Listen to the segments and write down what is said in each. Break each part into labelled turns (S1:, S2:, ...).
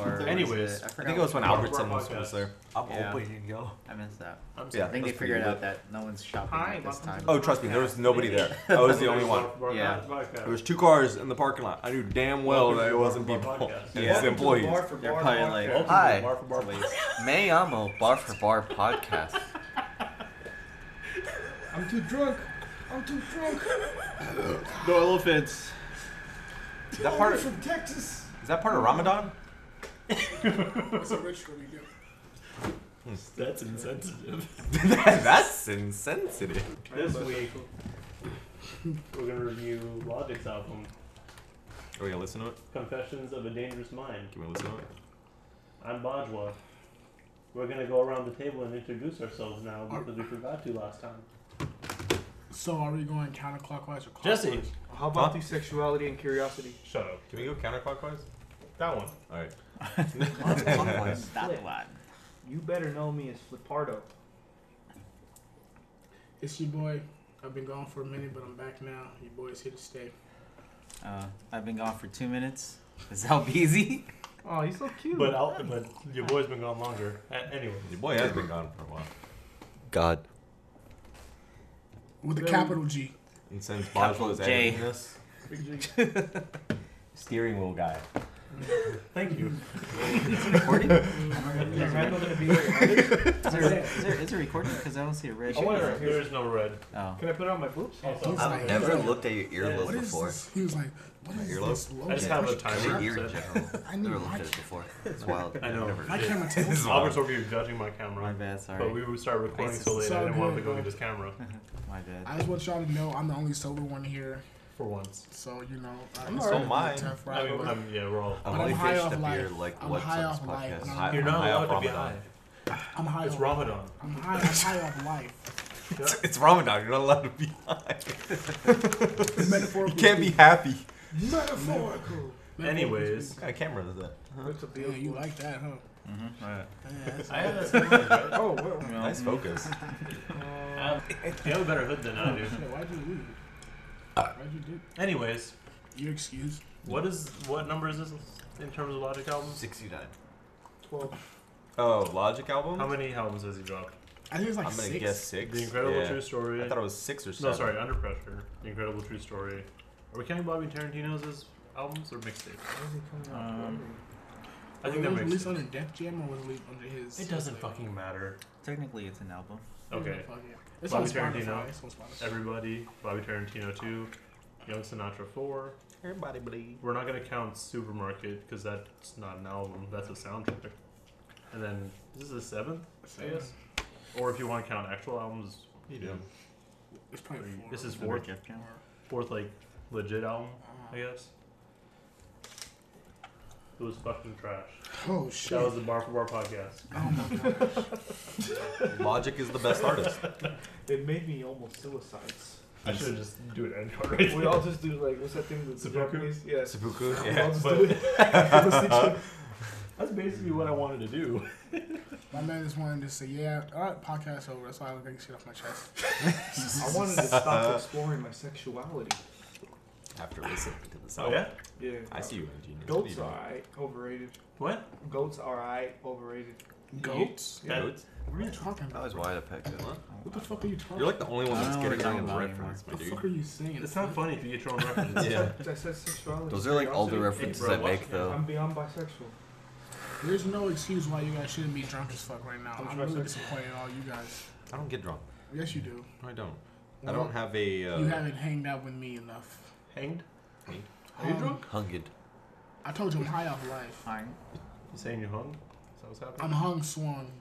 S1: was
S2: Anyways,
S1: it?
S2: I
S1: I,
S3: I
S1: forgot
S3: think it was when
S1: what-
S3: Albertson was,
S2: Podcast.
S3: was there.
S1: I'm Yeah. opening,
S3: yo.
S1: I missed that.
S2: I'm
S1: I
S2: sorry.
S1: think they
S3: that's
S1: figured
S3: pretty
S1: out that no one's shopping
S2: Hi,
S1: at this
S2: welcome
S1: time.
S2: to the-
S3: Oh, trust me, there was nobody there. I was the only one.
S1: Yeah.
S3: There was two cars in the parking lot. I knew damn well that it wasn't people. It's employees.
S1: They're probably like,
S4: Hi.
S2: Bar for bar.
S4: May Amo Bar for Bar podcast.
S5: I'm too drunk. I'm too drunk.
S2: No elephants.
S3: Is that part? Of,
S5: from Texas.
S3: is that part of Ramadan?
S5: That's a ritual we do.
S2: That's insensitive.
S3: That's insensitive.
S2: This week, we're gonna review Logic's album,
S3: Are we gonna Oh, listen to it?
S2: Confessions of a Dangerous Mind.
S3: Can we listen to it?
S2: I'm Bajwa. We're gonna go around the table and introduce ourselves now because we forgot to last time.
S5: So are we going counterclockwise or clockwise?
S2: Jesse.
S6: How about
S3: Huh?
S6: through sexuality and curiosity?
S2: Shut up.
S3: Can we go counterclockwise?
S2: That one.
S3: All right.
S1: that one.
S6: You better know me as Flippardo.
S5: It's your boy. I've been gone for a minute, but I'm back now. Your boy's here to stay.
S1: Uh, I've been gone for two minutes. Is that busy?
S6: Oh, he's so cute.
S2: But I'll, but your boy's been gone longer. A- Anyway,
S3: Your boy has been gone for a while.
S4: God.
S5: With a
S6: Really?
S5: capital G.
S3: And since
S1: Capital
S3: Boswell is
S1: J.
S3: editing this,
S6: Big G.
S3: steering wheel guy.
S2: thank you.
S1: Recording? Is
S6: Is Randall gonna be here?
S1: there, is there, is it recording? Because I don't see a red.
S6: I wonder-
S2: There is no red.
S1: Oh.
S6: Can I put it on my boobs?
S2: Also,
S5: He's
S4: I've
S5: like,
S4: never
S5: he's like,
S4: looked at your earlobe
S5: What is
S4: before.
S5: this? He was like, what
S3: My
S5: is
S3: earlobe?
S5: this? Low
S2: I just have a
S5: pressure?
S2: timer.
S4: Your ear in general.
S5: I
S4: I've
S5: need
S4: never
S5: my,
S4: looked at it before. It's wild.
S2: I know.
S4: Never
S5: my
S4: did.
S5: camera too.
S2: Albert's over here judging my
S1: My
S2: camera.
S1: bad, sorry.
S2: But we would start recording
S1: Thanks.
S2: so late, I
S5: So
S2: didn't want to
S5: good,
S2: go
S5: bro.
S2: get his camera.
S1: My bad.
S5: I just want y'all to know I'm the only sober one here,
S2: For once.
S5: so you know. I-
S3: I'm
S5: it's
S3: so
S5: gonna be a
S3: mine.
S5: tough
S2: I
S5: ride,
S2: mean,
S5: but-
S2: I'm, yeah, we're all.
S4: I've
S5: I'm
S4: only
S5: high
S4: fished
S5: off
S4: a beer
S5: life.
S4: like
S5: I'm
S4: once
S5: high
S4: on this
S5: off life.
S4: podcast.
S5: I'm
S2: You're not
S3: high
S2: allowed
S3: off
S2: to be high.
S3: Ramadan.
S5: I'm high.
S2: It's
S5: off-
S2: Ramadan.
S5: I'm high. I'm high off life.
S3: It's, it's Ramadan. You're not allowed to be high.
S5: Metaphorical.
S3: You can't be happy.
S5: metaphorical.
S2: Anyways,
S3: What kind of camera is that?
S6: It's a
S5: Damn, you
S6: beautiful.
S5: like that, huh?
S1: Mm-hmm.
S5: Yeah, that's-
S2: I have that same hood, right?
S6: Oh, well.
S3: Nice focus.
S6: Uh,
S2: I have- You have a better hood than I do.
S5: Shit, why'd you leave? Why'd you do?
S2: Anyways,
S5: You're excused.
S2: what is what number is this in terms of Logic albums?
S4: 69.
S6: 12.
S3: Oh, Logic album.
S2: How many albums has he dropped?
S5: I think it's like
S3: I'm gonna
S5: six.
S3: guess six.
S2: The Incredible
S3: Yeah.
S2: True Story.
S3: I thought it was six or
S2: no,
S3: seven.
S2: sorry, Under Pressure. The Incredible True Story. Are we counting Bobby Tarantino's as albums or mixtapes?
S1: Um,
S2: I think they're
S5: was it released under
S2: mixtapes.
S5: Def Jam or was it released under his?
S2: It doesn't fucking matter.
S1: Technically, it's an album.
S2: Okay,
S5: Fuck it. It's
S2: Bobby
S5: on Spotify.
S2: Tarantino.
S5: It's on Spotify.
S2: everybody, Bobby Tarantino two, Young Sinatra four.
S3: Everybody believe.
S2: We're not gonna count Supermarket because that's not an album. That's a soundtrack. And then this is the seventh, I guess. Or if you want to count actual albums,
S3: You do.
S5: It's probably four.
S2: This is
S1: Under
S2: fourth.
S1: Jeff Jam.
S2: fourth like legit album,
S5: Uh,
S2: I guess. It was fucking trash.
S5: oh shit.
S2: That was the Bar for Bar podcast.
S5: oh my god.
S3: Logic is the best artist.
S6: It made me almost suicides.
S2: I should just do it anyway.
S6: we all just do like, what's that thing with the
S2: Seppuku?
S6: Japanese? Yeah.
S3: Seppuku.
S6: We all
S3: Yeah.
S6: just
S2: but-
S6: do it.
S2: That's basically what I wanted to do.
S5: My man just wanted to say, yeah, all right, podcast over. That's why I was getting shit off my chest.
S6: I wanted to stop exploring my sexuality.
S3: After listening to this
S2: Oh
S3: album.
S2: yeah?
S6: Yeah.
S3: I see you, ingenious. What do you
S6: Goats
S3: do?
S6: are alright, overrated.
S2: What?
S6: Goats are alright, overrated.
S5: Goats?
S6: Yeah.
S3: Goats?
S5: What are you talking
S4: That
S5: about?
S4: was wide of peck.
S3: What?
S5: What the fuck are you talking
S3: You're like the only one
S1: I
S3: that's
S1: don't know
S3: getting
S1: what
S3: on
S1: you're
S3: the
S1: talking about
S3: reference, my
S5: What the
S3: dude.
S5: fuck are you saying?
S2: It's not funny if you get your own references.
S3: Yeah.
S6: I said sexuality.
S4: Those are like all the
S6: curiosity.
S4: references I make though.
S6: I'm beyond bisexual.
S5: There's no excuse why you guys shouldn't be drunk as fuck right now.
S6: I'm
S5: I'm
S6: drunk
S5: really
S6: as fuck.
S5: disappointed in all you guys.
S3: I don't get drunk.
S5: Yes, you do.
S3: No, I don't. I don't have a. Uh,
S5: You haven't hanged out with me enough.
S2: Hanged?
S5: Are you drunk?
S4: Hunged.
S5: I told you I'm high off life.
S1: Fine.
S2: You saying you hung? Is that what's happening?
S5: I'm hung swung.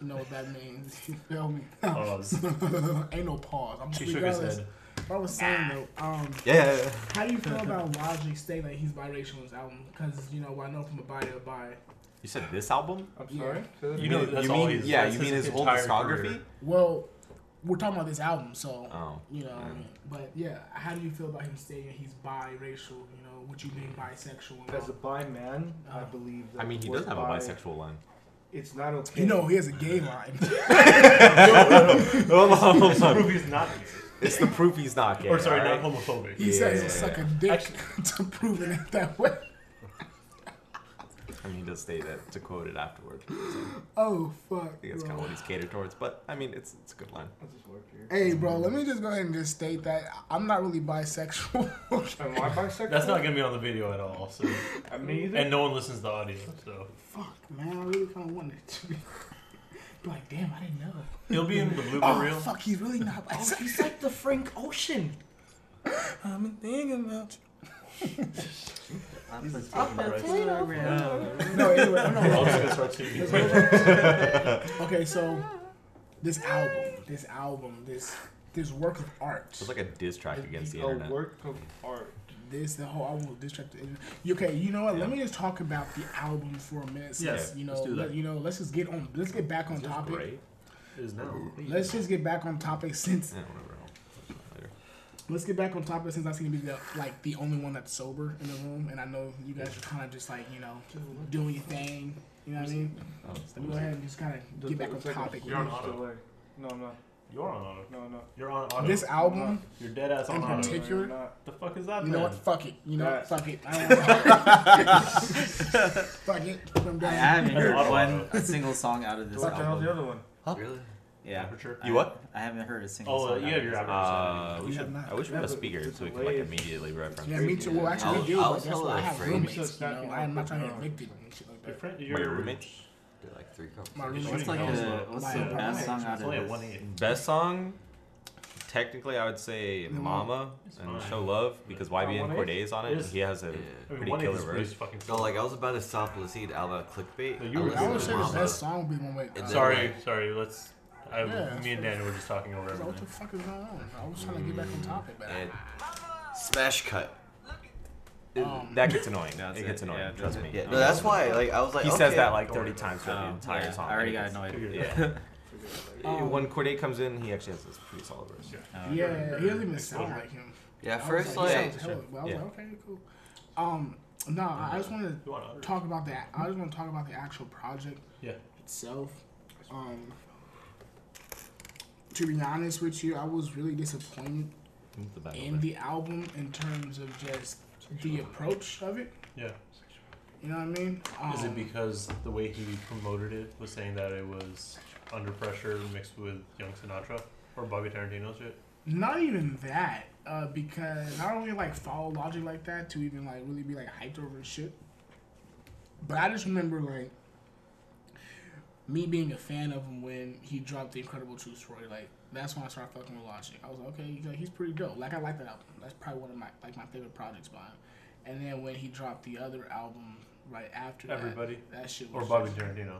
S5: You know what that means. You feel me?
S2: Pause.
S5: Ain't no pause. I'm
S2: He Oh. shook his
S5: regardless-
S2: head.
S5: What I was saying though, um,
S3: Yeah.
S5: how do you feel about Logic stating that he's biracial in his album? Because you know, I know from a bi to a bi.
S3: You said this album?
S6: I'm
S5: Yeah.
S6: sorry. Say that
S2: You
S6: again.
S2: know
S3: mean-
S2: that's
S3: you
S2: all
S3: mean-
S2: he's-
S3: yeah,
S2: that's
S3: you mean his whole
S2: entire
S3: discography?
S2: career.
S5: Well, we're talking about this album, so
S3: Oh.
S5: you know.
S3: Mm.
S5: But yeah, how do you feel about him stating he's biracial? You know, what you mean bisexual? And
S6: As a
S5: all?
S6: bi man, I
S5: Uh,
S6: believe that.
S3: I mean, he
S6: the
S3: does
S6: word
S3: have a
S6: bi-
S3: bisexual line.
S6: It's not okay.
S5: You know, he has a gay line.
S3: hold on, hold on.
S2: Prove he's not
S3: It's the proof he's not gay.
S2: Or sorry,
S3: alright?
S2: not homophobic.
S5: He
S3: Yeah.
S5: says he'll suck a dick to prove it that way.
S3: I I mean, he does say that to quote it afterward. So I
S5: Oh fuck.
S3: think that's
S5: bro.
S3: kind of what he's catered towards. But I mean, it's it's a good line.
S6: I'll just work here.
S5: Hey, bro, let me just go ahead and just state that I'm not really bisexual.
S6: Am I bisexual?
S2: That's not gonna be on the video at all. So,
S6: Uh, Me either.
S2: and no one listens to the audio. So
S5: Fuck, man, I really kind of wanted it to be. be like, damn, I didn't know.
S2: he'll be in the blooper
S5: Oh,
S2: reel.
S5: fuck, he's really not bisexual.
S6: Oh, He's like the Frank Ocean.
S5: I've been thinking about
S1: I'm just
S5: I'll
S1: taking the
S5: put
S1: rights.
S5: it over.
S1: Yeah.
S5: you. No, anyway, I'm
S2: I'll
S6: Oh,
S5: not-
S2: just go start singing.
S5: Okay, so this album, this album, this this work of art,
S3: It's like a diss track against the
S6: a
S3: internet.
S6: work of art.
S5: this the whole album will distract. The, okay, you know what? Let me just talk about the album for a minute. Since,
S2: Yes,
S5: you know,
S2: let's do that.
S5: let- you know, let's just get on. Let's get back on
S3: It's
S5: topic.
S3: great.
S2: It is now.
S5: Let's just get back on topic since
S3: Yeah, whatever. I'll watch that later.
S5: let's get back on topic since I seem to be the, like the only one that's sober in the room, and I know you guys are kind of just like you know doing your thing. You know what I mean?
S3: Oh, it's
S5: Let me go ahead and just kind of get back on
S6: It's like a
S5: topic.
S6: huge
S2: You're on auto.
S6: delay. No, I'm not.
S2: You're on auto.
S6: No, no.
S2: You're on auto.
S5: This album,
S2: You're dead ass on
S5: in
S2: auto.
S5: partic- Particular?
S6: No, you're not.
S2: the fuck is that?
S5: you know
S2: then?
S5: what? Fuck it. You know, what?
S6: That-
S5: fuck it. I don't fuck it. I'm
S1: I
S5: done.
S1: haven't heard
S2: Auto,
S1: one
S2: auto.
S1: a single song out of this
S6: What the hell's the
S1: album.
S6: other one?
S4: Really?
S1: Yeah.
S2: Aperture.
S1: I-
S3: You what?
S1: I haven't heard a single
S2: Oh, uh,
S1: song.
S2: you have your aperture.
S3: Uh,
S5: We
S3: we
S5: have
S3: should.
S5: not-
S3: I wish we had a
S6: Never
S3: speaker so we could like
S6: delayed.
S3: immediately reference.
S5: Yeah, me too. Well, actually,
S4: I
S5: we
S4: was-
S5: do.
S4: I
S5: but
S4: was
S5: that's why I
S4: hella
S5: have
S4: afraid.
S5: roommates. You
S6: Snap
S5: know,
S6: me
S5: I'm
S6: up
S5: not
S6: with
S5: trying to get
S6: her.
S5: evicted and shit like
S2: Your
S5: that.
S2: friend,
S3: My
S2: your
S3: roommate.
S4: They're like three
S5: My
S4: cups.
S5: roommates.
S1: What's like
S2: Hell's
S1: the
S2: Low.
S1: what's
S5: My
S1: the
S5: Aperture.
S1: best song out
S2: It's
S1: of
S2: only at
S1: this?
S2: one eight.
S3: Best song. Technically, I would say
S5: Mm.
S3: "Mama"
S2: It's
S3: and
S2: fine.
S3: "Show Love" because YBN
S6: one eight?
S3: Cordae is on it.
S2: It
S3: and
S2: is-
S3: He has a
S4: Yeah.
S2: I mean,
S3: pretty
S2: one eight
S3: killer
S2: is pretty
S3: verse.
S2: fucking.
S4: No, like I was about to stop Placid out of clickbait.
S2: No, you were-
S4: listened
S5: I
S4: to
S5: would say the
S4: Mama.
S5: best song would be one way.
S4: And then,
S2: Sorry,
S4: like-
S2: sorry. Let's. I,
S5: Yeah, that's
S2: me and
S5: fine.
S2: Daniel were just talking over
S5: Bro, What the
S2: everything.
S5: fuck is going on? I was trying to get back on topic, but I-
S4: And smash cut.
S5: um,
S3: That gets annoying.
S1: That's
S3: it gets
S1: it.
S3: annoying.
S1: Yeah,
S3: trust me.
S4: Yeah, no, that's why. Like I was like,
S3: he
S4: okay. Um,
S3: says that like
S2: Don't
S3: 30
S2: worry about
S3: times
S1: Oh,
S3: throughout the entire
S1: yeah,
S3: song.
S1: I already
S3: and
S1: got
S3: it
S1: annoyed.
S2: Figured it out.
S3: gets-
S6: Figure it out later.
S3: Yeah.
S5: Um,
S3: when Cordae comes in, he actually has this pretty solid verse.
S2: Yeah.
S1: Uh,
S5: yeah, he doesn't even sound like him.
S4: Yeah,
S5: I was
S4: first
S5: like, he
S4: like
S5: sounds hella- but I was
S3: Yeah.
S5: like, okay, cool. Um, no, I I just want to
S2: You want auto?
S5: talk about that. I just want to talk about the actual project
S2: Yeah.
S5: itself. Um, to be honest with you, I was really disappointed
S3: The battle
S5: in the album in terms of just the approach of it.
S2: Yeah.
S5: You know what I mean? Um,
S2: Is it because the way he promoted it was saying that it was under pressure mixed with Young Sinatra or Bobby Tarantino shit?
S5: Not even that, uh, because I don't really like follow logic like that to even like really be like hyped over shit. But I just remember like me being a fan of him when he dropped the Incredible True Story. Like that's when I started fucking with Logic. I was like, okay, he's, like, he's pretty dope. Like I like that album. That's probably one of my like my favorite projects by him. And then when he dropped the other album right after that,
S2: Everybody?
S5: that shit
S2: Or
S5: was
S2: Bobby
S5: just-
S2: Tarantino?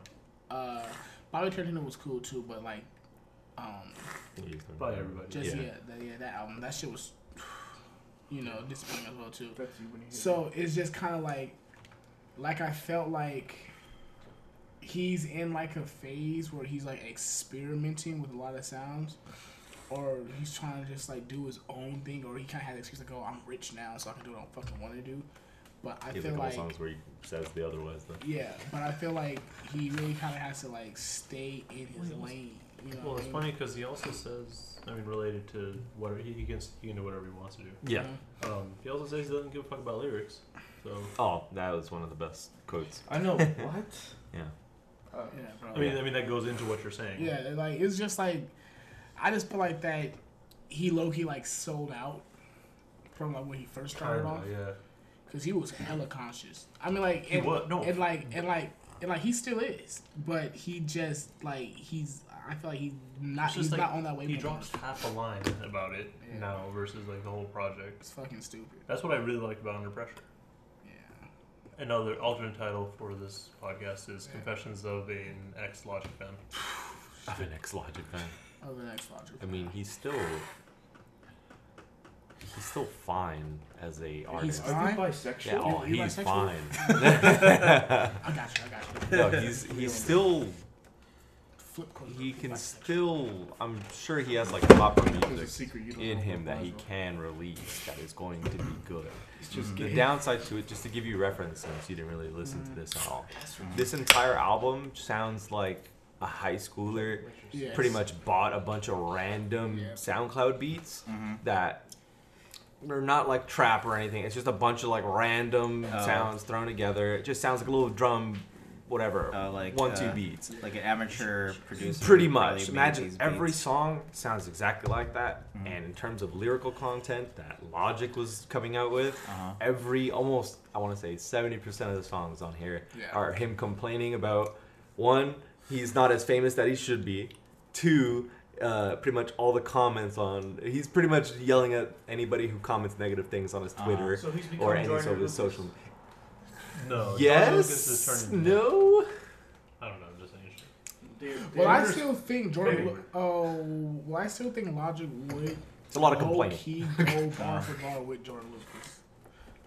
S5: Uh, Bobby Tarantino was cool too, but like, um,
S2: Probably everybody.
S5: just yeah,
S3: Yeah.
S5: that, yeah, that album. That shit was, you know, disappointing as well too.
S6: That's you when you hit
S5: So it's just kind of like, like I felt like he's in like a phase where he's like experimenting with a lot of sounds, or he's trying to just like do his own thing, or he kind of had the excuse like, oh, I'm rich now, so I can do what I fucking want to do. But I
S3: He has a
S5: feel
S3: couple
S5: like
S3: songs where he says the otherwise. Though.
S5: yeah, but I feel like he really kind of has to like stay in his
S2: Well,
S5: lane. You know
S2: Well,
S5: what
S2: it's
S5: I mean?
S2: funny because he also says, I mean, related to whatever he, he can he can do whatever he wants to do.
S3: Yeah.
S2: Um, he also says he doesn't give a fuck about lyrics. So
S3: Oh, that was one of the best quotes.
S6: I know. what?
S3: Yeah.
S6: Uh,
S5: Yeah, bro.
S2: I mean, I mean that goes into what you're saying.
S5: Yeah, and, like it's just like I just feel like that he low key like sold out from like when he first started
S2: Kinda,
S5: off
S2: yeah.
S5: because he was hella conscious. I mean, like
S2: He oh.
S5: and,
S2: was- no.
S5: and like and like and like he still is, but he just like he's I feel like he's not
S2: It's just
S5: he's
S2: like
S5: not on that
S2: He
S5: wavelength.
S2: drops half a line about it
S5: Yeah.
S2: now versus like the whole project.
S5: It's fucking stupid.
S2: That's what I really liked about Under Pressure.
S5: Yeah,
S2: Another alternate title for this podcast is
S5: Yeah.
S2: Confessions of an Ex Logic Fan.
S3: I'm an ex Logic fan.
S5: over the next logic.
S3: I mean, he's still he's still fine as a artist.
S5: fine.
S6: Are you bisexual?
S3: yeah, oh,
S5: You- you
S3: he's
S5: bisexual?
S3: fine.
S5: I got you. I got you.
S3: no, he's he's still
S5: Flip coin.
S3: he can
S5: Like,
S3: still. I'm sure he has like proper
S6: There's a
S3: music
S6: secret you don't
S3: in
S6: know
S3: him
S6: about
S3: that he
S6: Michael.
S3: can release that is going to be good.
S6: It's just
S3: Mm-hmm. The
S6: gay.
S3: downside to it, just to give you reference, since you didn't really listen to this at all, this entire album sounds like a high schooler
S5: yes.
S3: pretty much bought a bunch of random
S5: Yeah.
S1: Mm-hmm.
S3: SoundCloud beats that they're not like trap or anything. It's just a bunch of like random
S1: Oh.
S3: sounds thrown together. It just sounds like a little drum, whatever,
S1: Uh, like,
S3: one two
S1: uh,
S3: beats.
S1: Like an amateur producer.
S3: Pretty
S1: would probably
S3: much.
S1: make
S3: Imagine
S1: these
S3: every
S1: beats. Mm-hmm.
S3: song sounds exactly like that. And in terms of lyrical content that Logic was coming out with,
S1: Uh-huh.
S3: every almost I want to say seventy percent of the songs on here
S5: Yeah.
S3: are him complaining about one, he's not as famous that he should be. Two, uh, pretty much all the comments on he's pretty much yelling at anybody who comments negative things on his
S1: Uh-huh.
S3: Twitter
S6: So he's become
S3: or any
S6: Jordan
S3: sort of
S6: Lucas.
S3: social.
S2: No. Oh, John Lucas is
S3: Yes.
S2: turning.
S3: No.
S2: I don't know. I'm just an interesting.
S5: Well, I
S6: There's-
S5: still think Jordan.
S2: Maybe.
S5: Lo- Oh, well, I still think Logic would.
S3: It's a lot of complaining.
S5: Key go bar for bar with Jordan Lucas.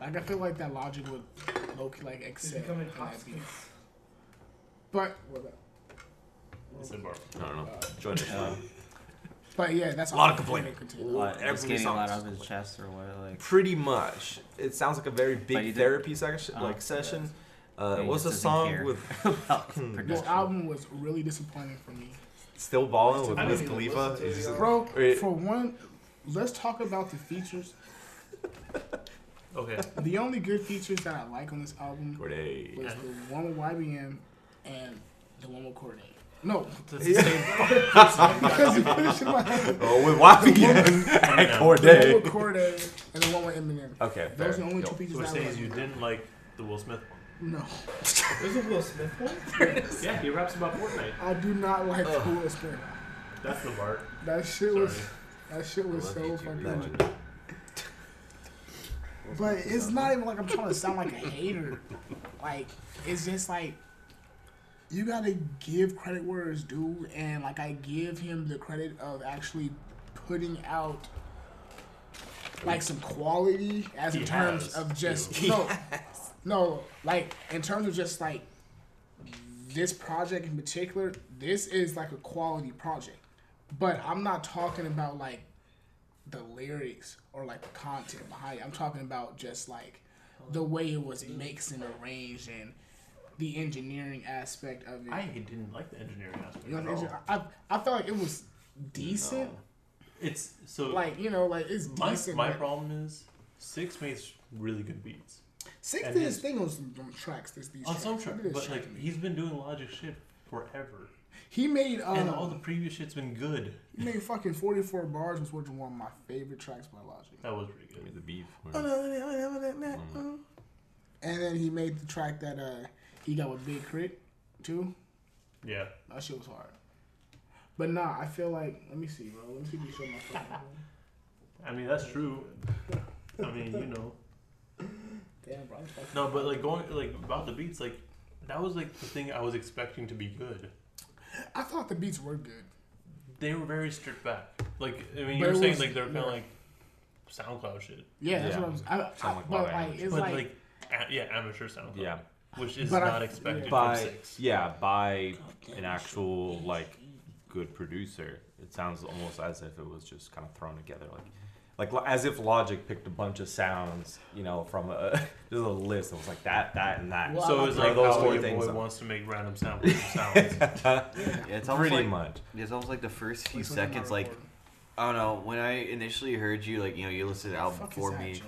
S5: Like I feel like that Logic would low key like
S6: He's
S5: excel.
S6: becoming
S5: in that
S6: Hoskins.
S5: beat. But
S2: It's a bar.
S3: I don't know. Join us.
S1: Uh,
S5: but yeah, that's
S3: A lot of
S5: all I'm gonna
S3: complaining.
S5: continue.
S1: lot-
S3: Every
S1: just getting a lot
S3: song
S1: off his chest or what? Like,
S3: Pretty much. It sounds like a very
S1: But he
S3: big
S1: did-
S3: therapy section,
S1: Oh,
S3: like session.
S1: yeah,
S3: Uh,
S1: he
S3: what's the
S1: just doesn't
S3: song
S1: care
S3: with
S1: about
S5: This
S1: production.
S5: album was really disappointing for me,
S3: Still Ballin'
S2: I
S3: with
S2: don't
S3: Wiz
S2: even
S3: Khalifa?
S6: listen to
S3: It's
S6: it.
S3: just-
S5: bro.
S3: Wait.
S5: For one, let's talk about the features.
S2: Okay.
S5: The only good features that I like on this album
S3: Corday.
S5: was the one with YBM and the one with Corday. No,
S2: It's the same.
S5: because you finished my head.
S3: Oh, with YBN and
S5: The
S3: Corday.
S5: one with Corday and the one with Eminem.
S3: Okay,
S5: Those are the
S3: fair.
S5: only
S3: Yo,
S5: two features
S2: So it
S5: that I
S2: says you
S5: like.
S2: didn't like the Will Smith one.
S5: No,
S6: There's a Will Smith one.
S2: Yeah, he raps about Fortnite.
S5: I do not like the Will Smith.
S2: That's the bar.
S5: That shit
S2: Sorry.
S5: was that shit was
S4: Love
S5: so
S4: you, Jimmy.
S5: fucking. But it's not even like I'm trying to sound like a hater. Like it's just like you gotta give credit where it's due, and like I give him the credit of actually putting out like some quality as in
S2: He
S5: terms
S2: has,
S5: of just no, no, like in terms of just like this project in particular. This is like a quality project, but I'm not talking about like the lyrics or like the content behind it. I'm talking about just like the way it was mixed and arranged and the engineering aspect of it.
S2: I didn't like the engineering aspect.
S5: you know,
S2: at
S5: what I'm
S2: all.
S5: saying? I, I felt like it was decent.
S2: It's so
S5: Like you know, like it's
S2: my,
S5: decent.
S2: my
S5: but
S2: problem is six makes really good beats
S5: Six
S2: and
S5: did
S2: his-
S5: his thing on some on tracks. This these
S2: on some
S5: tracks.
S2: track,
S5: Look at this
S2: but
S5: track
S2: like
S5: to me.
S2: he's been doing Logic shit forever,
S5: he made um,
S2: and all the previous shit's been good.
S5: he made fucking forty four bars was which one of my favorite tracks by Logic.
S2: That was pretty good. Mm.
S3: The beef.
S5: Oh, And then he made the track that uh he got with Big Crit too.
S2: Yeah,
S5: That shit was hard. But nah, I feel like let me see, bro. Let me see if you show my phone.
S2: I mean that's true. I mean you know
S5: Damn, bro. I'm fucking-
S2: no, but like going like about the beats like that was like the thing I was expecting to be good.
S5: I thought the beats were good.
S2: They were very stripped back. Like I mean you
S5: But
S2: were
S5: it
S2: saying
S5: was-
S2: like they're kind of
S5: yeah.
S2: like SoundCloud shit,
S5: Yeah, that's
S3: Yeah.
S5: what I'm. s- I, I,
S3: Sound like
S5: but
S3: live
S5: like
S3: action.
S5: it's
S2: but
S5: like,
S2: like, a- yeah amateur SoundCloud.
S3: Yeah.
S2: which is
S5: But I-
S2: not expected
S5: yeah.
S2: from
S3: By
S2: six.
S3: yeah, by an actual like good producer. It sounds almost as if it was just kind of thrown together, like like lo- as if Logic picked a bunch of sounds, you know, from a just a list. It was like that, that, and that.
S5: Well,
S2: So it's
S3: Throw
S2: like
S3: those
S2: how
S3: four
S2: your
S3: things
S2: boy
S3: up.
S2: wants to make random samples of sounds.
S4: Yeah, it's almost
S3: Pretty
S4: like
S3: much.
S4: it's almost like the first few
S5: Which one am I
S4: seconds. Like
S5: recording?
S4: I don't know. When I initially heard you, like you know, you listened to the album
S5: Fuck is
S4: before
S5: that,
S4: me.
S5: Joe?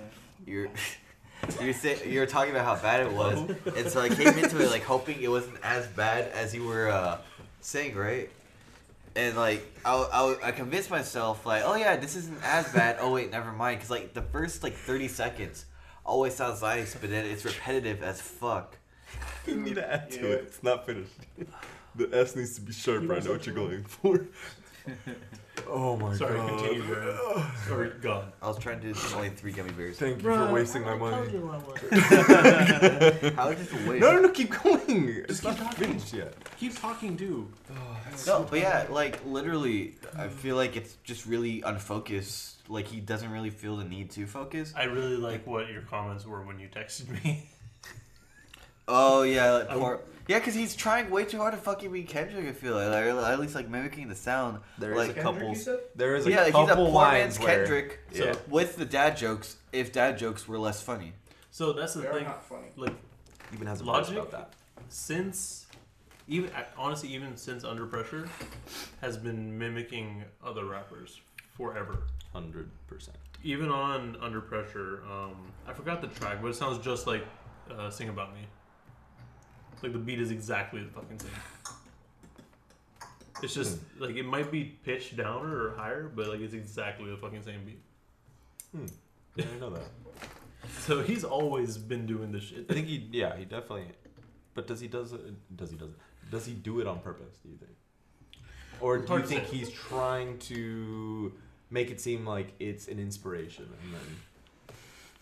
S4: You're you're say, you're talking about how bad it was, and so I came into it like hoping it wasn't as bad as you were uh, saying, right? And like I, I, I convinced myself like, oh yeah, this isn't as bad. Oh wait, never mind. Because like the first like thirty seconds always sounds nice, but then it's repetitive as fuck.
S3: You need to add
S5: Yeah.
S3: to it. It's not finished. The S needs to be sharp. I know what you're going for. oh my
S2: Sorry,
S3: god.
S2: continue, Brandon. Sorry, God.
S4: I was trying to do only three gummy bears.
S3: Thank you
S5: Bruh,
S3: for wasting
S5: I
S3: my
S5: told
S3: money.
S5: you I was.
S4: How is this wait?
S3: No, no, no, keep going. It's not
S2: talking.
S3: finished yet.
S2: Keep talking, dude.
S4: No, but yeah, like literally, I feel like it's just really unfocused. Like he doesn't really feel the need to focus.
S2: I really like what your comments were when you texted me.
S4: Oh yeah, like,
S2: I'm-
S4: poor. Yeah, because he's trying way too hard to fucking be Kendrick. I feel like, like, or at least like mimicking the sound.
S3: There is
S4: like,
S3: a
S6: Kendrick,
S3: couple.
S6: you said?
S3: There is a
S4: yeah, like, he's a
S3: couple
S4: poor
S3: lines
S4: man's
S3: where.
S4: Kendrick.
S3: Yeah.
S4: So with the dad jokes, if dad jokes were less funny,
S2: So that's the
S6: They're
S2: thing.
S6: not funny.
S2: Like
S3: even has a verse
S2: Logic?
S3: about that.
S2: since, even honestly, even since Under Pressure, has been mimicking other rappers forever.
S3: Hundred percent.
S2: even on Under Pressure, um, I forgot the track, but it sounds just like uh, Sing About Me. Like the beat is exactly the fucking same. It's just
S3: Hmm.
S2: like it might be pitched down or higher, but like it's exactly the fucking same beat.
S3: I didn't know that.
S2: So he's always been doing this shit.
S3: I think he, yeah, he definitely. But does he does it? Does he does it? Does he do it on purpose? Do you think? Or do you
S2: Hard to
S3: think
S2: say.
S3: he's trying to make it seem like it's an inspiration? And then,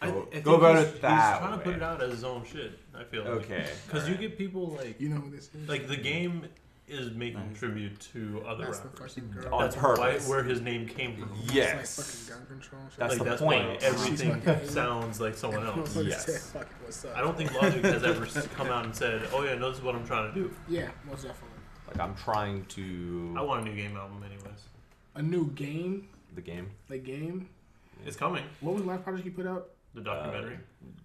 S2: I,
S3: Go-
S2: I think
S3: go about
S2: he's-
S3: it that
S2: He's trying to put
S3: way.
S2: it out as his own shit. I feel like.
S3: okay,
S2: because you get people like
S5: You know who this is?
S2: like the game is making tribute to other
S5: that's the
S2: rappers.
S5: fucking girl.
S3: On
S2: Oh, That's why,
S3: purpose.
S2: where his name came from.
S5: It's
S3: yes,
S5: Like fucking gun control. and shit.
S3: That's
S2: like
S3: the
S2: that's why
S3: point.
S2: everything
S5: She's fucking-
S2: sounds like someone else.
S5: Motherfucker
S3: yes.
S5: said, "Fucking what's up?"
S2: I don't think Logic has ever s- come out and said, "Oh yeah, no, this is what I'm trying to do.
S5: Yeah, most definitely.
S3: like I'm trying to.
S2: I want a new game album, anyways.
S5: A new game,
S3: the game.
S5: the game.
S2: It's coming.
S5: What was the last project he put out?
S2: The documentary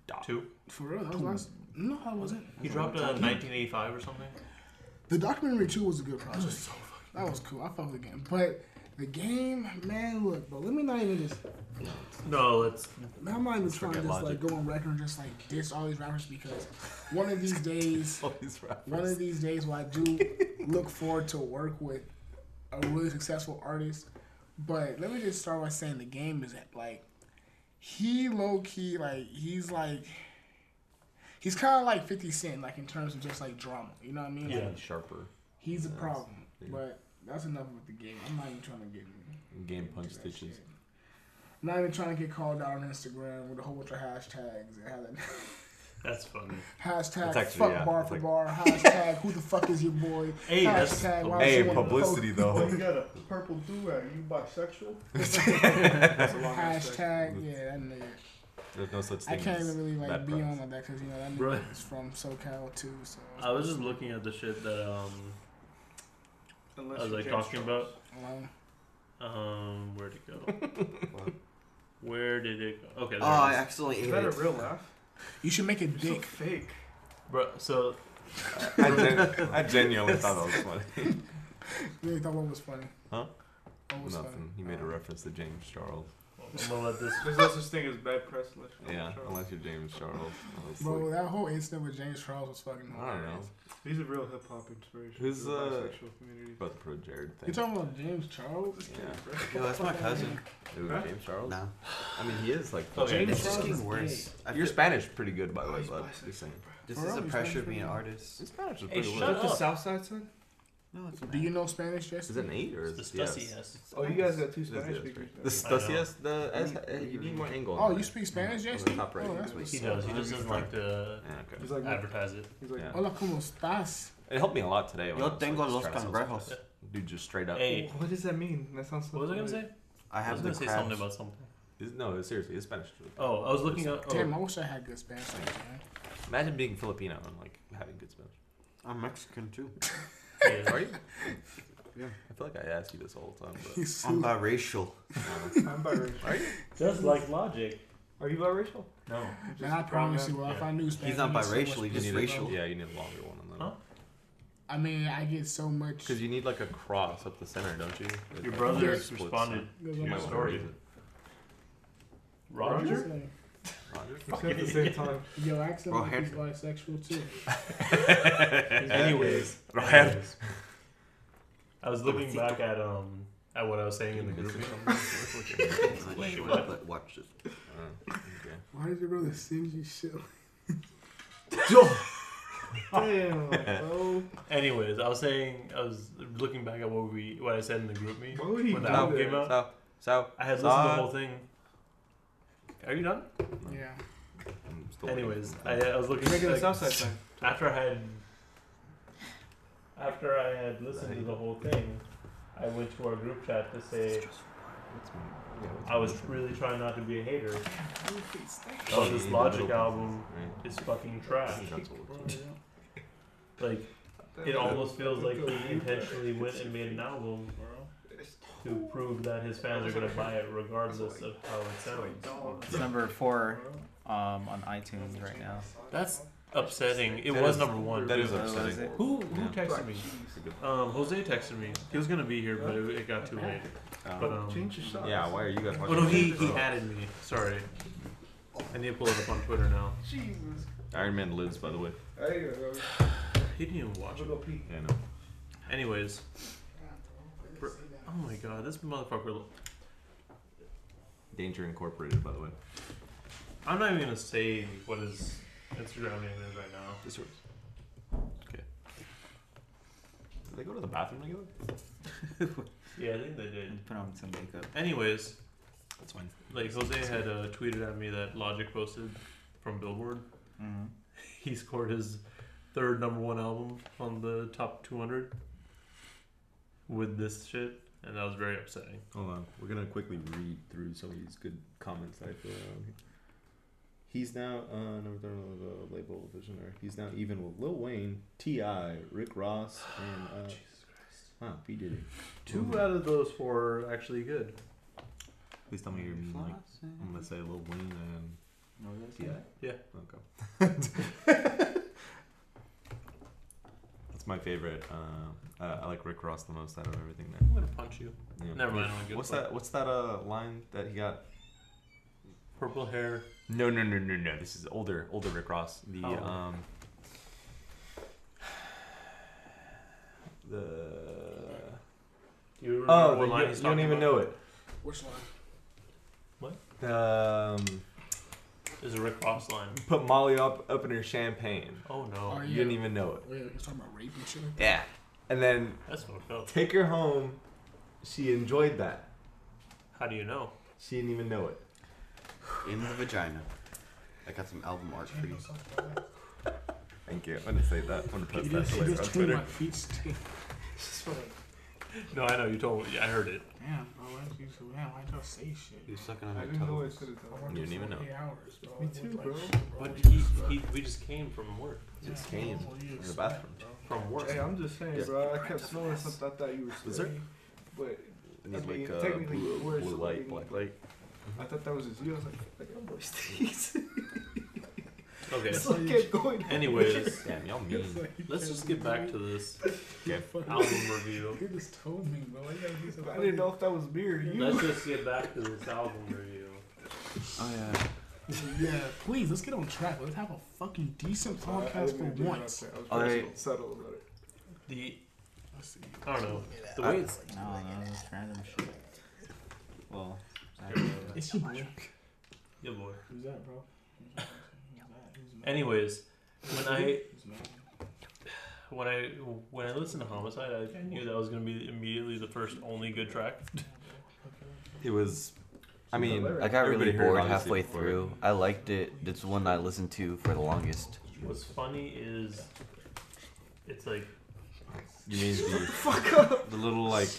S3: Doc.
S2: too.
S5: For real, that was last. No, that wasn't.
S2: He dropped it in 1985 or something.
S5: The documentary too was a good project. that was cool. I fucked with the game, but the game, man, look, bro. Let me not even just.
S2: No, it's
S5: Man, I'm not even trying to
S3: forget
S5: just like
S3: Logic.
S5: go on record and just like diss all these rappers because one of these days,
S3: All these
S5: one
S3: rappers.
S5: of these days, while I do look forward to work with a really successful artist, but let me just start by saying the game is at like he low key like he's like he's kind of like Fifty Cent like in terms of just like drama. You know what I mean? Like,
S2: Yeah.
S3: Sharper
S5: he's a problem, but that's enough with the game. I'm not even trying to get.
S3: game punch
S5: into that
S3: stitches.
S5: shit. I'm not even trying to get called out on Instagram with a whole bunch of hashtags and how that
S2: that's funny.
S5: Hashtag
S3: That's actually-
S5: fuck
S3: yeah,
S5: bar
S3: that's
S5: for
S3: like-
S5: bar. Hashtag who the fuck is your boy?
S2: Hey, that's-
S5: Hashtag why
S3: Hey,
S5: would you wanna
S3: publicity
S6: Oh,
S3: though.
S6: you got a purple do-rag. You bisexual?
S5: fuck-
S6: That's a long ass text.
S5: Hashtag yeah, that nigga.
S3: There's no such thing.
S5: I can't
S3: as
S5: even really like
S3: bad
S5: be
S3: press.
S5: on like that because you know that
S2: Bro.
S5: nigga is from SoCal too. So
S2: I was just looking at the shit that um
S6: Unless
S2: I was
S6: you're
S2: like
S6: James
S2: talking
S6: Charles.
S2: about.
S5: Alone.
S2: Um, where'd it go? Where did it go? Okay, there
S4: Oh, I
S2: it is.
S4: accidentally
S6: Is
S4: ate
S6: that a
S4: it.
S6: real laugh?
S5: you should make a
S6: You're so
S5: dick.
S6: fake.
S2: bro. So
S3: I, gen- I genuinely thought that was funny.
S5: Really thought one was funny.
S3: Huh?
S5: What was funny?
S3: Nothing. He made a
S5: Um,
S3: reference to James Charles.
S2: I'm gonna let this.
S6: There's no such thing as bad press. Unless you're
S3: Yeah,
S6: James Charles.
S3: unless you're James Charles. I was
S5: Bro,
S3: like,
S5: that whole incident with James Charles was
S3: I
S5: fucking
S3: don't know.
S5: hilarious.
S6: He's a real hip hop inspiration.
S3: Who's,
S6: for the
S3: uh,
S6: bisexual community?
S3: About the pro Jared thing.
S5: You talking about James Charles?
S3: yeah.
S4: Yo, that's my cousin.
S3: It was
S6: Huh?
S3: James Charles?
S4: No.
S3: I mean, he is like.
S2: Okay.
S3: James-
S4: It's just
S5: Charles is
S4: getting worse.
S5: gay.
S4: I
S3: Your
S4: feel-
S3: Spanish pretty good, by the
S6: Oh,
S3: way,
S6: he's
S3: bud.
S6: bisexual,
S3: Just saying.
S6: bro.
S4: This
S5: For
S4: is
S5: real,
S4: the
S5: he's
S4: pressure of
S5: pretty
S4: being an
S5: good.
S4: artist.
S3: His Spanish is
S2: Hey,
S3: pretty
S2: shut
S3: good.
S2: up.
S6: the Southside son?
S4: No, it's
S5: Do you know Spanish, Jesse?
S3: Is it an eight or is
S2: The
S3: it
S2: stussy
S3: yes?
S2: ass.
S6: Oh, you guys got two
S3: It is yes,
S6: Spanish
S3: right.
S6: speakers.
S3: The
S2: I know.
S3: stussy yes, the
S4: I
S3: as,
S4: mean-
S3: uh, you need more angle. on
S5: Oh,
S3: that.
S5: you speak
S3: On
S5: Spanish,
S3: the
S5: Jesse?
S3: top right.
S5: Oh,
S3: That's
S5: that's
S3: what
S5: what's
S2: He
S3: you
S2: does. He
S3: said.
S2: just doesn't like to
S3: Yeah, okay.
S6: He's like,
S2: advertise it.
S6: he's like,
S3: Yeah.
S5: Hola, ¿cómo estás?
S3: It helped me a lot today. when I
S4: Yo
S3: was, like,
S4: tengo
S3: just
S4: los
S3: trying to sell some
S4: cangrejos.
S3: shit. Dude, just straight up.
S2: Hey,
S6: what does that mean? That sounds.
S2: what was I gonna say?
S4: I
S2: I was
S4: have the
S2: gonna say something
S4: crabs.
S2: about something.
S3: His- No, seriously, his Spanish. is really good.
S2: Oh, I was looking up.
S5: Damn,
S2: Oh,
S5: I wish I had good Spanish like that, man.
S3: Imagine being Filipino and like having good Spanish.
S4: I'm Mexican too.
S2: yeah.
S3: Are you?
S4: Yeah.
S3: I feel like I asked you this all the time, but
S5: He's
S4: I'm
S5: so
S4: biracial.
S3: uh,
S6: I'm biracial. Are you?
S2: Just like Logic.
S6: Are you biracial?
S2: No.
S5: Man, I promise you, well, if
S2: Yeah.
S5: I knew Spanish,
S4: not
S5: I'd get
S4: biracial,
S5: much
S4: he's
S3: you
S4: just
S3: need
S5: pussy,
S3: a-
S4: racial.
S5: bro.
S3: Yeah, you need a longer one than that.
S2: Huh?
S5: I mean, I get so much.
S3: Because you need like a cross up the center, don't you? It,
S2: Your
S3: like,
S2: brother
S3: splits it.
S2: responded.
S5: You
S3: You
S5: know,
S3: might
S2: Your
S3: wanna
S2: story.
S3: raise it.
S2: Roger?
S3: Roger?
S6: at the same time.
S5: Yo, ask him
S4: Bro,
S5: if he's
S4: Henry.
S5: bisexual too.
S2: Anyways.
S3: Roger.
S2: anyways. I was looking back at um at what I was saying in the group.
S4: Wait, wait, wait, Watch this.
S3: Uh, okay.
S5: Why did your brother send you shit? like-
S6: Damn, bro.
S2: Anyways, I was saying I was looking back at what we what I said in the group meet.
S6: Why would he
S2: When
S6: do
S2: the album
S6: that?
S2: came out,
S3: So, so
S2: I had listened to the
S3: Uh,
S2: whole thing. Are you done?
S5: Yeah.
S3: I'm still waiting.
S2: Anyways, I, uh, I was looking.
S6: You're making
S2: like,
S6: a Southside sign.
S2: after I had after I had listened to the whole thing, I went to our group chat to say
S3: What's my- yeah, what's
S2: I was
S3: my-
S2: really trying not to be a hater.
S3: Oh,
S2: So
S3: you
S2: this
S3: need the
S2: Logic
S3: middle
S2: album
S3: pieces, right?
S2: is fucking trash.
S3: That's what we're-
S2: Like it almost feels like he intentionally went and made an album to prove that his fans are gonna buy it regardless of how it sounds.
S1: It's number four um, on iTunes right now. That's
S2: upsetting. It
S3: That
S2: was
S3: is-
S2: number one.
S3: that is
S2: dude.
S1: What was
S3: upsetting.
S1: it?
S2: Who who
S3: Yeah.
S2: texted me? Um, Jose texted me. He was gonna be here, but it, it got too late. But,
S3: Um,
S2: um,
S6: Change your socks.
S3: yeah, why are you guys
S2: oh
S3: watching?
S2: no, he
S3: this?
S2: he added me. Sorry. I need to pull it up on Twitter now.
S6: Jesus.
S3: Iron Man lives, by the way.
S6: Hey, uh,
S2: He didn't even watch
S6: I'm
S2: it.
S6: gonna go pee.
S3: Yeah, no.
S2: Anyways, Br- oh my god, this motherfucker.
S3: Danger Incorporated, by the way.
S2: I'm not even gonna say what his Instagram name is right now.
S3: This yours. Okay. Did they go to the bathroom together?
S2: Yeah, I think they did.
S1: And put on some makeup.
S2: Anyways,
S3: That's fine.
S2: like Jose had uh, tweeted at me that Logic posted from Billboard.
S4: Mm-hmm.
S1: hmm
S2: He scored his third number one album on the top 200 with this shit, and that was very upsetting.
S3: Hold on. We're going to quickly read through some of these good comments that I feel out here. He's now uh, number three on the label visionary. He's now even with Lil Wayne, T.I., Rick Ross, and uh,
S2: Jesus Christ.
S3: wow, P. Diddy.
S2: Two out of those four are actually good.
S3: Please tell me you're mean, like, I'm going to say Lil Wayne and
S1: What was it?
S3: T.I.
S2: Yeah.
S3: Okay. That's my favorite. Uh, uh, I like Rick Ross the most out of everything there.
S2: I'm gonna punch you.
S3: Yeah.
S2: Never mind. I'm good
S3: What's that? What's that uh, line that he got?
S2: Purple hair.
S3: No, no, no, no, no. This is older, older Rick Ross. The
S2: Oh.
S3: um, the
S2: Do you remember
S3: oh, the,
S2: what line
S3: you,
S2: he's
S3: you don't
S2: talking
S3: even
S2: about?
S3: know it.
S5: Which line?
S3: Um,
S2: There's a Rick Ross line.
S3: put Molly up up in her champagne.
S2: Oh no,
S5: Oh,
S3: You
S5: yeah.
S3: didn't even know it.
S5: Wait, he's talking about rape and shit.
S4: Yeah.
S3: And then
S2: that's fucked up.
S3: take her home. She enjoyed that.
S2: How do you know?
S3: She didn't even know it.
S4: In the vagina. I got some album art for you.
S3: Thank you. I'm gonna say that. I'm gonna
S5: He
S3: post
S5: just, he
S3: later
S5: just tweeted my feet stink. It's like,
S2: No, I know you told. Yeah, I heard it.
S5: damn, bro, why you so damn? Why'd y'all say shit?
S4: You're sucking on
S6: I
S4: my
S6: didn't know I
S4: toes.
S6: could have
S5: I
S6: done.
S5: worked
S3: You didn't even know.
S5: eight Hours, bro.
S6: Me
S5: It was
S6: too,
S5: like
S6: bro.
S5: shit,
S2: But
S5: Yeah,
S2: he, he, we just came from work.
S3: Just
S5: bro,
S3: came
S5: what do you
S3: in the
S5: expect,
S3: bathroom.
S5: bro?
S2: From work.
S6: Hey, I'm just saying,
S3: Yeah.
S6: bro. I kept smelling something. I thought you were
S3: Was
S6: smelling. But
S3: And he's
S6: I mean,
S3: like uh,
S6: technically,
S3: blue,
S6: we're
S3: blue light,
S6: sleeping.
S3: black light.
S6: I thought that was his you. I was like, like I'm
S2: Okay.
S6: It's like kept going.
S2: Anyways,
S3: Damn, y'all
S6: Mm.
S5: It's
S3: mean.
S5: like, you
S2: let's
S5: can't
S2: just get
S5: do
S2: back
S5: it.
S2: to this
S3: Okay.
S2: album review.
S5: You just told me, bro. Why you gotta be so
S6: I didn't know
S5: fucking-
S6: if that was me or you.
S2: Let's just get back to this album review.
S1: Oh yeah.
S5: Yeah, please, let's get on track. Let's have a fucking decent
S6: I- I
S5: podcast
S6: didn't
S5: for
S6: do what I
S5: once.
S6: said. I was
S1: All
S6: very
S1: right.
S6: subtle about it.
S2: The
S5: Let's see.
S2: I don't know. The
S1: Uh,
S2: way it's
S1: No, no, it's random shit. Well, I don't know.
S5: It's your boy.
S2: yeah, boy.
S5: Who's that, bro? Who's that?
S2: Anyways, when I
S5: Who's mad?
S2: when I when I listened to Homicide, I knew that was gonna be immediately the first only good track.
S3: It was. I mean,
S4: I got
S3: everybody
S4: really
S3: heard
S4: bored
S3: obviously
S4: halfway
S3: before.
S4: through. I liked it. It's the one I listened to for the longest.
S2: What's funny is it's like
S3: You mean the the little like.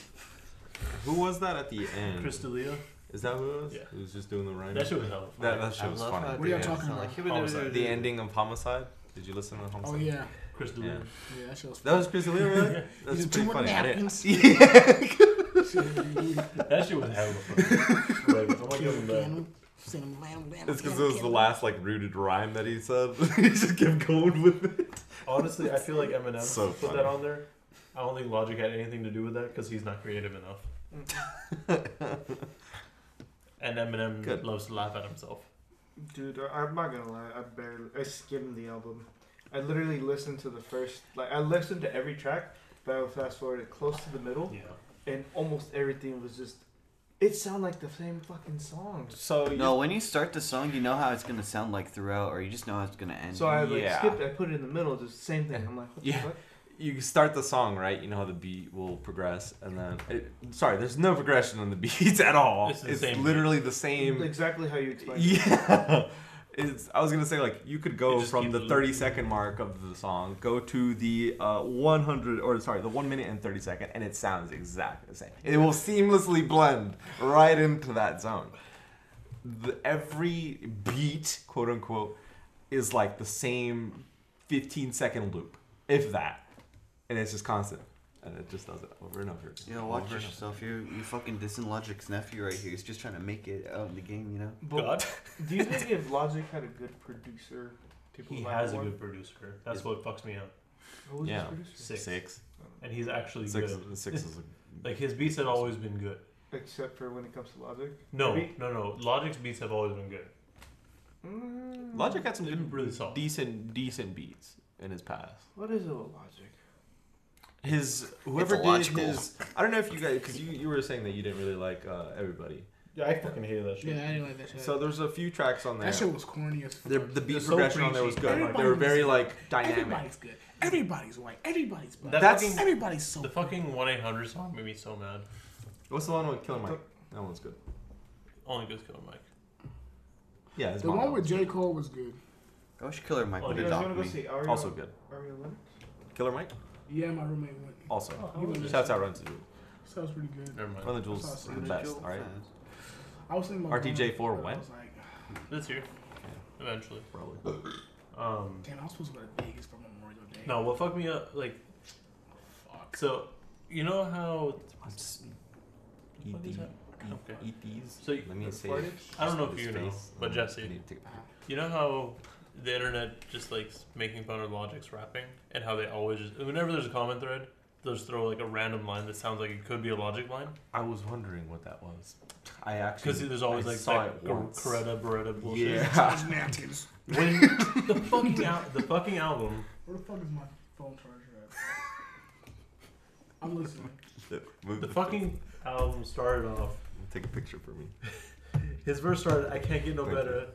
S3: Who was that at the end?
S2: Crystalia.
S3: Is that who it was?
S2: Yeah.
S3: It was just doing the rhyme.
S2: That shit was hella
S3: That,
S2: funny.
S3: that shit was funny.
S5: What are y'all talking about?
S3: Homicide. The ending of Homicide. Did you listen to
S5: Oh
S3: Homicide?
S5: yeah,
S2: Crystalia.
S5: yeah, that shit was.
S3: That was Chris Lee, really?
S2: Yeah.
S3: That's
S5: He's
S3: pretty
S5: doing
S3: funny. I didn't-
S5: napkins.
S2: That shit was hella funny. Wait, I'm gonna give him that.
S3: It's because it was the last like rooted rhyme that he said. he just kept going with it.
S2: Honestly, I feel like Eminem
S3: So
S2: put that
S3: funny.
S2: on there. I don't think Logic had anything to do with that because he's not creative enough. and Eminem
S3: Good.
S2: loves to laugh at himself.
S6: Dude, I- I'm not gonna lie. I barely, I skimmed the album. I literally listened to the first, like, I listened to every track, but I fast forwarded close to the middle,
S2: Yeah.
S6: and almost everything was just. It sounded like the same fucking songs.
S3: So
S4: No, when you start the song, you know how it's gonna sound like throughout, or you just know how it's gonna end.
S6: So I like
S3: Yeah.
S6: skipped. I put it in the middle, just same thing. I'm like, what the
S3: Yeah.
S6: fuck?
S3: you start the song right you know how the beat will progress and then it, sorry there's no progression on the beats at all
S2: It's
S3: it's,
S2: the same
S3: literally the same
S6: Exactly how you explained. it.
S3: yeah it's, i was gonna say like you could
S2: It
S3: go
S2: just
S3: from
S2: keeps
S3: the 30
S2: looping.
S3: second mark of the song go to the uh, 100 or sorry the 1 minute and 30 second and it sounds exactly the same it will seamlessly blend right into that zone the, every beat quote unquote is like the same 15 second loop if that and it's just constant and it just does it over and over
S4: Yeah, watch
S3: over and
S4: yourself. You you fucking dissing Logic's nephew right here. He's just trying to make it out in the game, you know.
S6: But
S2: God.
S6: do you think if Logic had a good producer people
S2: He
S6: like
S2: has a
S6: one.
S2: good producer. That's what fucks me up.
S6: Who was
S3: Yeah.
S6: this producer?
S2: Six.
S3: Six.
S2: And he's actually
S3: Six,
S2: good.
S3: six is a,
S2: Like his beats have always been good.
S6: Except for when it comes to Logic.
S2: No,
S6: Maybe.
S2: no, no. Logic's beats have always been good.
S6: Mm,
S3: Logic had some
S2: They're
S3: good,
S2: really soft.
S3: decent, decent beats in his past.
S6: What is it with Logic?
S3: His whoever did
S4: illogical.
S3: his, I don't know if you guys, because you, you were saying that you didn't really like uh, everybody.
S2: Yeah, I fucking hated that
S5: Yeah, I didn't like that shit.
S3: So there's a few tracks on there.
S5: that shit was corny as fuck.
S3: The, the beat
S2: They're so
S3: progression on there was
S2: preachy.
S3: good.
S5: Everybody
S3: they were
S5: was-
S3: very like dynamic.
S5: Everybody's good. Everybody's white. Everybody's black.
S2: That
S3: That's-
S2: fucking,
S5: Everybody's so
S2: the fucking one eight hundred song made me so mad.
S3: What's the one with Killer Mike? That one's good.
S2: Only goes Killer Mike.
S3: Yeah, his
S5: The
S3: mom
S5: one with
S3: was
S5: J
S3: good.
S5: Cole was good.
S4: I wish Killer Mike
S2: Oh,
S6: Oh,
S4: would
S6: you guys want
S4: adopt
S6: to go
S4: me.
S6: see Aria,
S3: Also good.
S6: Aria Lennox?
S3: Killer Mike.
S5: Yeah, my roommate went.
S3: Also.
S6: how was it?
S3: Shouts out Run to Jewel.
S5: Sounds pretty good.
S2: Never mind.
S3: Run the Jewel's the best. All right.
S5: I was thinking about
S3: RTJ4
S5: going, but
S3: went?
S5: I was like,
S2: This year, eventually.
S3: Probably.
S2: Um,
S5: damn, I was supposed to go to Vegas for Memorial Day.
S2: no, what fucked me up, like,
S5: Fuck.
S2: so you know how
S3: I'm just- E
S2: What
S3: Eat
S2: is
S3: the-
S2: that? Okay.
S3: eat- eat these.
S2: So you-
S3: E Let me
S6: The
S3: say.
S6: farted?
S2: I don't know if you know, but Jesse, You know how the internet just likes making fun of Logic's rapping, and how they always just whenever there's a comment thread, they'll just throw like a random line that sounds like it could be a Logic line
S3: I was wondering what that was. I actually
S2: because there's always
S3: I
S2: like
S3: saw
S2: that
S3: it once.
S2: Coretta Beretta bullshit.
S3: Yeah.
S5: Those napkins.
S2: When the fucking al- the fucking album,
S5: Where the fuck is my phone charger at? I'm listening.
S4: Move
S2: the
S4: the-
S2: fucking album started off.
S4: Take a picture for me.
S2: His verse started. I can't get no
S4: Thank
S2: better.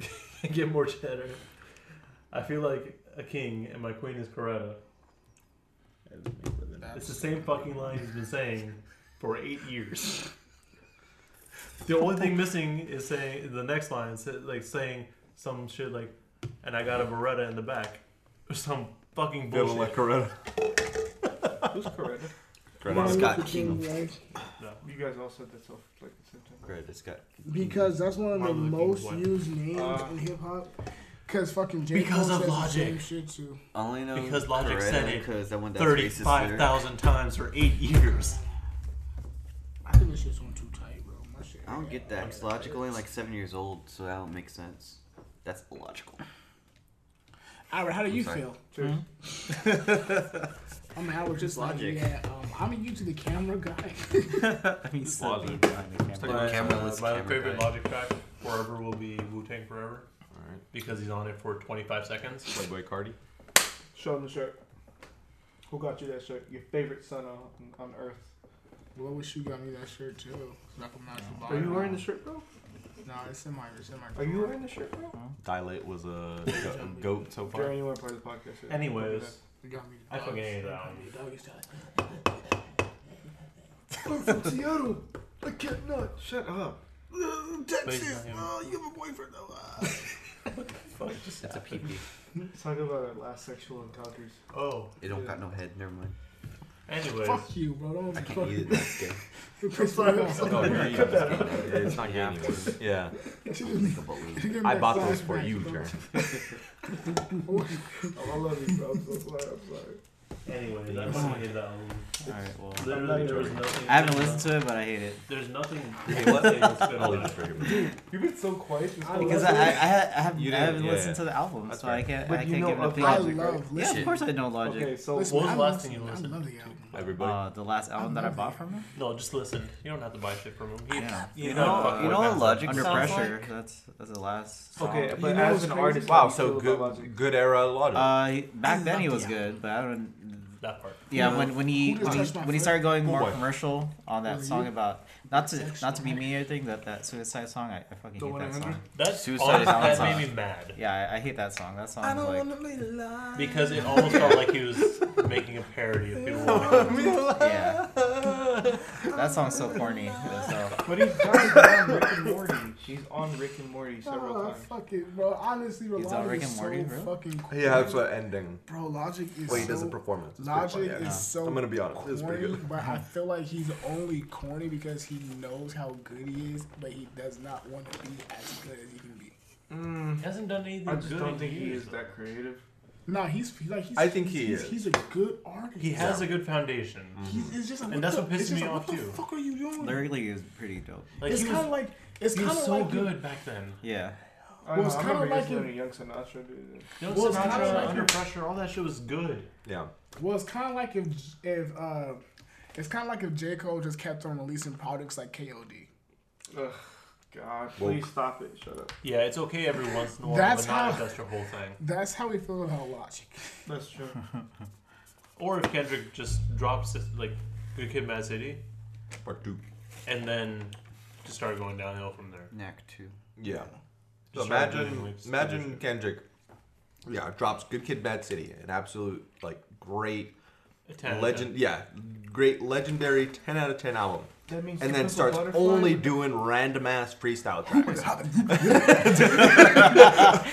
S2: Can't get more cheddar. I feel like a king, and my queen is Coretta. It's the same fucking line he's been saying for eight years. The only thing missing is saying the next line, sa- like saying some shit like, "And I got a Beretta in the back," or some fucking bullshit.
S3: Coretta.
S6: Who's Coretta?
S4: Coretta Scott King.
S2: no.
S6: You guys all said that's all like at the same time.
S4: Coretta Scott.
S5: Because that's one of the
S2: Martin Luther King
S5: most
S2: won.
S5: used names
S6: Uh,
S5: in hip hop. Because fucking J
S2: Because
S5: Cole
S2: of
S5: says
S2: Logic.
S5: The same shit too.
S4: I only know
S2: Because Logic said
S4: Coretta
S2: it
S4: Because that one that's racist.
S2: Thirty-five
S4: there.
S2: thousand times for eight years.
S5: I think this shit's going too tight, bro. My shit.
S4: I don't get that. It's logical only like seven years old, so that don't make sense. That's illogical.
S5: Albert, how do you
S4: sorry.
S5: feel?
S6: Cheers. Hmm?
S5: I'm Albert. Just
S4: Logic.
S5: Like, yeah, um, I'm a you to the camera guy.
S1: I mean,
S3: It's
S1: something
S3: logic.
S1: behind the camera.
S4: like-
S2: My,
S4: camera
S2: uh,
S4: list,
S2: my
S4: camera
S2: favorite
S4: guy.
S2: Logic track forever will be Wu Tang Forever
S3: Alright.
S2: because he's on it for twenty-five seconds.
S3: Playboy Cardi.
S6: Show them the shirt. Who got you that shirt? Your favorite son on, on earth.
S5: well, I wish you got me that shirt too. 'cause I could match the
S6: Are you
S5: bottom.
S6: wearing the shirt, bro?
S5: Nah, it's in my. It's in my.
S6: Are you wearing the shirt, bro?
S3: Dilate was a go- goat so far.
S6: Jerry, you weren't part of the podcast. yet. Look
S2: Anyways,
S6: at
S5: You got me.
S2: I fucking hate that
S5: Got
S2: one.
S5: me the doggy style.
S6: that. I'm from Seattle. I can't not. Shut up.
S2: Please, not him.
S3: Oh,
S5: you have a boyfriend though.
S3: ah.
S2: fuck, just
S4: That's a peepee.
S6: Let's talk about our last sexual encounters.
S2: oh.
S4: It don't got no head. Never mind.
S2: Anyways,
S5: Fuck you, bro. Don't
S4: I
S5: be
S4: can't eat it. That's good.
S5: fucking.
S3: Oh, you're eating it. It's not
S4: Yeah.
S3: yeah. Yeah.
S4: Make a balloon.
S3: I bought those for you, Jerry.
S6: Oh, I love you, bro. I'm so sorry. I'm sorry.
S2: anyways, I
S1: Yeah.
S2: fucking hate that album.
S1: Alright, well,
S2: Literally, there was nothing.
S1: I haven't listened to it, but I hate it
S2: There's nothing.
S3: Hey, what?
S2: that's good
S3: I'll leave
S2: about
S3: this
S2: it.
S3: right here.
S6: You've been so quiet. this whole
S1: because I I,
S6: time.
S1: I, ha- I haven't,
S3: You
S1: I
S3: didn't-
S1: haven't
S3: yeah,
S1: listened
S3: yeah.
S1: to the album,
S3: That's
S1: so
S3: fair.
S1: I can't
S6: But
S1: I
S6: you
S1: can't
S6: know
S1: give an
S6: of
S1: opinion.
S5: I
S6: Logic, right?
S5: love
S1: Yeah,
S5: listening.
S1: of course I know Logic.
S6: Okay, so
S5: Listen,
S2: What was the
S5: I
S2: last
S5: love-
S2: thing you
S5: I
S2: listened
S5: love the album.
S3: Everybody.
S1: Uh, the last album that I
S5: love
S1: bought
S5: it.
S1: from him.
S2: No, just listen. You don't have to buy shit from him. He,
S1: Yeah.
S2: he
S4: You
S2: doesn't
S4: know-
S2: fuck
S4: you know
S2: with that
S4: what
S2: stuff.
S4: Logic
S1: Under
S4: sounds
S1: pressure.
S4: like?
S1: That's that's the last. Song.
S6: okay,
S5: You
S6: but
S5: know
S6: as
S5: what's
S6: an
S5: crazy?
S6: artist, how
S3: Wow,
S6: do you
S3: so
S6: feel
S3: good
S6: about Logic?
S3: good era logic.
S1: Uh, he- back
S5: I
S1: then he
S5: love
S1: was
S5: the
S1: good, but I don't.
S2: That part.
S1: Yeah,
S5: No.
S1: when when he
S5: Who just
S1: when he,
S5: touched my
S1: when he
S5: foot?
S1: started going more
S3: Boy.
S1: commercial on
S5: Were
S1: that song
S5: you?
S1: about not to not to be
S5: Sexual.
S1: me or anything that that suicide song I, I fucking
S6: The
S1: hate that
S6: 100?
S1: song.
S2: That
S1: Suicide
S2: honestly,
S1: Silence
S2: that made
S1: Song.
S2: me mad
S1: Yeah, I, I hate that song. That song is like
S4: wanna be alive.
S2: because it almost felt like he was making a parody of people. walking.
S1: yeah. That song's so corny. So
S6: But he's done Rick and Morty. She's on Rick and Morty several
S5: Oh,
S6: times.
S5: fuck it, bro. Honestly, bro,
S1: He's on
S5: Logic
S1: Rick
S5: is
S1: and
S5: so
S1: Morty, bro?
S5: fucking cool.
S3: yeah, that's what ending.
S5: Bro, Logic is
S3: Well, he
S5: so
S3: does a performance. It's pretty
S5: Logic
S3: funny,
S5: is
S3: yeah.
S5: so
S3: I'm gonna be honest. It's pretty
S5: corny,
S3: good.
S5: but I feel like he's only corny because he knows how good he is, but he does not want to be as good as he can be.
S6: Mm,
S2: He hasn't done anything
S6: I just
S2: good
S6: don't
S2: in
S6: think he
S2: years,
S6: is
S2: though.
S6: that creative.
S5: No, he's, he's like he's.
S3: I think he is.
S5: he's, He's, he's a good artist.
S2: He has a good foundation.
S5: He's, it's just like,
S2: And that's
S5: the,
S2: what pisses
S5: it's just
S2: me
S5: like,
S2: off,
S5: what
S2: too.
S5: the fuck are you doing?
S1: lyrically, is pretty dope.
S2: Like
S5: it's
S2: he
S5: kind
S2: was,
S5: of like it's
S2: he
S5: kind of
S2: was so
S5: like
S2: good back then.
S1: Yeah,
S6: I
S5: Well,
S6: know,
S5: it's
S6: I
S5: kinda
S6: remember
S5: like
S6: listening
S5: in-
S6: to Young Sinatra, dude.
S2: You know,
S5: Well, it's kinda
S2: Sinatra,
S5: like-
S2: Under Pressure, all that shit was good.
S3: Yeah.
S5: Well, it's kind of like if if uh, it's kind of like if J Cole just kept on releasing products like KOD.
S6: Ugh, God,
S3: Woke.
S6: please stop it. Shut up.
S2: Yeah, it's okay every once in a while,
S5: That's
S2: but not
S5: how-
S2: if that's your whole thing.
S5: That's how we feel about Logic.
S6: That's true.
S2: Or if Kendrick just drops this, like Good Kid, Mad City,
S3: Part two.
S2: and then just start going downhill from there.
S4: Neck too.
S3: Yeah. So
S2: Just start doing,
S3: imagine,
S2: like,
S3: imagine
S2: stupid
S3: Kendrick. Yeah, drops Good Kid, Bad City, an absolute like great
S2: shit. 10,
S3: legend. Yeah, great legendary ten out of ten album,
S6: That means
S3: and
S6: the
S3: then
S6: Purple
S3: starts
S6: Butterfly-
S3: only doing random ass freestyle
S5: Oh
S3: tracks.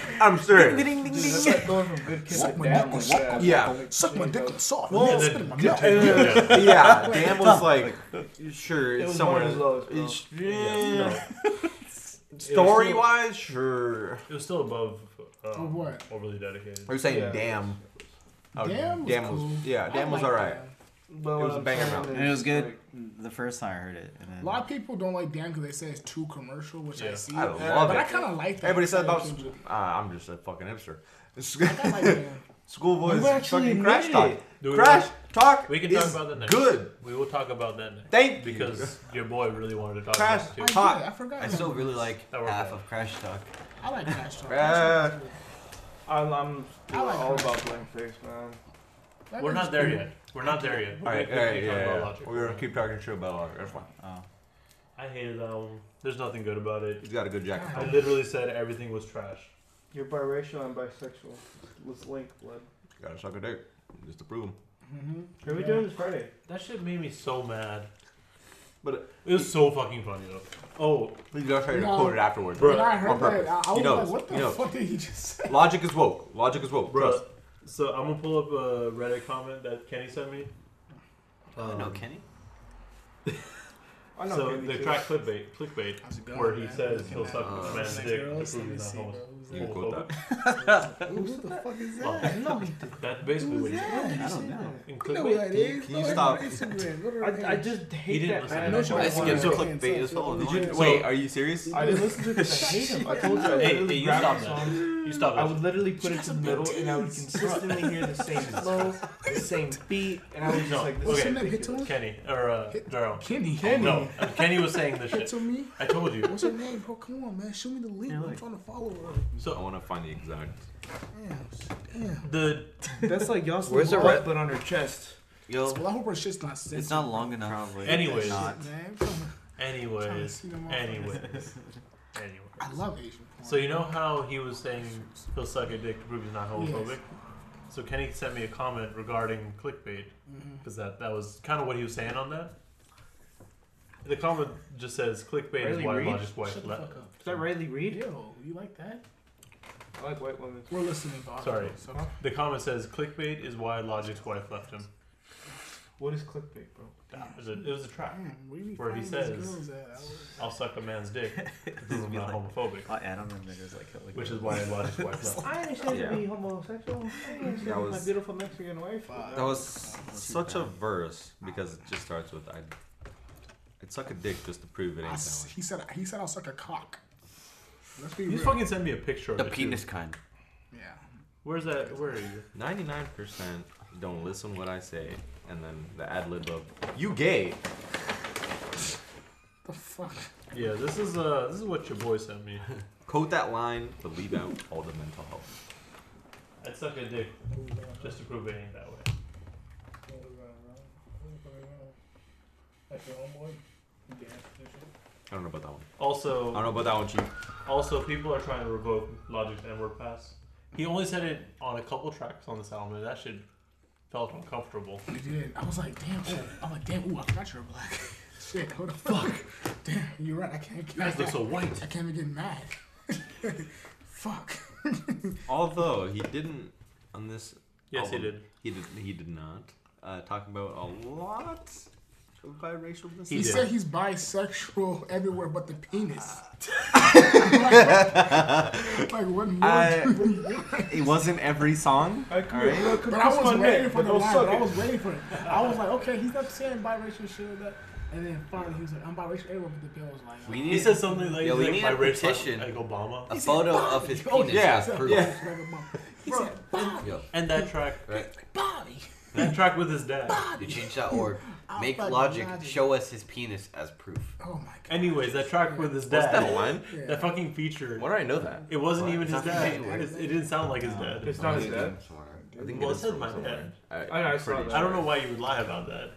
S3: I'm serious.
S6: Dude, that's like going from good kid to down like that.
S3: Yeah.
S5: Suck my dick and soft.
S3: Well,
S5: man, spit in my mouth.
S3: Yeah, Dan was like, sure,
S6: It
S3: it's
S6: was
S3: somewhere.
S6: one of those, bro.
S3: it's-
S2: No,
S3: yeah. Story wise, sure.
S2: it was still above. Um,
S5: Of what?
S2: Overly dedicated.
S3: Are you saying
S6: Yeah.
S3: damn? Oh,
S5: Damn was cool.
S3: yeah, damn was alright.
S6: But
S3: It
S6: what
S3: was a
S6: I'm
S3: banger
S6: saying
S3: album.
S6: is,
S1: And it was good
S6: like,
S1: the first time I heard it. And
S5: A
S1: then,
S5: lot of people don't like Dan because they say it's too commercial, which I
S2: Yeah.
S5: see.
S3: I
S5: but
S3: love
S5: I
S3: it.
S5: kind of like that.
S3: Everybody said about.
S5: Kendrick.
S3: Uh, I'm just a fucking hipster.
S5: I like Dan.
S3: Schoolboys
S6: You actually
S3: fucking
S6: admitted
S3: crash talk.
S6: it.
S2: Do we
S3: Crash talk.
S2: We can
S3: is
S2: talk about that next.
S3: Good.
S2: We will talk about that next.
S3: Thank you.
S2: Because your boy really wanted to talk
S3: Crash.
S2: about
S5: I
S2: it too.
S5: did,
S3: Hot.
S5: I forgot.
S4: I still really like
S2: That worked
S4: half
S2: out.
S4: of Crash Talk.
S5: I like Crash Talk.
S3: Uh,
S5: Crash Talk is
S6: I'm, I'm
S5: I like
S6: all
S5: her.
S6: about blank face, man.
S5: good. That
S2: We're
S5: is
S2: not there
S5: cool.
S2: yet. We're not there yet.
S3: All right,
S2: We-
S3: all
S2: we
S3: right,
S2: keep
S3: yeah,
S2: talking
S3: yeah,
S2: about
S3: yeah.
S2: Logic.
S3: We're gonna keep talking shit about Logic. That's fine.
S1: oh.
S2: I hated that one. There's nothing good about it.
S3: He's got a good jacket.
S2: I literally said everything was trash.
S6: You're biracial and bisexual. Let's link, blood.
S3: He's got a sucker dick. Just to prove him.
S2: Mm-hmm.
S5: Mhm.
S6: What are we
S5: Yeah.
S6: doing this Friday?
S2: That shit made me so mad.
S3: But, uh,
S2: it was so fucking funny though. Oh,
S3: He's gonna try to
S5: No.
S3: quote it afterwards.
S2: Bruh.
S5: When I heard
S3: On
S5: that,
S3: purpose.
S5: I, I
S3: He
S5: was
S3: knows.
S5: like, what the
S3: He knows.
S5: fuck did he just say?
S3: Logic is woke. Logic is woke.
S2: Bruh.
S3: Trust.
S2: so I'm gonna pull up a Reddit comment that Kenny sent me.
S4: Oh,
S2: Um,
S4: no, Kenny.
S6: I know
S2: so
S6: Kenny
S2: the
S6: too.
S2: crack clickbait, clickbait,
S5: How's it going,
S2: where he
S5: man?
S2: says he'll
S5: Looking
S2: suck
S5: at-
S2: the
S4: Uh,
S2: man's
S5: Like,
S2: dick.
S5: girls,
S2: This
S5: let me
S2: is
S5: see,
S2: the whole-
S5: bro. Who's
S3: You
S5: that?
S3: can quote that.
S5: Who the fuck is
S2: Well,
S5: that?
S6: No,
S2: that's basically what he said.
S1: I don't know.
S2: In
S5: You know who
S2: clickbait.
S5: that is.
S3: Can you
S5: Go ahead
S3: stop?
S5: on Instagram. Go to her
S6: I, I
S5: page.
S6: just
S2: He
S6: hate
S2: didn't
S6: that
S2: listen
S6: man.
S2: to
S5: No, she
S2: that.
S4: I
S5: was
S4: skipped
S5: So-
S4: clickbait. It's all
S5: Did
S4: annoying.
S3: So, Wait, are you serious?
S6: I didn't listen to it because I hate him. I told you. I
S2: Hey,
S6: literally
S2: hey, you
S6: grabbed
S2: stop
S6: the
S2: that.
S6: song.
S2: You stop
S6: I
S2: it.
S6: would literally put it to the middle, and I would
S5: titties.
S6: consistently hear the same flow, the same beat, and I was just
S2: No,
S6: like, this
S5: What's
S6: is
S2: okay.
S5: her name? Hit
S6: ridiculous.
S5: to me.
S2: Kenny or uh, Darrell.
S5: Kenny.
S2: No, uh, Kenny was saying this
S5: Hit
S2: shit.
S5: to me.
S2: I told you.
S5: What's her name, bro? Come on, man. Show me the link.
S1: Yeah,
S5: I'm
S1: like-
S5: trying to follow her.
S3: I
S2: So
S3: want to find the exact.
S5: Damn. Damn.
S2: the
S6: That's like y'all
S4: Where's the
S6: red
S4: red-
S6: but on her chest.
S4: Yo,
S5: Well, I hope her shit's not sexy.
S4: it's not long enough. Probably.
S2: Anyways.
S4: Not.
S5: Man, I'm trying to- trying to
S2: anyways,
S5: see them all.
S2: anyways, anyways.
S5: I love Asian porn.
S2: So you know how he was saying he'll suck a dick to prove he's not homophobic.
S5: Yes.
S2: So Kenny sent me a comment regarding clickbait
S5: Mhm.
S2: because that that was kind of what he was saying on that. The comment just says clickbait
S6: Really
S2: is why
S6: read?
S2: logic's wife
S5: Shut the
S2: left.
S5: fuck up.
S6: Is that Riley Reed?
S5: Yo, you like that?
S6: I like white women.
S5: We're listening, Bob.
S2: Sorry.
S5: It's
S6: Huh?
S5: okay.
S2: The comment says clickbait is why logic's wife left him.
S6: What is clickbait, bro?
S2: That was a- it was a trap.
S5: Damn, where you
S2: Where he
S5: find these
S2: says-
S5: girls at? I was-
S2: I'll suck a man's dick to prove I'm
S1: be
S2: not
S1: like-
S2: homophobic,
S1: Oh, yeah, I don't remember. It was like, like
S2: which is why logic's wife left.
S6: I understand
S3: Yeah.
S6: to be homosexual. I
S3: That
S6: understand my
S3: was-
S6: beautiful Mexican wife.
S5: Fuck.
S3: Oh, That was such a verse because it just starts with I. I'd suck a dick just to prove it
S5: I
S3: ain't
S5: s-
S3: that
S5: he said he said I'll suck a cock. Let's be
S2: You
S5: real.
S2: fucking sent me a picture of
S4: The
S2: it, too.
S4: penis kind.
S5: yeah.
S2: Where's that? Where are you?
S3: way. Ninety-nine percent don't listen what I say, and then the ad lib of "You gay."
S5: The fuck?
S2: Yeah, this is uh, this is what your boy sent me.
S3: Quote that line, but leave out all the mental health.
S2: I'd suck a dick just to prove it ain't that way.
S3: I don't know about that one. I don't
S2: Also,
S3: know about that one, chief.
S2: also people are trying to revoke Logic's N-word pass. He only said it on a couple tracks on this album, and that shit felt uncomfortable.
S5: You did. I was like, damn. Shit. I'm like, damn. Ooh, I forgot you're black. shit. What the fuck? Damn. You're right. I can't.
S2: You guys look so
S5: I
S2: white.
S5: can't even get mad. fuck.
S3: Although he didn't on this.
S2: Yes, he
S3: album,
S2: did.
S3: He did. He did not uh, talk about a lot of biracialness.
S5: He,
S2: He did.
S5: said he's bisexual everywhere but the penis.
S6: Ah.
S5: like, what, like, what more?
S3: I- it wasn't every song.
S6: I could, I could
S5: But I
S6: kiss
S5: was
S6: my
S5: waiting
S6: neck,
S5: for
S6: but
S5: the
S6: don't
S5: line.
S6: suck
S5: I
S6: it.
S5: was waiting for it. I was like, okay, he's not saying biracial shit. That And then finally, he was like, "I'm about racial everyone, but the bill was like,
S4: We
S5: "Oh,
S4: need
S2: He said something like,
S4: Yeah, we
S2: like,
S4: need
S2: my
S4: a
S2: race, like-
S4: petition.
S2: like Obama.
S4: a photo of his
S5: Oh,
S4: penis.
S3: yeah,
S4: as proof.
S3: yeah.
S5: it's like a bump." He
S2: Bro.
S5: said, "Bobby,
S4: Yo,
S2: And that track,
S4: right.
S5: Bobby,
S2: that track with his dad.
S4: You change that org.
S5: I'll
S4: Make
S5: fucking
S4: logic
S5: logic.
S4: show us his penis as proof.
S5: Oh my god.
S2: Anyways, that track with his
S3: What's
S2: dad.
S3: that line?
S5: Yeah.
S2: that fucking feature.
S3: Why do I know that?
S2: It wasn't
S4: What?
S2: even
S4: It's
S2: his
S4: not
S2: dad.
S4: from
S5: anywhere.
S2: It's- It didn't sound like his
S1: No.
S2: dad.
S6: It's not his
S4: I
S6: dad.
S4: think I think
S2: Well,
S4: it
S2: it
S4: is
S2: said
S4: from
S2: my
S4: somewhere.
S2: dad.
S6: I know, I
S3: I'm
S6: saw
S3: pretty
S6: that.
S2: I don't know why you would lie about that,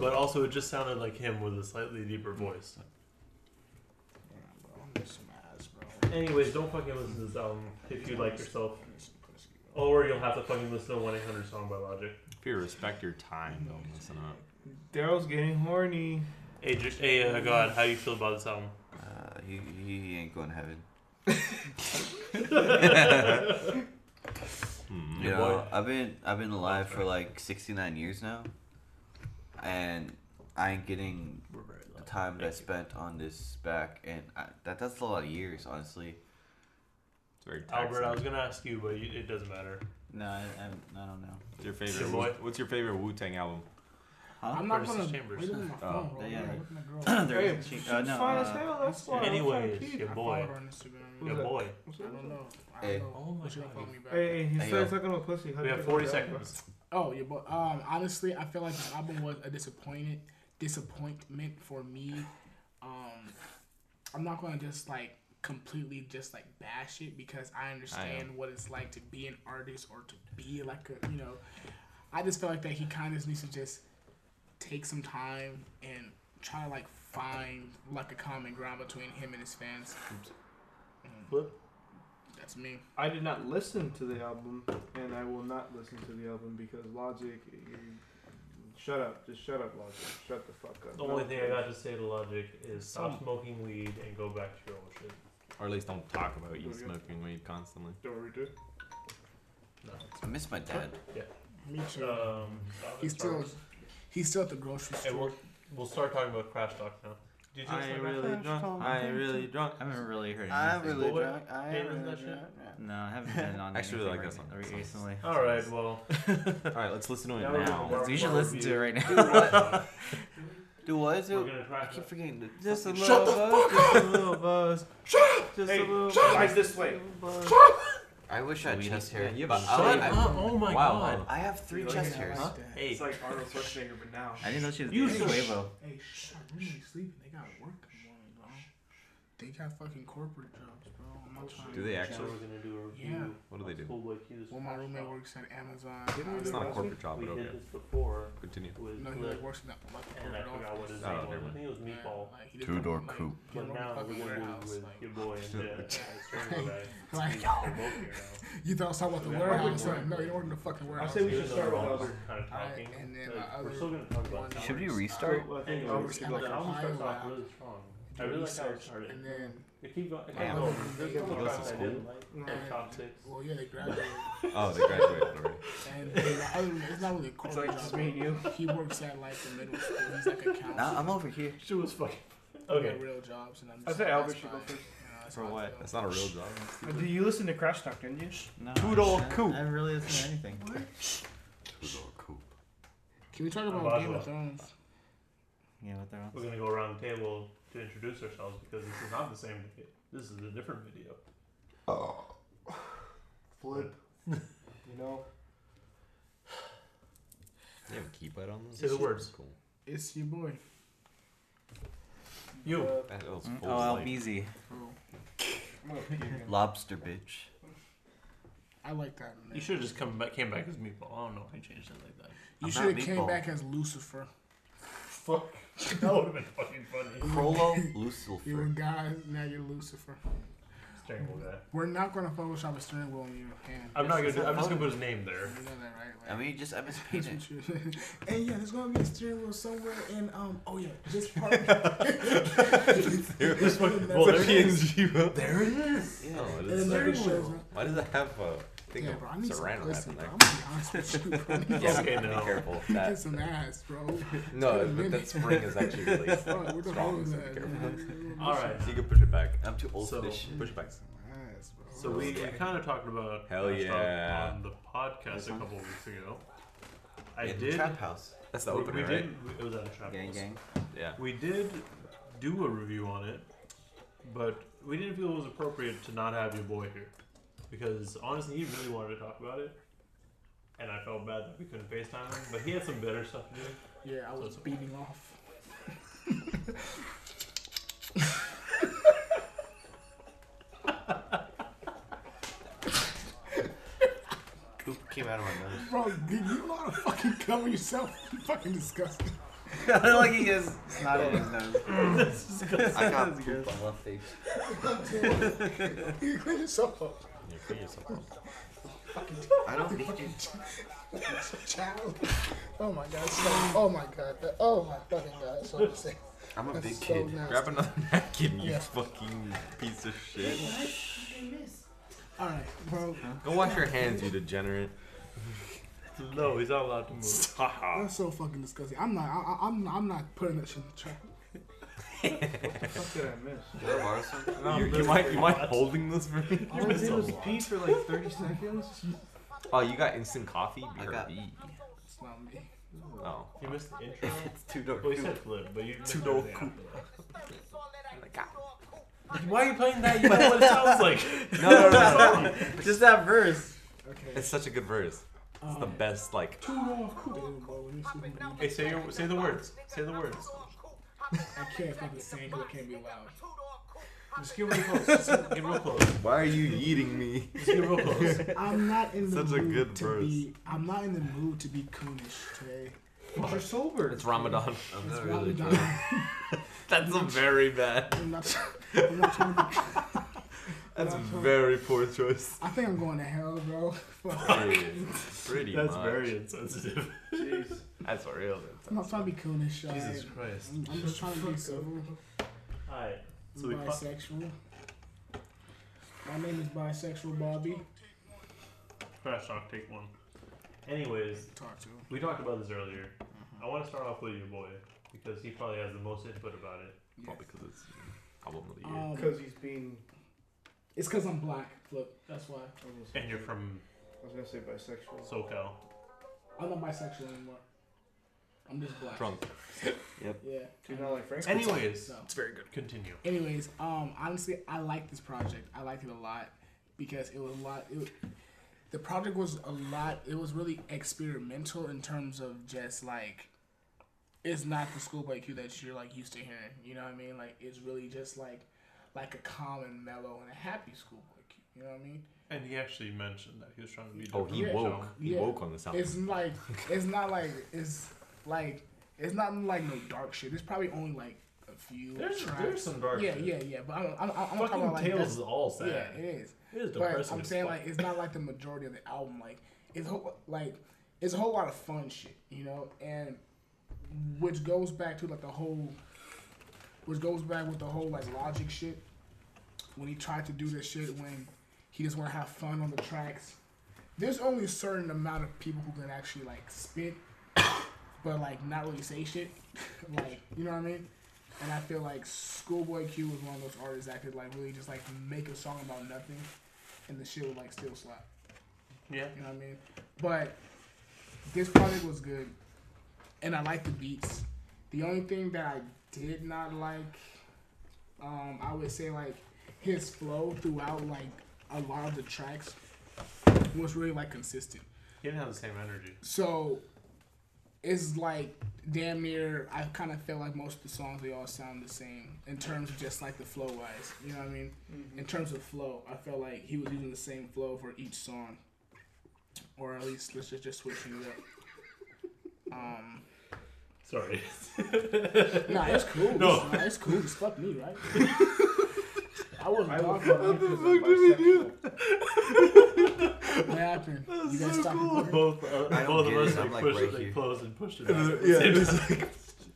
S2: but also it just sounded like him with a slightly deeper voice. Anyways, don't fucking listen to this album if you like yourself, or you'll have to fucking listen to one eight hundred song by Logic.
S3: If you respect your time, don't listen up.
S6: Daryl's getting horny.
S2: Hey, J- hey, uh, God, how do you feel about this album?
S4: Uh, he, he he ain't going to heaven.
S3: Hmm.
S4: You
S2: Yeah,
S4: know,
S2: boy.
S4: I've been I've been alive for like 69 years now, and I ain't getting
S2: We're very
S4: the
S2: loud.
S4: time that I
S2: Thank you.
S4: spent on this back, and I, that that's a lot of years, honestly.
S3: It's very taxing.
S2: Albert, I was gonna ask you, but you, it doesn't matter.
S1: No, I, I, I don't know.
S3: What's your favorite?
S2: Good boy.
S3: What's your favorite Wu Tang album?
S5: I'm not
S2: Curtis
S5: gonna.
S2: Chambers.
S5: Wait, look at
S4: Oh,
S5: my phone, bro.
S1: yeah.
S5: Yeah, look at my girl.
S1: There
S6: Hey,
S1: is a cheat-
S6: she's
S1: uh, no,
S6: fine
S1: uh,
S6: as hell. That's why. I'm trying to
S2: Anyways,
S6: keep-
S2: your
S5: I
S2: boy,
S5: followed her on Instagram.
S2: your
S6: that?
S2: boy.
S5: I don't know. I
S4: Hey.
S5: don't know.
S2: Oh my
S5: But you
S2: God.
S5: don't follow me back.
S6: Hey, hey, he
S4: Hey,
S6: started
S4: yo.
S6: talking about pussy. How
S2: We
S6: do
S2: have
S6: you
S2: forty
S6: feel about that, bro?
S2: seconds.
S5: Oh, yeah, but um, honestly, I feel like this album was a disappointed disappointment for me. Um, I'm not gonna just like completely just like bash it because I understand what it's like to be an artist or to be like a you know. I just feel like that he kind of needs to just take some time and try to like find like a common ground between him and his fans. Mm.
S2: Flip.
S5: That's me.
S6: I did not listen to the album, and I will not listen to the album because Logic. you- Shut up. Just shut up, Logic. Shut the fuck up.
S2: The only
S6: No.
S2: thing I got to say to Logic is stop
S1: Some-
S2: smoking weed and go back to your old shit.
S3: Or at least don't talk about you
S6: There we go.
S3: smoking weed constantly.
S6: Don't redo it.
S2: No.
S4: I miss my dad.
S5: Me too.
S2: Um,
S5: he's still he's still at the grocery
S2: Hey,
S5: store.
S2: we'll, we'll start talking about Crash Talk now. Did you
S3: I
S2: listen
S3: ain't
S2: to Crash
S3: really
S2: Talk?
S3: drunk. I ain't really drunk.
S1: I haven't really heard anything.
S2: really Boy, drunk, I ain't really drunk.
S1: No, I haven't been on
S3: I actually really
S1: anything
S3: like that
S1: re-
S3: song.
S1: recently.
S2: All right, well,
S3: All right, let's listen to it
S2: Now we're
S3: now.
S2: gonna
S1: We should listen to it right now.
S4: Dude, what is
S2: we're
S4: it?
S2: gonna
S4: I
S2: crash.
S4: keep
S2: Talk.
S4: forgetting. to-
S3: Just a
S4: Shut
S3: little buzz, just a little buzz. Just
S6: Hey,
S3: a little
S6: shut up.
S3: buzz,
S6: Eyes this way.
S3: just a little buzz.
S4: I wish I had
S3: We-
S4: chest hair.
S3: yeah, you have
S4: but
S3: a
S4: I-
S3: shut
S4: I-
S2: up. Oh my
S3: Wow.
S2: God.
S4: I have three
S6: You're
S4: chest
S6: looking
S4: hairs.
S5: Huh?
S2: Hey,
S6: It's like Arnold Schwarzenegger, but now.
S1: I didn't know she was
S2: You
S1: dating
S2: should-
S1: Quavo.
S5: Hey, shh, I'm really sleeping. They got work in the morning, bro. They got fucking corporate jobs, bro. I'm not trying
S3: Do they
S5: to-
S2: so
S3: actually-
S2: we're gonna do a review.
S5: Yeah.
S3: What do they
S2: of
S3: do?
S2: Schoolboy Q's
S5: Well, my
S2: Crash
S5: roommate
S2: Talk.
S5: works at Amazon.
S6: Didn't we
S5: I
S3: It's not a
S5: was-
S3: corporate job,
S2: We
S3: but okay.
S2: did this before
S3: Continue.
S2: with
S5: No, he
S2: Flip,
S5: like works in that like,
S2: and I
S5: corporate
S2: forgot what his
S3: Oh,
S2: name was.
S3: never
S2: I think it was Meatball.
S4: Two-door coupe.
S2: But now we're gonna do it with your boy and Jet. I swear to God.
S5: Like,
S2: They're both here now.
S5: you thought I was talking about the
S2: Yeah.
S5: warehouse? Like, no, you don't work in the fucking
S6: I
S5: warehouse.
S6: say we
S2: Even
S6: should
S2: though
S6: start
S2: we're
S6: with
S2: all
S6: Albert.
S2: kind of
S5: Alright,
S2: talking.
S5: and then
S2: like,
S5: my other
S2: we're still gonna talk about
S5: one-
S2: that.
S4: Should we
S5: Uh,
S4: restart?
S6: Well, I think
S2: Anyways,
S6: Albert's
S2: the
S5: like a
S6: gonna
S2: album starts off
S5: file out.
S2: really strong. I
S5: do
S2: really like how it
S5: research,
S2: started.
S5: And then,
S2: It keep going. It keep
S4: Damn.
S2: going. There's a
S6: Yeah.
S2: couple
S6: Goes
S2: tracks
S3: to
S2: I didn't like.
S6: Yeah.
S2: Like top six.
S5: well, yeah, they graduated.
S3: Oh, they graduated already.
S5: and then my other roommate, it's not really a
S6: It's
S5: corporate
S6: like
S5: job.
S6: just me and you.
S5: bro. He works at like the middle school. He's like a counselor.
S4: Nah, I'm over here.
S2: She was fucking.
S5: okay.
S2: Okay.
S5: real jobs, and I'm
S6: I
S5: just
S6: say
S5: like,
S6: Albert
S5: that's
S6: should go
S5: fine.
S6: first.
S5: You know, that's
S1: For
S5: how I
S1: what?
S5: feel.
S3: That's not a real job.
S6: Do you listen to Crash Talk, didn't you?
S1: No,
S6: Poodle
S1: I,
S6: coupe.
S1: I haven't really listened to anything.
S5: Can we talk
S2: I'm
S5: about Game
S2: Boswell.
S5: of Thrones?
S1: Yeah, what they're on.
S2: We're gonna go around the table to introduce ourselves because this is not the same video. This is a different video.
S6: Flip. you know,
S3: Do you have a keypad on this?
S2: Say the words.
S3: Cool.
S5: It's your boy,
S2: You.
S6: Uh,
S3: That was
S1: Mm,
S3: full
S1: Oh,
S3: light.
S1: LBZ.
S5: bro.
S6: I'm gonna pick you again.
S4: Lobster bitch.
S5: I like that. Man.
S2: You should have just come back, came back as meatball. I don't know if you changed it like that.
S5: You
S4: I'm
S5: should have
S4: not
S5: came
S4: meatball.
S5: back as Lucifer.
S2: Fuck. That would have been fucking funny.
S4: Prolo
S5: You were
S4: Lucifer.
S5: God, now you're Lucifer.
S2: Steering wheel guy.
S5: We're not gonna Photoshop a steering wheel in your hand.
S2: I'm not gonna.
S5: That's-
S2: Do, I'm just
S5: that's-
S2: gonna put his name there.
S5: You know that, right? Like,
S4: I mean, just I miss
S5: that's
S4: painting.
S5: what you- and yeah, there's gonna be a steering wheel somewhere in um. Oh yeah, this part.
S2: This one-
S5: That's
S2: well,
S5: what
S2: there it
S5: it is.
S2: is.
S5: There it is.
S4: Yeah.
S3: Oh, it
S5: And
S3: is.
S5: the
S3: like-
S5: steering wheel's not-
S3: Why does it have a thing
S5: Yeah,
S3: of
S5: bro, I need some
S3: saran wrap
S5: pussy,
S3: in
S5: bro.
S3: there?
S5: I'm gonna be honest with you, bro. I need
S2: Yeah.
S5: some-
S2: Okay,
S3: be
S2: no.
S3: careful. with
S5: Get
S3: That,
S5: some ass, bro.
S3: no,
S5: Wait
S3: but
S5: a
S3: that
S5: minute.
S3: spring is actually really
S5: Bro, where the hell
S3: strong.
S5: is
S3: So be
S5: that?
S3: careful.
S5: man?
S2: All right.
S3: So you can push it back. Uh,
S4: I'm too old
S2: So-
S4: for this shit.
S3: Push it back.
S5: Ass, bro.
S2: So we, we kind of talked about
S3: Hell
S2: Crash Talk
S3: yeah.
S2: on the podcast a couple weeks ago. I
S4: In the
S2: did.
S4: trap house.
S3: That's the
S2: we-
S3: opener,
S2: we
S3: right?
S2: did. It was at a trap
S1: Gang
S2: house.
S1: gang.
S3: yeah.
S2: We did do a review on it, but we didn't feel it was appropriate to not have your boy here. Because honestly, he really wanted to talk about it. And I felt bad that we couldn't FaceTime him, but he had some better stuff to do.
S5: Yeah, I was beating off.
S4: Poop came out of my nose.
S5: Bro, did you want to fucking cover yourself? You fucking disgusting.
S1: like he just snotted his nose.
S4: I got poop on my face.
S5: You clean yourself up.
S3: You free yourself.
S4: I don't need you.
S5: Child. Oh my god. So, oh my god. Oh my fucking god. So upsetting.
S4: I'm a
S5: That's
S4: big
S5: so
S4: kid.
S5: nasty.
S3: Grab another napkin, you
S5: Yeah.
S3: fucking piece of shit.
S5: All right, bro.
S3: Go wash your hands, you degenerate.
S2: No, he's not allowed to move.
S3: Haha.
S5: That's so fucking disgusting. I'm not. I, I- I'm. I'm not putting that shit in the trash.
S6: What the fuck did I miss?
S4: Did I borrow some?
S2: Oh,
S6: No,
S3: You, you mind, you mind holding this for me?
S6: All I did was pee for like 30 seconds.
S3: Oh, you got instant coffee?
S4: I got-
S3: BRB.
S5: It's not me.
S3: Oh.
S2: You missed the intro.
S4: It's two door
S2: Well, you
S4: poop.
S2: said flip, but you missed
S3: Two-door
S2: everything
S3: coup.
S2: after that. Why are you playing that? You know what it sounds like.
S3: No, no, no, no.
S1: Just that verse.
S5: Okay.
S3: It's such a good verse. It's the best, like,
S5: Dude, bro, when you see me,
S2: Hey, say your, say the words. Say the words.
S5: I can't fucking sing 'cause I can't be loud.
S2: Just get real close. Just get real close.
S3: why are you eating me?
S2: Just get real close.
S5: I'm not in the
S3: Such a
S5: mood
S3: good
S5: to
S3: verse.
S5: be. I'm not in the mood to be coonish today.
S6: You're sober.
S3: It's Ramadan.
S4: I'm
S5: It's
S4: not
S5: probably
S4: really
S5: not.
S4: drunk.
S3: That's a very bad.
S5: I'm not. I'm not trying to be.
S3: That's a very poor choice.
S5: I think I'm going to hell, bro. Fuck.
S3: Pretty, pretty
S2: That's
S3: much.
S2: very insensitive.
S6: Jeez.
S3: That's for real.
S5: I'm not trying to be coonish. all
S2: Jesus
S5: right?
S2: Christ.
S5: I'm, I'm just trying to be civil.
S2: Alright. So we fu-
S5: bisexual. My name is bisexual Bobby.
S2: Crash Talk Take One. Anyways,
S5: Talk to him.
S2: we talked about this earlier. I want to start off with your boy because he probably has the most input about it.
S3: Probably because it's album of the year.
S5: Um,
S6: Because he's being.
S5: it's because I'm black. Look, that's why
S6: I was gonna say-
S2: And you're from
S6: I was gonna say bisexual.
S2: SoCal.
S5: I'm not bisexual anymore. I'm just black.
S3: Drunk.
S5: Yeah.
S6: Do you not like Frank?
S2: Anyways,
S5: So.
S2: it's very good. Continue.
S5: Anyways, um, honestly, I like this project. I liked it a lot because it was a lot. It, was- the project was a lot. It was really experimental in terms of just like, it's not the schoolboy Q that you're like used to hearing. You know what I mean? Like it's really just like, like a calm and mellow and a happy schoolboy Q. You know what I mean?
S2: And he actually mentioned that he was trying to be
S3: Oh,
S2: different.
S3: he
S5: Yeah.
S3: woke. He
S5: Yeah.
S3: woke on this album.
S5: It's like it's not like it's like it's not like no dark shit. It's probably only like a few.
S2: There's,
S5: tracks.
S2: there's some dark
S5: yeah,
S2: shit.
S5: yeah, yeah. But I'm I'm, I'm talking
S2: Fucking
S5: about like
S2: Tails
S5: that's-
S2: is all sad.
S5: yeah, it is.
S2: It is
S5: But
S2: depressing.
S5: I'm
S2: as
S5: saying
S2: fuck.
S5: like it's not like the majority of the album. Like it's whole, like it's a whole lot of fun shit, you know, and which goes back to like the whole, which goes back with the whole like logic shit. When he tried to do this shit, when he just want to have fun on the tracks. There's only a certain amount of people who can actually like spit, but like not really say shit. like you know what I mean? And I feel like Schoolboy Q was one of those artists that could like really just like make a song about nothing, and the shit would like still slap.
S2: yeah.
S5: You know what I mean? But this project was good, and I like the beats. The only thing that I did not like, um, I would say like his flow throughout like a lot of the tracks was really like consistent.
S2: He didn't have the same energy.
S5: So it's like damn near I kinda feel like most of the songs they all sound the same in terms of just like the flow wise. You know what I mean?
S6: Mm-hmm.
S5: In terms of flow, I felt like he was using the same flow for each song. Or at least let's just, just switching it up. Um
S2: Sorry.
S5: Nah, it's cool.
S2: No.
S5: Nah, it's cool. It's fuck me, right? I wasn't
S6: I
S5: talking about
S6: the fuck did we do?
S5: what happened. you guys stop recording?
S2: both uh,
S4: I don't
S2: both of
S4: get
S2: us
S4: it. I'm, like,
S2: like, pushed
S4: right
S2: it, like,
S4: here.
S2: closed and pushed it.
S3: And
S2: back.
S3: then- yeah, it was like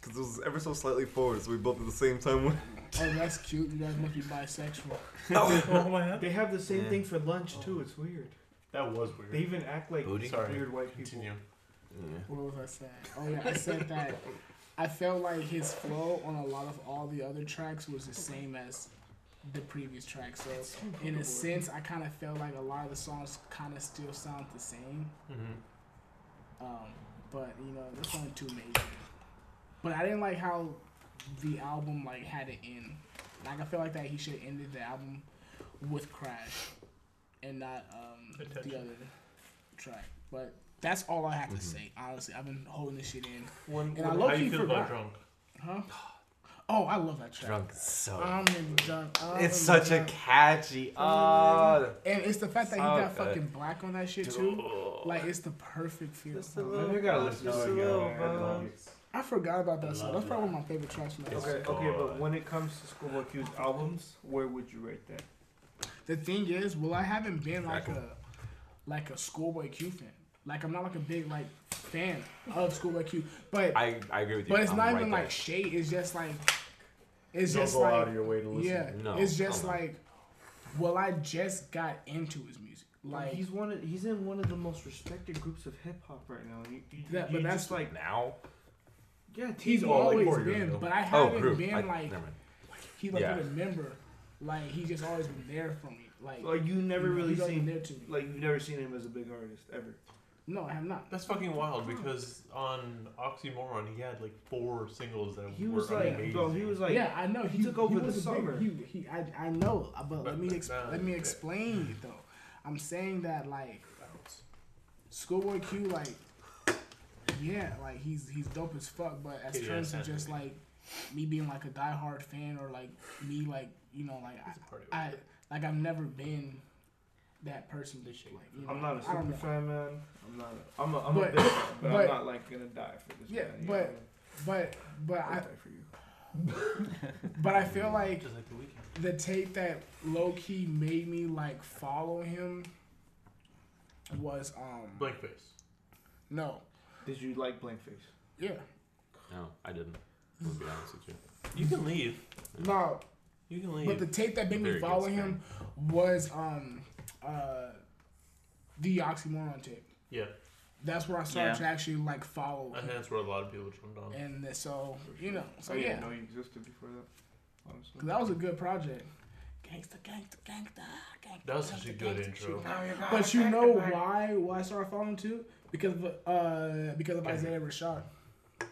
S3: because it was ever so slightly forward, so we both at the same time went.
S5: Oh, that's cute. You guys must be bisexual.
S2: oh my god.
S6: They have the same
S4: Yeah.
S6: thing for lunch too. It's weird.
S2: That was
S6: They
S2: weird.
S6: even act like
S4: Booty?
S2: Sorry.
S6: weird white people.
S2: Continue.
S5: What was I saying? Oh yeah, I said that. I felt like his flow on a lot of all the other tracks was the same as the previous track. So in a sense, I kind of felt like a lot of the songs kind of still sound the same.
S2: Mm-hmm.
S5: Um, but you know, that's only two major. But I didn't like how the album like had to end. Like I feel like that he should have ended the album with Crash and not um, the
S2: Attention.
S5: other track. But that's all I have
S4: Mm-hmm.
S5: to say. Honestly, I've been holding this shit in.
S2: One,
S5: And I
S2: how
S5: low-key
S2: you feel about
S5: forgot.
S2: drunk?
S5: Huh? Oh, I love that track.
S4: Drunk so.
S5: I'm in drunk. I'm
S4: it's
S5: in
S4: such a
S5: drunk.
S4: catchy. Oh,
S5: And it's the fact that he
S4: so
S5: got
S4: good.
S5: fucking black on that shit too. Like it's the perfect feel.
S6: Maybe I gotta listen to it again. I love it.
S5: I forgot about that song.
S7: love
S5: That's probably one of my favorite tracks from that
S6: Okay,
S5: album.
S6: okay, but when it comes to Schoolboy Q's albums, where would you rate that?
S5: The thing is, well, I haven't been like
S3: Exactly.
S5: a like a Schoolboy Q fan. Like I'm not like a big like fan of Schoolboy Q. But
S3: I, I agree with you.
S5: but it's
S3: I'm
S5: not
S3: right
S5: even
S3: there.
S5: like shade. It's just like it's
S2: Don't
S5: just
S2: go
S5: like
S2: out of your way to listen.
S5: yeah.
S3: No,
S5: it's just
S3: come on.
S5: like well, I just got into his music. Like
S6: he's one. Of, he's in one of the most respected groups of hip hop right now. You, you,
S5: Yeah,
S6: you
S5: but that's-
S6: just like
S3: now.
S6: yeah,
S5: he's
S6: TZ.
S2: all- like
S5: always
S2: four years
S5: been,
S2: ago.
S5: but I
S3: Oh,
S5: haven't
S3: group.
S5: been
S3: I,
S5: like
S3: never mind.
S5: he like
S3: Yeah.
S5: a member. Like he's just always been there for me. Like
S6: like you never
S5: he's
S6: really
S5: always been
S6: seen
S5: there to me.
S6: like you've never seen him as a big artist ever.
S5: No, I have not.
S2: That's fucking wild because on Oxymoron he had like four singles that
S6: He
S2: were
S6: was like,
S2: amazing.
S6: bro, he was like,
S5: yeah, I know. He,
S6: took over
S5: he
S6: the
S5: was a big-
S6: summer.
S5: he, he, I, I know, uh, but let me
S2: But-
S5: exp-
S2: but-
S5: let me explain it though. I'm saying that like Schoolboy Q, like yeah, like he's he's dope as fuck. But as
S2: Yeah,
S5: terms of
S2: exactly.
S5: just like me being like a diehard fan or like me like you know like
S2: He's a party
S5: I, I like I've never been that person. Like, you know,
S6: I'm not a
S5: I don't
S6: super
S5: know.
S6: fan, man. I'm not. A, I'm a, I'm
S5: But-
S6: a big fan, but,
S5: but-
S6: I'm not like gonna die for this.
S5: Yeah,
S6: man, you
S5: but-
S6: know?
S5: But but
S6: I'll
S5: I
S6: die for you.
S5: but I feel like
S2: Just like the weekend.
S5: the tape that low key made me like follow him was um
S2: Blank face.
S5: no
S6: Did you like Blankface?
S5: yeah
S3: No, I didn't. I'm gonna be honest with you.
S2: You can leave.
S5: no
S2: You can
S5: but
S2: leave.
S5: the tape that made me
S3: Very good
S5: follow him was um uh the oxymoron tape
S2: yeah,
S5: that's where I started
S1: Yeah.
S5: to actually like follow
S2: and
S5: him.
S2: that's where a lot of people jumped on.
S5: and then- so you know so
S6: I didn't
S5: yeah
S6: know Oh, you existed before that. Honestly.
S5: 'Cause that was a good project gangsta gangsta gangsta gangsta
S2: That was such a
S5: gangsta,
S2: good
S5: gangsta,
S2: intro.
S6: Oh,
S5: shit. But you know why why I started following too? Because of uh because of Isaiah Rashad.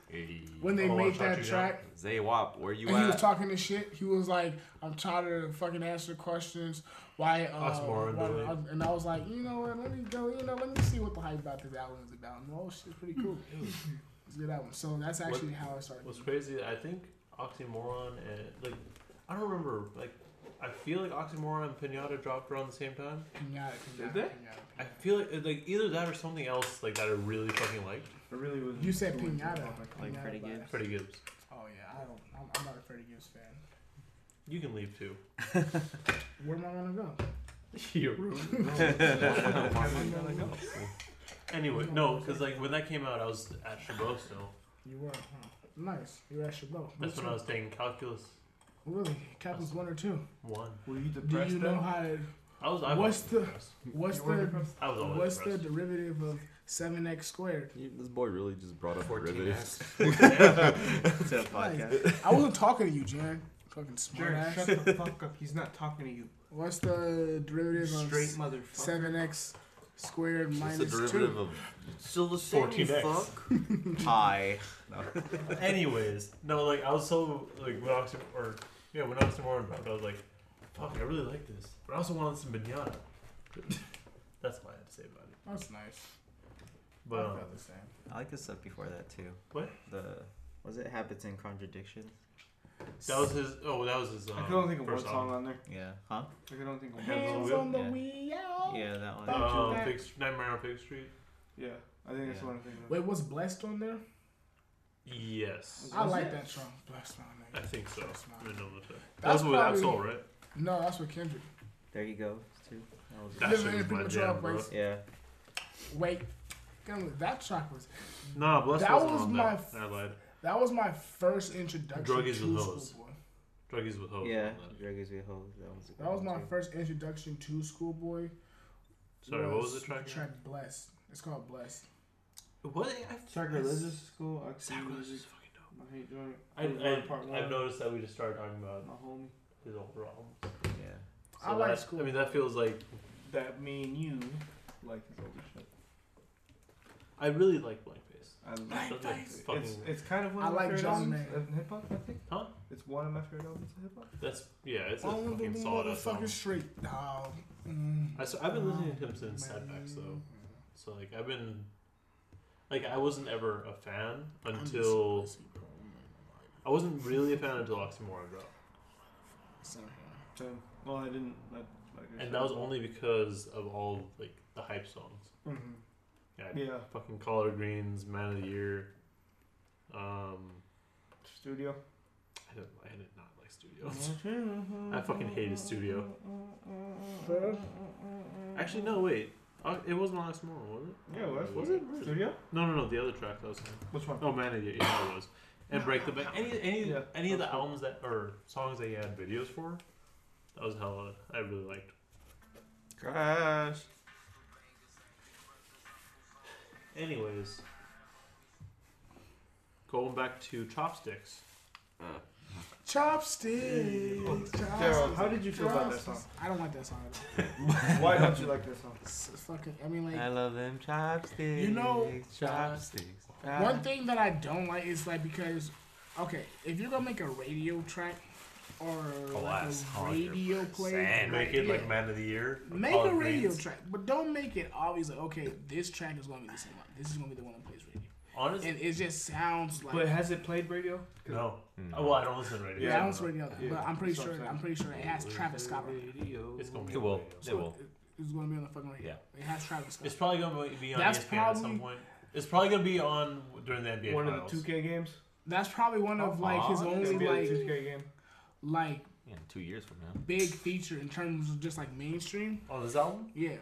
S3: Hey.
S5: When they
S2: Oh,
S5: made
S2: Rashad
S5: that
S2: Jr.
S5: track
S3: Zay Wap, where you
S5: and he was
S3: at?
S5: talking this shit, he was like, I'm tired of fucking answering questions. Why uh
S2: Oxymoron,
S5: why-
S2: don't
S5: uh, and I was like, you know what, let me go, you know, let me see what the hype about this album is about. And oh shit's pretty cool. It's a good album. So that's actually how I started.
S2: What's crazy, I think Oxymoron and like I don't remember like I feel like Oxymoron and Pinata dropped around the same time.
S5: Pinata,
S6: Did
S5: Pinata,
S6: they?
S5: Pinata.
S2: I feel like like either that or something else like that I really fucking liked.
S6: I really was.
S5: You said pinata.
S1: Like
S5: Pinata
S1: Freddie
S5: by-
S1: Gibbs.
S2: Freddie Gibbs.
S5: Oh yeah, I don't. I'm, I'm not a Freddie Gibbs fan.
S2: You can leave too.
S5: Where am I gonna go?
S2: You're rude. anyway, no, because like when that came out, I was at Chabot still.
S5: You were huh? nice. You were at Chabot.
S2: That's when I
S5: Which
S2: was taking calculus
S5: one- Really, Captain's one or two.
S2: one.
S6: Were you
S5: Do
S6: depressed?
S5: you know
S6: then?
S5: how to?
S2: I was. I
S5: What's
S2: was
S5: the-
S2: depressed.
S5: What's
S6: You were
S5: the?
S6: depressed?
S2: I was always
S5: What's the
S2: depressed.
S5: derivative of seven x squared?
S3: You- This boy really just brought up
S4: 14
S3: derivatives.
S1: to the podcast.
S5: I wasn't talking to you, Jared. Fucking smart
S6: Jared,
S5: ass.
S6: shut the fuck up. He's not talking to you.
S5: What's the derivative of
S6: Straight motherfucker.
S5: seven x squared
S3: It's the
S5: minus
S3: derivative
S5: two?
S3: of
S4: Still the same.
S2: 14x.
S4: Fuck. Hi.
S2: Anyways, no, like I was so like when Oxy or yeah when Oxymoron dropped, I was like, fuck, I really like this, but I also wanted some banana. That's what I had to say about it.
S5: That's nice.
S2: But
S5: I
S2: um,
S5: felt the same.
S1: I like the stuff before that too.
S2: What?
S1: The was it Habits and Contradictions?
S2: that was his. Oh, that was his. Um,
S6: I can only think of one
S2: first
S6: song on there.
S1: Yeah. Huh?
S6: I can only think of one.
S2: Hands
S5: Hands
S2: on
S5: on the
S1: wheel?
S5: wheel.
S1: Yeah, that one.
S5: Fuck.
S2: Uh,
S5: Back.
S2: Fig, Nightmare on Fig Street.
S6: Yeah, I think that's the
S1: Yeah.
S6: one I'm thinking of.
S5: Wait, was blessed on there?
S2: Yes,
S5: I
S6: Was
S5: like
S6: it?
S5: that song. Blessed on
S2: I
S5: there.
S2: think so.
S5: That's not-
S2: I know what that-
S5: That's
S2: That's what with
S5: probably-
S2: Absol, right?
S5: No, that's with Kendrick.
S1: There you go. Too. That was
S2: That
S5: Living
S2: shit
S5: in
S2: was my
S5: premature
S2: jam, bro.
S5: waste.
S1: yeah.
S5: Wait, Come- that track was
S2: Nah, bless
S5: That
S2: wasn't
S5: was
S2: on
S5: my
S2: that.
S5: f-
S2: I lied.
S5: That was my first introduction
S2: Druggies
S5: to
S2: with hoes.
S5: Schoolboy.
S2: Druggies with hoes.
S1: Yeah.
S2: on that.
S1: Druggies with hoes. That was. a good
S5: That was
S1: one,
S5: my
S1: too.
S5: first introduction to Schoolboy.
S2: Sorry, what was the track?
S5: Track Blessed. It's called Blessed.
S2: What? I,
S6: Sacrilegious school. I see
S2: Sacrilegious
S6: music.
S2: is fucking dope.
S6: I hate doing it.
S2: I,
S6: love part
S2: I,
S6: one.
S2: I've noticed that we just started talking
S6: My
S2: about
S6: homie.
S2: his older albums.
S1: Yeah.
S5: I like
S2: that-
S5: school.
S2: I mean, that feels like
S6: That me and you like his older shit.
S2: I really like Blankface.
S6: I love
S5: Bang,
S6: it.
S5: bang.
S6: It's,
S2: Fucking-
S6: it's kind of one
S5: I
S6: of my
S5: like
S6: favorite
S5: John
S6: albums
S5: Mayer.
S6: of hip hop, I think.
S2: Huh?
S6: It's one of my favorite albums of hip hop.
S2: That's yeah. It's a
S5: All of
S2: fucking
S5: them
S2: solid ass album.
S5: motherfuckers straight. Dog. Mm.
S2: I, so I've been listening to him since Setbacks though. So like I've been, like I wasn't ever a fan
S5: I'm just-
S2: until
S5: let's see, bro.
S2: I wasn't really a fan until Oxymoron dropped,
S5: Same here.
S6: So, well, I didn't. Like, like I
S2: and that was
S6: said.
S2: only because of all like the hype songs.
S6: Mhm.
S2: Yeah,
S6: Yeah,
S2: fucking Collar Greens, Man of the Year. Um,
S6: studio.
S2: I didn't, I did not like Studio.
S5: Mm-hmm.
S2: I fucking hated Studio. Actually, no, wait. Uh, It wasn't on Oxymoron, was it?
S6: Yeah, it was.
S2: Was it? Where is it?
S6: Studio?
S2: No, no, no. The other track that was.
S6: Which one?
S2: Oh man, yeah, yeah, it was. And break the bank. Any any
S6: Yeah,
S2: any of the
S6: that's cool.
S2: albums that or songs that you had videos for, that was hella. I really liked.
S3: Crash.
S2: Anyways, going back to chopsticks.
S5: Chopsticks.
S6: Daryl, how did you feel about that
S5: Chopsticks.
S6: song?
S5: I don't like that song at all.
S6: Why don't you like this song?
S5: It's fucking. I mean, like.
S4: I love them chopsticks.
S5: You know-
S4: chopsticks.
S5: One thing that I don't like is like because, okay, if you're gonna make a radio track or like
S3: Oh, that's
S5: a radio play,
S3: 100%.
S2: Make it like man of the year. like
S5: make
S2: Colin
S5: a radio
S2: Green's.
S5: track, but don't make it always like okay, this track is gonna be the same one. This is gonna be the one that plays radio,
S2: Honestly,
S5: and it just sounds like
S6: But has it played radio?
S2: no.
S3: Hmm.
S2: Oh, well, I don't listen to radio.
S5: it
S6: yeah,
S5: sounds radio.
S6: Yeah,
S5: But I'm pretty
S6: that's
S5: sure
S6: what I'm
S5: I'm pretty sure it has Travis Scott. on it.
S2: It's gonna be
S3: It
S2: on
S3: will.
S2: radio.
S3: It will.
S5: It- It's gonna be on the fucking radio. It has Travis Scott.
S2: It's probably gonna be on E
S5: That's
S2: ESPN at some
S5: probably-
S2: point. It's probably gonna be on during the NBA
S6: One of
S2: finals.
S6: the 2K games.
S5: That's probably one of like his
S3: Aw,
S6: It's
S5: only
S6: gonna be like a
S5: like
S6: 2K game.
S5: like
S3: Yeah, in two years from now.
S5: big feature in terms of just like mainstream.
S2: on this album.
S5: Yeah,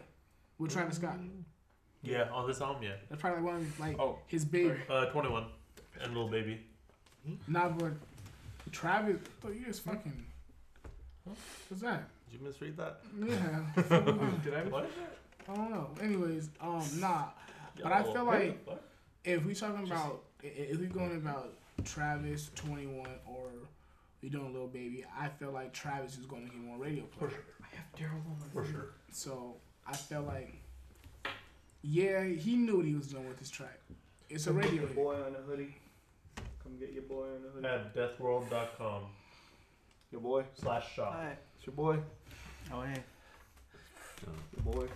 S5: with Travis Scott.
S2: Yeah, on this album, yeah.
S5: That's probably one of like
S6: Oh,
S5: his big
S2: Uh, 21 and Lil Baby.
S5: Not but Travis. I thought you just fucking. What's that?
S3: Did you misread that?
S5: Yeah.
S6: Did I?
S2: What?
S5: I don't know. Anyways, um, nah. But I feel like- If we talking about, i- i- if we going about Travis Twenty One or we doing Lil Baby, I feel like Travis is going to get more radio play.
S6: I have Daryl on my
S2: For sure.
S5: So I felt like, yeah, he knew what he was doing with his track. It's a radio.
S6: Your
S5: hit.
S6: boy on a hoodie. Come get your boy on a hoodie.
S2: At deathworld.com
S6: Uh, Your boy.
S2: slash shop.
S1: Hi.
S6: It's your boy.
S1: Oh hey.
S6: Your boy.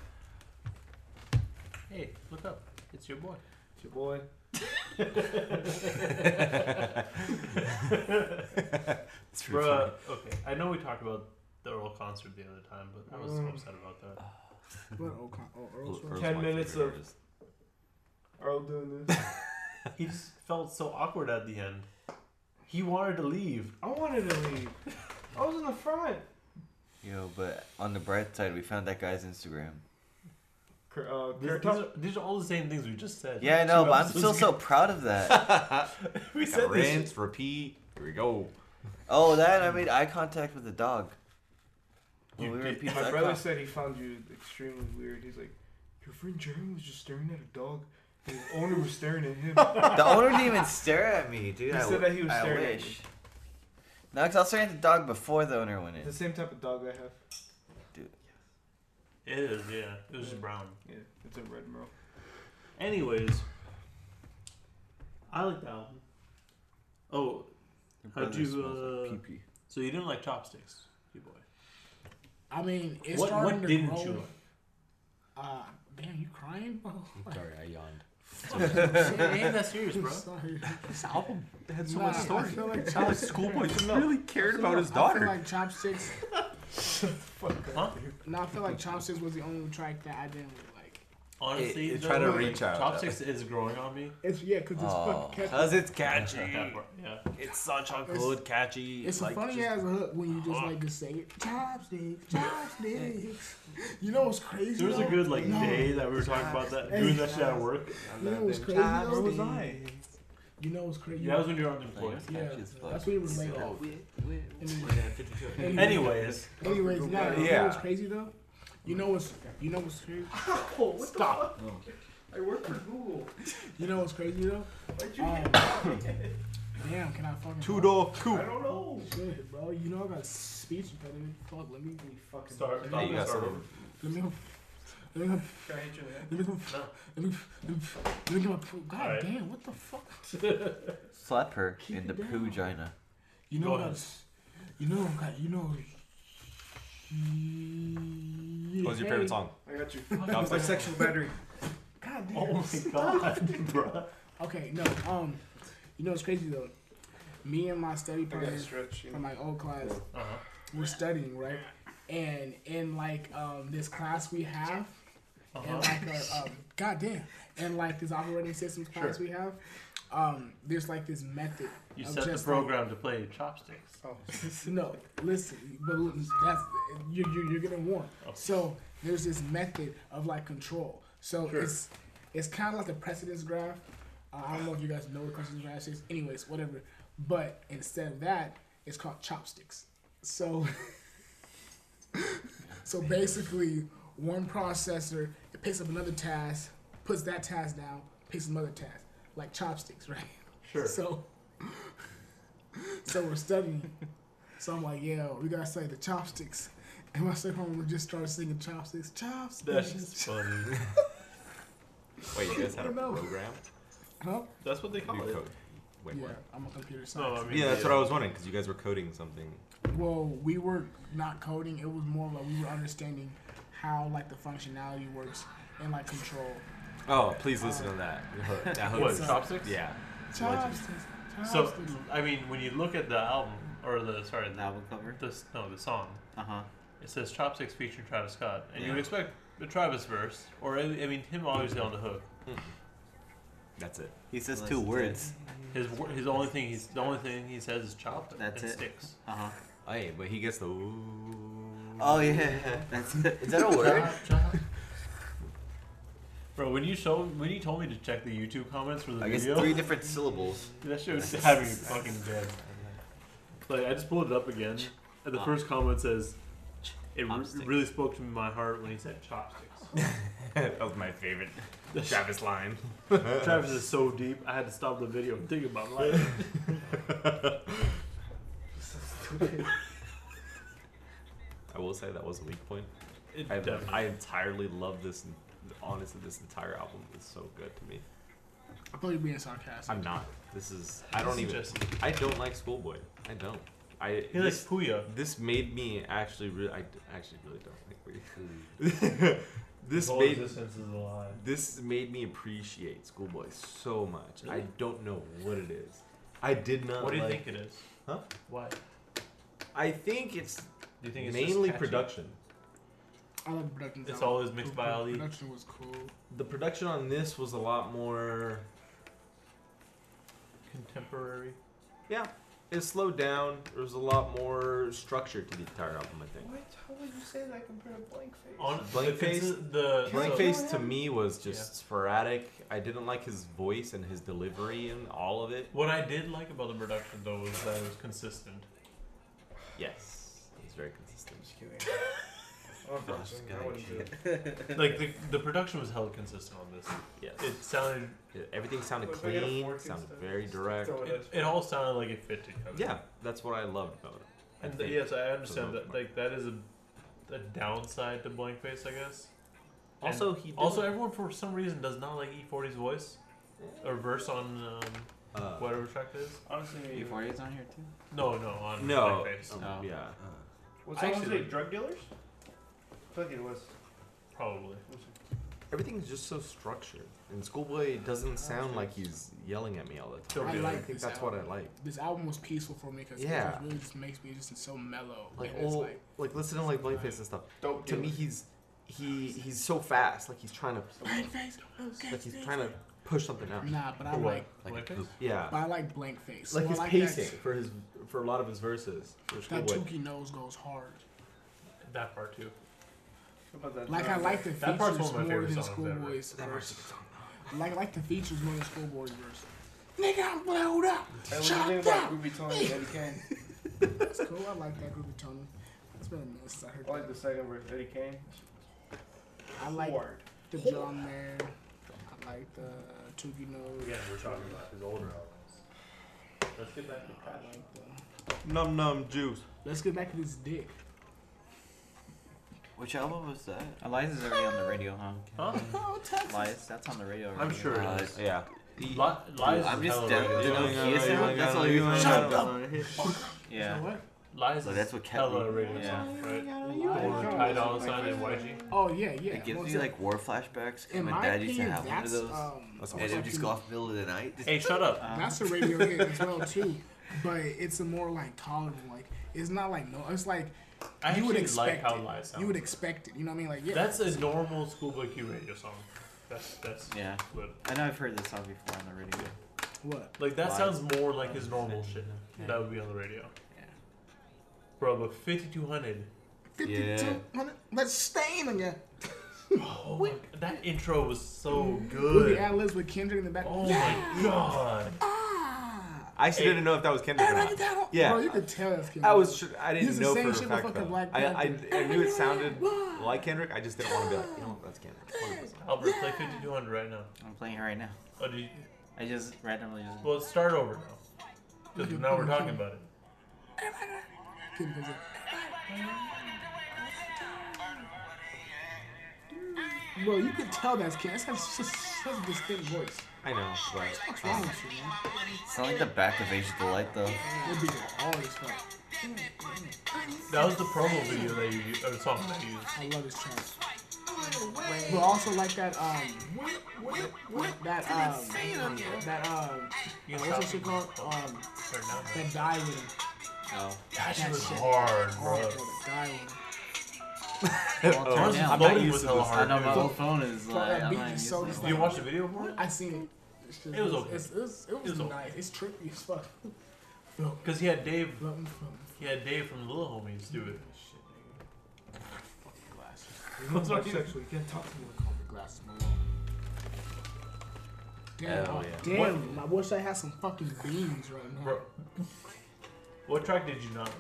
S2: Hey, look up. It's your boy.
S6: It's your boy.
S2: Bruh, okay. I know we talked about the Earl concert the other time, but I was so
S6: Mm.
S2: upset about that.
S5: What Ocon? Oh, Earl's
S3: Earl-
S5: Earl.
S3: Earl's
S6: Ten
S3: my
S6: minutes
S3: favorite
S6: of-
S3: artist.
S6: Earl doing this.
S2: He just felt so awkward at the end. He wanted to leave.
S6: I wanted to leave. I was in the front.
S4: Yo, but on the bright side, we found that guy's Instagram.
S6: Cur- Uh,
S2: These,
S6: Kurt
S2: these are, these are all the same things we just said.
S4: Yeah, I know,
S2: Two
S4: but I'm
S2: episodes
S4: still so proud of that.
S2: ago. we said this. shit.
S3: Rinse, repeat. Here we go.
S4: oh, that
S6: Um,
S4: I made eye contact with the dog. When
S2: You
S4: we were
S2: did.
S4: in pizza,
S6: My
S4: I
S6: brother
S4: con-
S6: said he found you extremely weird. He's like, your friend Jeremy was just staring at a dog. His owner was staring at him.
S4: the owner didn't even stare at me, dude.
S6: He
S4: I,
S6: said
S4: w-
S6: that he was
S4: I
S6: staring at
S4: wish. No, because I was staring at the dog before the owner went in.
S6: the same type of dog I have.
S2: It is, yeah. It was just brown.
S6: Yeah, it's a red merle.
S2: Anyways, I like the album. Oh,
S4: Your
S2: How'd
S4: brother
S2: you,
S4: smells
S2: uh,
S4: like pee-pee.
S2: so you didn't like chopsticks, you boy.
S5: I mean, it's
S2: What,
S5: starting
S2: what
S5: to
S2: didn't
S5: grow.
S2: you like?
S5: Uh, damn, you crying? bro?
S3: Sorry, I yawned.
S2: It ain't that serious, bro.
S5: Sorry.
S3: This album had so
S5: Nah,
S3: much
S5: I
S3: story.
S5: feel like
S3: How this schoolboy just really cared about his
S5: I feel
S3: daughter.
S5: like Chopsticks.
S2: Huh?
S5: No, I feel like Chopsticks was the only track that I didn't really like.
S2: Honestly,
S3: It- it
S2: though,
S3: tried to
S2: like,
S3: reach out.
S2: Chopsticks is growing on me.
S5: It's yeah, cause it's
S4: Oh,
S5: fucking catchy.
S3: Cause it's
S2: That
S3: catchy.
S2: part, yeah.
S3: It's such a
S5: It's-
S3: good catchy.
S5: It's
S3: like,
S5: a funny
S3: just-
S5: ass hook when you just like to say it. Chopsticks, chopsticks. you know what's crazy?
S2: There was a
S5: though?
S2: good like
S5: No.
S2: day that we were talking about that, doing that shit at work.
S5: You know what's crazy? though?
S6: Where was I?
S5: You know what's crazy?
S2: Yeah, that was when you were unemployed.
S4: Like,
S5: Yeah,
S4: catchy as fuck.
S5: that's what he was laid off. Anyway-
S2: Anyways,
S5: Anyways, yeah, you know
S3: Yeah.
S5: what's crazy though? You know what's you know what's crazy?
S6: Stop. I work for Google.
S5: You know what's crazy though?
S6: Why'd
S5: Um, damn, can I fucking
S3: two door
S6: I
S3: coupe.
S6: don't know.
S5: Shit, bro. You know I got speech impediment. Fuck, let me
S6: You fucking
S2: start.
S4: Hey, you got
S2: start
S4: some-
S2: over.
S5: let me Let me
S6: Can I hit you in the head?
S5: let me go. Let me let me let me get my poo. God
S2: Alright.
S5: damn! What the fuck?
S4: Slap her
S5: Keep
S4: in
S5: it
S4: the
S5: down.
S4: poogina.
S5: You know
S2: Go
S5: what?
S2: ahead.
S5: I- You know, God, you know.
S3: What was your favorite song?
S6: I got you.
S3: Dubstep.
S6: Bisexual battery.
S5: God damn.
S2: Oh my god, bro.
S5: Okay, no. Um, you know it's crazy though. Me and my study
S6: I got to
S5: partners
S6: stretch. You
S5: from
S6: know.
S5: my old class
S2: Uh-huh.
S5: were studying right, and in like um this class we have, and
S2: Uh-huh.
S5: like a um, goddamn, and like this operating systems class we have, um, there's like this method.
S2: You
S5: of
S2: set the
S5: just, like,
S2: program to play chopsticks.
S5: Oh no! Listen, but that's you. you you're getting warned. So there's this method of like control. So
S2: Sure.
S5: it's it's kind of like the precedence graph. Uh, I don't know if you guys know what precedence graph is. Anyways, whatever. But instead of that, it's called chopsticks. So so basically, one processor it picks up another task, puts that task down, picks another task, like chopsticks, right?
S2: Sure.
S5: So, so we're studying. So I'm like, yo, we gotta study the chopsticks. And my second one just started singing chopsticks,
S2: That's
S5: chopsticks.
S2: just funny.
S3: Wait, you guys had a
S5: No.
S3: program?
S5: huh?
S2: That's what they
S3: You
S2: call it.
S3: code. Wait,
S5: Yeah,
S3: what?
S5: I'm a computer
S2: No,
S5: scientist.
S2: I mean,
S3: Yeah, that's what I was wondering because you guys were coding something.
S5: Well, we were not coding. It was more like we were understanding how like the functionality works and like control.
S3: Oh, please listen to that. That hook
S2: What,
S3: is-
S2: chopsticks?
S3: Yeah.
S5: Chopsticks,
S2: So,
S5: chopsticks.
S2: I mean, when you look at the album or the sorry,
S1: An
S2: the,
S1: album cover.
S2: the no, the song,
S1: Uh huh.
S2: it says chopsticks featuring Travis Scott, and you would
S3: Yeah.
S2: expect a Travis verse, or I I mean, him obviously on the hook.
S3: That's it.
S1: He says
S4: Listen
S1: two
S4: to
S1: words.
S2: His wor- his only thing he's the only thing he says is chopsticks.
S1: That's
S2: and
S1: it.
S2: Sticks.
S1: Uh huh.
S3: Hey, but he gets the.
S4: Oh yeah.
S1: That's it.
S4: Is that a word?
S2: Chop, chop. Bro, when you show when you told me to check the YouTube comments for the
S4: I guess
S2: video,
S4: three different syllables.
S2: that shit was having me fucking dead. Like I just pulled it up again, and the
S1: Oh.
S2: first comment says, "It r-
S1: Chopsticks.
S2: really spoke to my heart when he said chopsticks."
S3: that was my favorite Travis line.
S2: Travis is so deep, I had to stop the video and think about life.
S3: I will say that was a weak point.
S2: It
S3: I,
S2: definitely-
S3: I entirely love this. Honestly, this entire album is so good to me.
S5: I thought you were being sarcastic.
S3: I'm not. This is. I don't
S2: This is
S3: even.
S2: just-
S3: I don't like Schoolboy. I don't. I.
S2: He likes
S3: This,
S2: Puya.
S3: this made me actually. Re- I d- actually really don't like. Weed. this made.
S2: existence is a lie.
S3: This made me appreciate Schoolboy so much. I don't know what it is. I did not.
S2: What do you
S3: like-
S2: think it is?
S3: Huh?
S2: Why? Do
S3: I think it's
S2: you think it's
S3: mainly
S2: just catchy?
S3: production.
S5: I love production.
S2: It's always mixed by Ali.
S5: Production was cool.
S3: The production on this was a lot more.
S2: Contemporary.
S3: Yeah, it slowed down. There was a lot more structure to the entire album. I think.
S6: What? How would you say that compared to blank face?
S2: On
S3: Blank
S2: the, consi-
S3: face-
S2: The
S3: Blank
S2: Uh, so-
S3: Face to me was just
S2: Yeah.
S3: sporadic. I didn't like his voice and his delivery and all of it.
S2: What I did like about the production though was that it was consistent.
S3: Yes, he's very consistent.
S6: Just kidding. Oh,
S4: Frost
S6: fuck,
S4: guy
S6: I wouldn't do it.
S2: Like the, the production was held consistent on this.
S3: Yes,
S2: It sounded.
S3: everything sounded
S6: Looks like I got a
S3: clean.
S6: 14
S3: Sounded
S6: stone.
S3: very direct.
S6: Throw
S2: It,
S6: it
S2: it all sounded like it fit together.
S3: Oh, Yeah, that's what I loved about it. I
S2: And th-
S3: think.
S2: yes, I
S3: most
S2: understand that.
S3: part.
S2: Like that is a, a downside to blank face, I guess. And
S3: Also, he did
S2: also everyone for some reason does not like E40's voice or verse on um,
S3: uh,
S2: whatever track it is.
S6: Honestly,
S1: Euphoria's on here too.
S2: No, no, on
S3: no,
S2: blank face.
S3: um,
S1: Oh.
S3: yeah.
S4: Uh-uh.
S6: was
S2: I
S6: someone
S2: actually-
S6: say drug dealers? I think it was.
S2: Probably.
S3: Everything's just so structured, and Schoolboy doesn't sound like he's yelling at me all the time.
S2: I
S3: And
S2: like
S3: I think
S5: this
S3: that's what I
S5: album.
S3: like.
S5: This album was peaceful for me because
S3: Yeah.
S5: it really just makes me just so mellow.
S3: Like oh,
S5: and it's
S3: all,
S5: like
S3: like, listen to like Blankface and stuff.
S6: Dope
S3: To me,
S6: dealers.
S3: he's he he's so fast. Like he's trying to
S5: blank face. okay,
S3: like he's trying to push something out.
S5: Nah, but I
S2: Or what?
S5: like,
S2: Blank face?
S3: Yeah,
S5: but I like blank face.
S3: like
S5: So I
S3: his
S5: like
S3: pacing for his for a lot of his verses. For
S5: That, that
S3: Schoolboy.
S5: Tukey nose goes hard.
S2: That part too.
S6: How about that?
S5: Like I like the
S2: That part's
S5: features
S2: one of my
S5: more
S2: favorite
S5: than
S2: songs ever.
S5: Schoolboy's verse. Like I like the features more than Schoolboy's verse. Nigga, I'm blowed up.
S6: Hey, what do you
S5: Chopped
S6: think
S5: up.
S6: about Groovy Tony and Eddie Kane?
S5: That's cool. I like that groovy tone. It's been a minute since I heard
S6: I like
S5: that.
S6: the second verse, Eddie Kane.
S5: I like
S6: Hard.
S5: the drum there. I like the Tukey nose.
S2: Again, we're talking about his older albums. Let's get back to
S5: I like the.
S3: Num num juice.
S5: Let's get back to this dick.
S4: Which album was that?
S1: Eliza's already on the radio, huh?
S2: Huh?
S1: Elias, that's on the radio. Already.
S2: I'm sure it
S4: Uh,
S2: is.
S3: Yeah.
S2: Li- Lies
S4: I'm just
S2: is hella
S4: down
S2: radio.
S4: you know,
S3: Yeah,
S4: Kiss
S3: yeah,
S4: album?
S3: yeah,
S4: That's all
S3: yeah,
S4: you
S3: yeah.
S4: know.
S3: Shut
S1: Yeah.
S5: what?
S2: Lies
S4: So
S2: is
S4: that's what kept
S2: hella
S4: me.
S2: radio.
S1: Yeah.
S2: Right?
S5: Lies.
S2: Or Ty Dolla Sign and YG.
S5: Oh yeah, yeah.
S4: It gives
S5: Well,
S4: me
S5: so-
S4: like war flashbacks. 'cause
S5: in
S4: my
S5: my
S4: dad used to
S5: opinion,
S4: have one of
S5: that's
S4: those.
S5: um,
S3: That's awesome.
S4: and it would just go off middle of the night.
S2: Hey, shut up.
S1: Um,
S5: that's a radio hit as well too. But it's a more like tolerable. Like it's not like no. It's like
S2: I
S5: you would
S2: actually
S5: expect
S2: like how
S5: it.
S2: Lies sounds.
S5: you would expect it. You know what I mean? Like yeah.
S2: That's a normal Schoolboy Q radio song. That's that's
S1: yeah.
S2: what-
S1: I know I've heard this song before on the radio.
S5: what?
S2: like that
S1: Lies.
S2: sounds more like his normal shit.
S1: Yeah.
S2: That would be on the radio.
S1: Yeah.
S2: Bro, but 5200.
S5: Fifty two hundred. Let's stain again.
S2: Oh, my, God, that intro was so
S5: With the
S2: good.
S5: ad libs with Kendrick in the back.
S2: Oh my god.
S5: Ah.
S3: I actually
S2: Hey.
S3: didn't know if that was Kendrick or not. Yeah.
S5: Bro, you could tell that's Kendrick.
S3: I was. Sure, I didn't
S5: He's the
S3: know
S5: same
S3: for a
S5: shit with
S3: fact
S5: fucking
S3: though.
S5: Black
S3: I, I,
S5: Panther.
S3: I knew it sounded like Kendrick. I just didn't want to be like, you know, what, that's Kendrick.
S2: Albert, play 5200 right now.
S1: um, I'm playing it right now.
S2: Oh, did you,
S1: I just randomly just.
S2: well, start over now. Because now we're talking about it.
S5: Kendrick was like, Bro, you could tell that's Kendrick. That's such, such a distinct voice.
S3: I know,
S5: What's
S3: but
S5: wrong with you, man?
S4: It's not like the back of Asia Delight though.
S5: That'd be hard as fuck.
S2: That was the promo video that you used, or song that you used.
S5: I love this track. But also like that um that um that um
S2: You
S5: what's that shit called? Um
S2: Turn down that.
S5: that die with him.
S1: Oh.
S2: That shit
S5: That
S2: was
S5: shit.
S2: hard,
S5: Oh,
S2: bro.
S5: bro, the die with him.
S1: Well, turn
S2: Ours
S1: it
S2: is
S1: down.
S3: not
S2: loaded
S3: used
S2: with
S3: to
S2: hella
S3: this.
S1: I
S2: hard
S1: know my
S2: music.
S1: whole phone is
S5: Fuck, that
S1: like. I'm
S5: beat is
S1: not
S5: uh,
S1: used
S5: so
S1: to it.
S2: Did you watch the video for it?
S5: I seen it. It's just-
S2: It was okay.
S5: It's, it's, it was,
S2: It was
S5: nice. It's trippy as fuck.
S2: Because he had Dave,
S5: Floating from
S2: he had Dave from Little Homies do it.
S5: shit, nigga.
S6: You don't have sex, so you can't talk to me.
S5: The glasses Malone. Damn,
S3: Hell
S5: oh,
S3: yeah.
S5: damn! I wish I had some fucking beans right now.
S2: Bro. What track did you not like,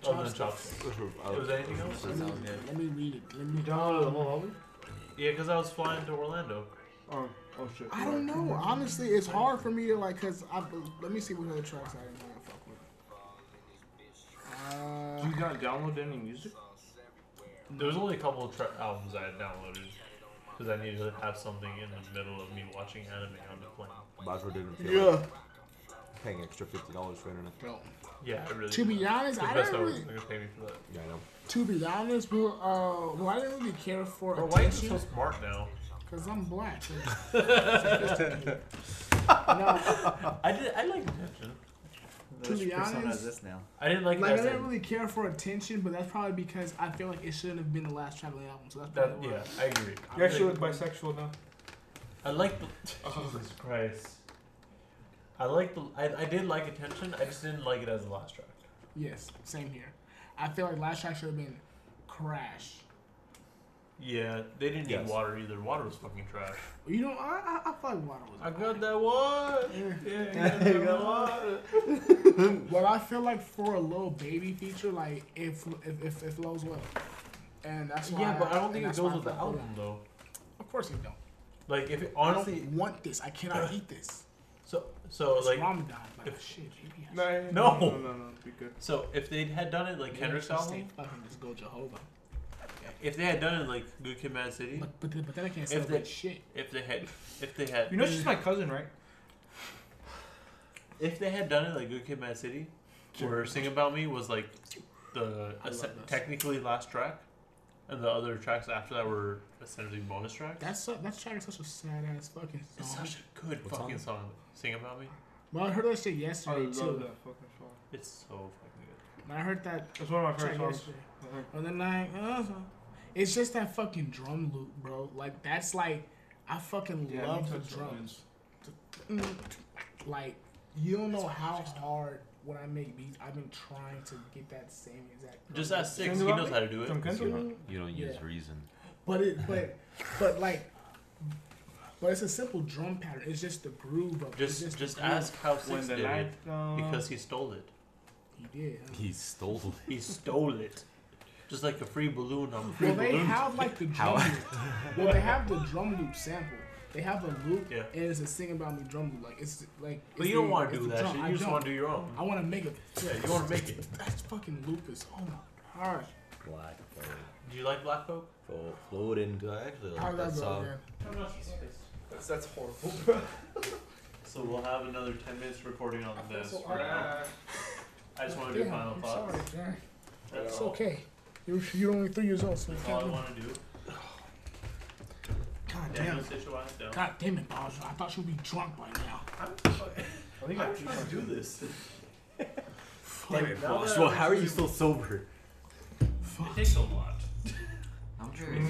S2: though? Other than Chopsticks. Was there
S3: um,
S2: anything else?
S5: Let me,
S1: Sounds good.
S5: let me read it. Let me.
S6: You downloaded the whole album?
S2: Yeah, because I was flying to Orlando.
S6: Oh, oh shit.
S5: I don't know. Honestly, it's hard for me to like, cause I. Let me see what other tracks I didn't wanna fuck
S6: Do
S5: with. Uh,
S6: you not download any music?
S2: There was only a couple of tra- albums I had downloaded. Because I needed to have something in the middle of me watching anime on the plane.
S3: Bajo didn't
S5: Uh,
S3: feel like
S5: yeah.
S3: paying extra fifty dollars for internet.
S5: Well,
S2: Yeah, I really
S5: To be
S2: did.
S5: honest,
S2: The
S5: I
S2: best
S5: didn't
S2: album
S5: really.
S2: they're gonna pay me for that.
S3: Yeah, I know.
S5: To be honest, well, uh, well, I didn't really care for
S2: Bro, why are you
S5: attention
S2: so smart now?
S5: because I'm black. no,
S2: I did. I like attention.
S1: Which
S5: To be
S1: persona
S5: honest-
S1: is this now?
S2: I didn't like,
S5: Like I
S2: it. as
S5: didn't
S2: a-
S5: really care for attention, but that's probably because I feel like it shouldn't have been the last track of the album. So that's
S2: that,
S5: probably
S2: yeah,
S5: why.
S2: I agree.
S6: You're actually bisexual now.
S2: I like the. Jesus Christ. I like the. I, I did like attention. I just didn't like it as the last track.
S5: Yes, same here. I feel like last track should have been Crash.
S2: Yeah, they didn't
S3: Yes.
S2: need water either. Water was fucking trash.
S5: You know, I I, I thought Water was.
S2: I got that water. Yeah, I got that water.
S5: Well, I feel like for a little baby feature, like if if if it flows well, and that's why.
S2: Yeah, but I don't
S5: and
S2: think it
S5: that's
S2: goes
S5: why I
S2: with the
S5: fuck
S2: album
S5: it.
S2: though.
S5: Of course you don't.
S2: Like if it,
S5: I
S2: honestly,
S5: don't want this. I cannot eat this.
S2: so so
S5: It's
S2: like
S5: Ramadan. Like,
S2: if-
S5: shit, you be-
S6: No.
S2: No.
S6: No, no, no. Be good.
S2: so if they had done it like Kendrick's
S5: Yeah, just
S2: album,
S5: stay Fucking just go Jehovah.
S2: if they had done it like Good Kid, Mad City,
S5: But but, then- but then I can't
S2: If they-
S5: celebrate shit.
S2: if they had if they had
S6: You know she's my cousin, right?
S2: If they had done it like Good Kid, Mad City, where "Sing About Me" was like the
S5: I love
S2: asse-
S5: this.
S2: technically last track, and the other tracks after that were essentially bonus tracks.
S5: That's su- that's track is such a sad ass fucking
S2: it's
S5: song.
S2: such a good
S3: What
S2: fucking song. "Sing About Me."
S5: Well, I heard that shit
S6: I
S5: yesterday
S6: Oh, love that
S5: too.
S6: fucking song.
S2: It's so fucking good.
S5: When I heard that
S6: It's one of my
S5: track
S6: favorite songs.
S5: yesterday.
S6: Uh-huh.
S5: And then like, uh, it's just that fucking drum loop, bro. Like that's like, I fucking
S6: Yeah,
S5: love
S6: you
S5: the
S6: touched on
S5: drums. Like you don't know how hard when I make beats, I've been trying to get that same exact. drum
S2: Just
S5: loop.
S2: ask Six.
S6: Sing
S2: He
S6: About
S2: knows
S6: Me?
S2: how to do it.
S6: From
S3: You
S6: Kendrick?
S3: don't, you don't use
S5: Yeah.
S3: reason.
S5: But it, but, but like, but it's a simple drum pattern. It's just the groove of it. It's
S2: Just just
S5: the groove.
S2: ask how Six
S6: When the
S2: did
S6: night
S2: it
S6: uh,
S2: because he stole it.
S5: You did. huh?
S3: He stole.
S2: He stole it, just like a free balloon on a free
S5: Well, they
S2: balloon.
S5: have like the drum
S3: How-
S5: loop. Well, they have the drum loop sample. They have a loop,
S2: Yeah.
S5: and it's a sing about me drum loop. Like it's like.
S2: but
S5: it's
S2: you don't
S5: the-
S2: want to
S5: it's
S2: do
S5: the
S2: that.
S5: drum.
S2: Shit.
S5: I
S2: You just
S5: don't.
S2: want to do your own.
S5: I want to make it.
S2: Yeah, you want to make it.
S5: That's fucking lupus. Oh my gosh.
S4: Black
S2: Do you like Black Pope?
S4: Folk. Floating. Do I actually like
S5: I
S4: that
S5: love that
S4: song?
S5: again.
S6: That's, that's horrible, bro.
S2: So we'll have another 10 minutes recording on
S5: I feel
S2: this.
S5: so
S2: right now.
S6: Ah.
S2: I just wanted your final
S5: I'm
S2: thoughts.
S5: Sorry, man.
S2: That's
S5: It's
S2: all.
S5: okay. You're, you're only three years old, so you
S2: That's all I
S5: can't. know.
S2: want to do.
S5: God damn.
S2: Daniel, sit your ass down.
S5: God damn it, Bowser. I thought she'd be drunk by now.
S2: I'm, fuck- I'm trying to do this.
S5: Fuck.
S2: it, boss. Well, how are you still
S3: sober?
S2: It takes a lot.
S4: I'm curious.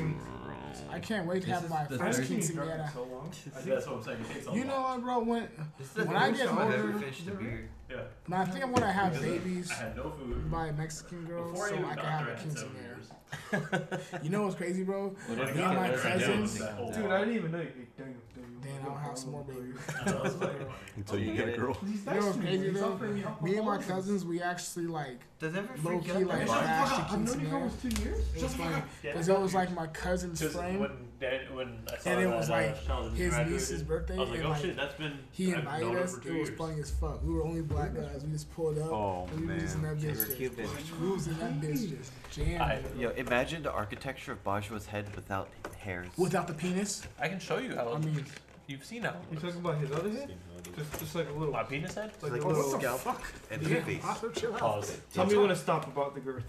S5: I can't wait to
S1: This
S5: have
S1: is
S5: my
S1: the
S6: I
S5: first
S6: haven't seen you drunk in
S5: quinceanera.
S6: so long. I think
S2: That's what I'm saying. It takes a
S5: You
S2: lot.
S5: know what, bro? When
S4: This is the
S5: When I
S4: first
S5: get
S4: time I've ever
S5: older-
S4: finished a beer.
S2: yeah.
S5: Now, I think I'm gonna have
S2: Because
S5: babies
S2: I had no food.
S5: by a Mexican girl,
S2: Before
S5: so
S2: I even
S5: I can
S2: got
S5: have
S2: there,
S5: a
S2: I had seven years.
S5: quinceanera. You know what's crazy, bro?
S1: What
S2: I
S1: if
S2: got
S1: what
S5: my
S1: if I
S5: cousins-
S2: That
S1: don't think
S2: whole-
S1: that-
S6: Dude, I didn't even know you could do
S5: Then I'll have some more babies.
S2: I know, that's very funny.
S3: Until
S4: you
S3: you
S4: get
S3: get
S4: it.
S3: a girl.
S6: He's
S5: You know
S6: nice
S5: what's
S6: to me.
S5: crazy,
S6: He's
S5: though?
S6: offering me alcohol.
S5: Me and my cousins, we actually like
S4: Does every
S5: low
S4: freak
S5: key
S4: out
S5: like
S4: that
S6: Shut the fuck
S5: trashed
S6: up.
S5: the
S6: I've known you for
S5: quinceanera.
S6: almost two years.
S5: It was funny
S2: Yeah,
S5: because
S2: I
S5: it
S2: got
S5: was
S2: you.
S5: like my cousin's
S2: Because
S5: friend,
S2: when dad, when I saw
S5: and it
S2: that,
S5: was
S2: uh,
S5: like
S2: Sheldon
S5: his
S2: graduated,
S5: niece's birthday,
S2: I was like,
S5: and
S2: oh
S5: like
S2: shit, that's been.
S5: he
S2: I've known
S5: invited
S2: her
S5: us.
S2: for
S5: It
S2: two
S5: was
S2: years.
S5: funny as fuck. We were only black guys. We just pulled up.
S3: Oh,
S5: and we was in that
S3: man.
S5: bitch
S4: They
S5: just,
S4: were
S5: we was in that bitch just
S2: I-
S5: jamming.
S4: Yo, imagine the architecture of Bajwa's head without hairs.
S5: Without the penis,
S3: I can show you
S5: I mean,
S3: You've seen how.
S6: You talking about his other head? Just, just like a little.
S2: My penis head?
S6: Like
S4: Like,
S6: a
S4: oh,
S6: little.
S4: what the fuck? And
S5: yeah,
S4: face.
S5: Bosco, chill out.
S2: Pause.
S6: Tell me when to stop about the girth.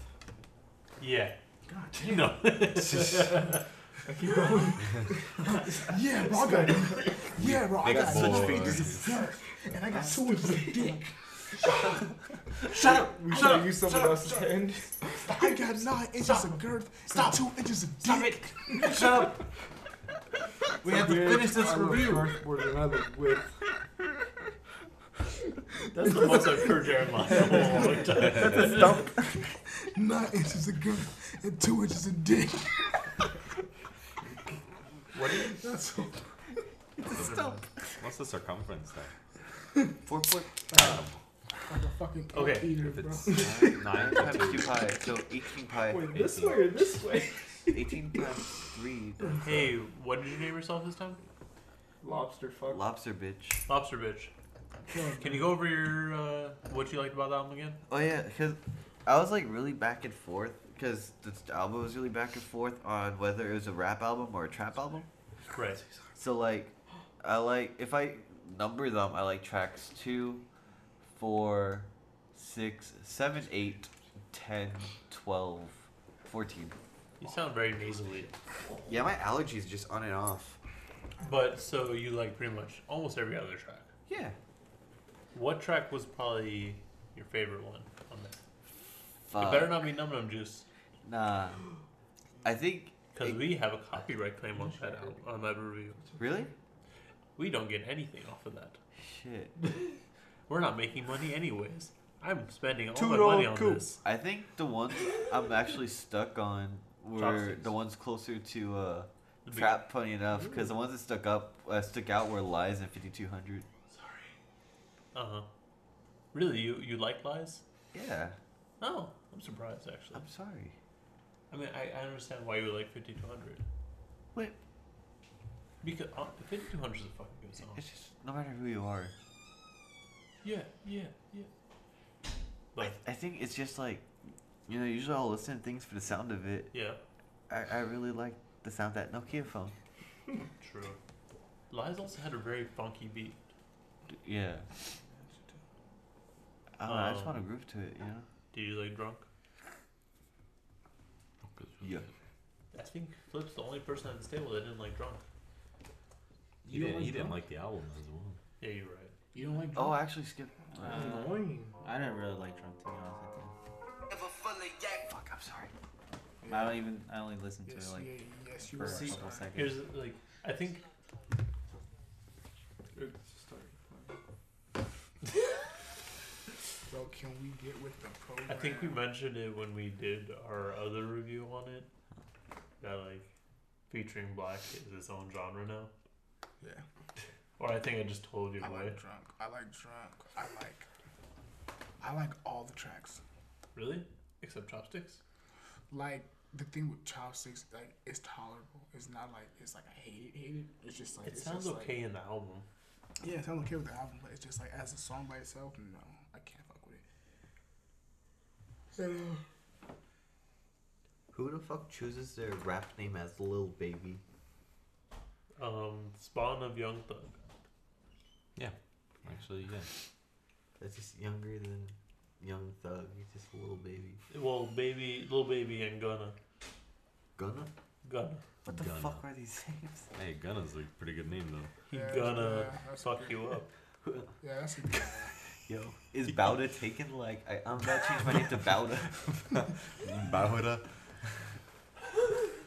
S2: Yeah.
S5: God damn.
S2: You know.
S6: I keep going.
S5: Yeah, bro, I got Yeah, bro, I
S4: They
S5: got
S4: got such
S5: fingers. And I got two inches of dick. Shut up.
S6: We should use someone else's hand.
S5: I got nine inches of girth. Stop. Two inches of dick. Stop it.
S4: We have to
S6: Weird.
S4: finish this
S6: I love
S4: review.
S6: girth more than I love width.
S2: That's the most I've heard Jeremiah in a long time.
S5: Nine inches of girth and two inches of dick.
S3: What do you,
S5: That's so
S3: what's the circumference there?
S4: Four point
S5: like a fucking
S2: Okay,
S5: okay, eater,
S3: If
S5: bro.
S3: it's
S4: nine times two pi, so eighteen pi.
S6: Wait, this way or this way?
S4: Eighteen times three.
S2: Hey, what did you name yourself this time?
S6: Lobster fuck.
S4: Lobster bitch.
S2: Lobster Bitch. Can you go over your uh, what you liked about the album again?
S4: Oh yeah, because I was like really back and forth because this album was really back and forth on whether it was a rap album or a trap album.
S2: Right.
S4: So like, I like if I number them, I like tracks two, four, six, seven, eight, ten, twelve, fourteen.
S2: You sound very nasally.
S4: Yeah, my allergies just on and off.
S2: But so you like pretty much almost every other track.
S4: Yeah,
S2: What track was probably your favorite one on there?
S4: fuck.
S2: it better not be Num Num Juice.
S4: Nah, I think
S2: Because
S4: It-
S2: we have a copyright claim on that album, on that review.
S4: really.
S2: We don't get anything off of that.
S4: Shit.
S2: We're not making money anyways. I'm spending all my
S3: Two-dollar
S2: money on
S3: coupe.
S2: this.
S4: I think the ones I'm actually stuck on were
S2: Chopsticks.
S4: the ones closer to uh,
S2: The big-
S4: trap. Funny enough, because the ones that stuck up uh, stuck out were lies and 5200.
S2: Uh huh. Really, you you like lies?
S4: Yeah,
S2: Oh, I'm surprised actually.
S4: I'm sorry.
S2: I mean, I, I understand why you would like 5200.
S4: Wait.
S2: Because uh, 5200 is a fucking good song.
S4: It's just no matter who you are.
S2: Yeah, yeah, yeah. But
S4: I think it's just like, you know, usually I'll listen to things for the sound of it.
S2: yeah,
S4: I, I really like the sound of that Nokia phone.
S2: true. Lies also had a very funky beat.
S4: D- Yeah. I don't know, I just want to
S2: Um,
S4: groove to it, you know?
S2: Did you like drunk?
S4: Yeah.
S2: I think Flip's the only person at this table that didn't like drunk.
S3: He, didn't, he didn't like the album as well.
S2: Yeah, you're right.
S5: You don't like
S4: Oh, I actually skipped.
S1: Uh,
S6: Annoying.
S1: I didn't really like drunk to be honest with
S4: Fuck, I'm sorry.
S1: you. I don't even. I only listened to it
S5: yes,
S1: like
S5: yeah, yes, you
S1: for
S5: are.
S1: a
S5: sorry.
S1: couple seconds.
S2: Here's like I think
S6: It's starting.
S5: Bro, can we get with the program?
S2: I think we mentioned it when we did our other review on it. That like featuring black is its own genre now.
S5: Yeah.
S2: Or I think I just told you
S5: I
S2: why.
S5: like drunk. I like drunk. I like. I like all the tracks.
S2: Really? Except chopsticks?
S5: Like the thing with chopsticks, like it's tolerable. It's not like it's like I hate it, hate it. It's just like
S2: It
S5: it's
S2: sounds
S5: just,
S2: okay in the album.
S5: Like, yeah, it sounds okay with the album, but it's just like as a song by itself, no, I can't fuck with it. And, uh,
S4: Who the fuck chooses their rap name as Lil Baby?
S2: Um, Spawn of Young Thug.
S3: Actually, yeah.
S4: That's just younger than Young Thug. He's just a little baby.
S2: Well, baby, little baby, and Gunna.
S4: Gunna?
S2: Gunna.
S4: What the
S3: Gunna.
S4: fuck are these names?
S3: Hey, Gunna's a pretty good name though.
S2: He
S5: Yeah,
S2: gonna
S5: yeah, that's
S2: fuck
S5: good.
S2: you up.
S5: Yeah, that's a good
S4: Yo, is Bauda taken? Like, I, I'm about to change my name to Bauda. Bauda?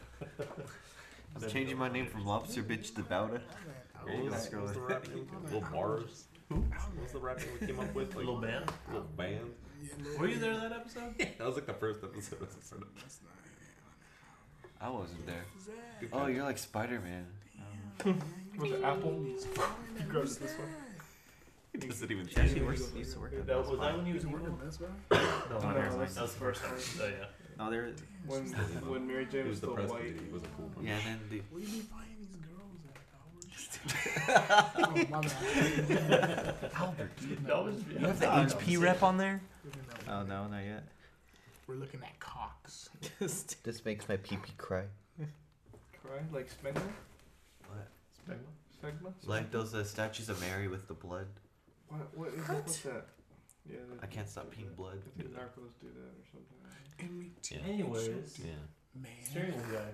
S4: I'm changing my name from Lobster Bitch to Bauda.
S5: one.
S4: There you
S2: What
S4: go.
S2: was, what was the rap name?
S3: Little Mars,
S2: What was the rap name we came up with? Little band.
S3: little band.
S5: Yeah, Lil
S2: Were you there that episode?
S3: That was like the first episode. Of this.
S5: That's not.
S4: I wasn't there.
S5: Zach.
S4: Oh, you're like Spider Man.
S6: Was it Apple? You gross this one.
S3: He doesn't even
S1: Yeah,
S3: think.
S1: she works, used to work at
S2: That
S1: Best
S2: was that
S1: Buy.
S2: when you was
S5: You
S2: working.
S5: working at Best Buy?
S2: No,
S4: Oh,
S1: No,
S2: that was
S1: no, that's
S2: that was the first time. Oh yeah.
S1: No, there.
S6: When when Mary Jane
S3: He was
S6: was
S3: the
S6: still
S3: press
S6: white.
S3: dude. He was a cool one.
S4: Yeah, and then the
S5: Where you be finding these girls at, Howard? oh, my bad.
S4: Albert.
S2: That was.
S4: You have the
S2: I know.
S4: HP rep on there?
S5: We're looking at-
S1: Oh no, not yet.
S5: We're looking at cocks.
S4: This makes my pee pee cry.
S6: Cry like Smegma?
S4: What?
S6: Smegma? Smegma?
S4: Like those uh, statues of Mary with the blood.
S6: What, what is that? What's that? Yeah,
S4: I can't stop peeing blood.
S6: I think narcos do that or something.
S5: Emmett
S3: Yeah.
S2: Anyways,
S3: Yeah.
S5: Man.
S2: steering wheel guy.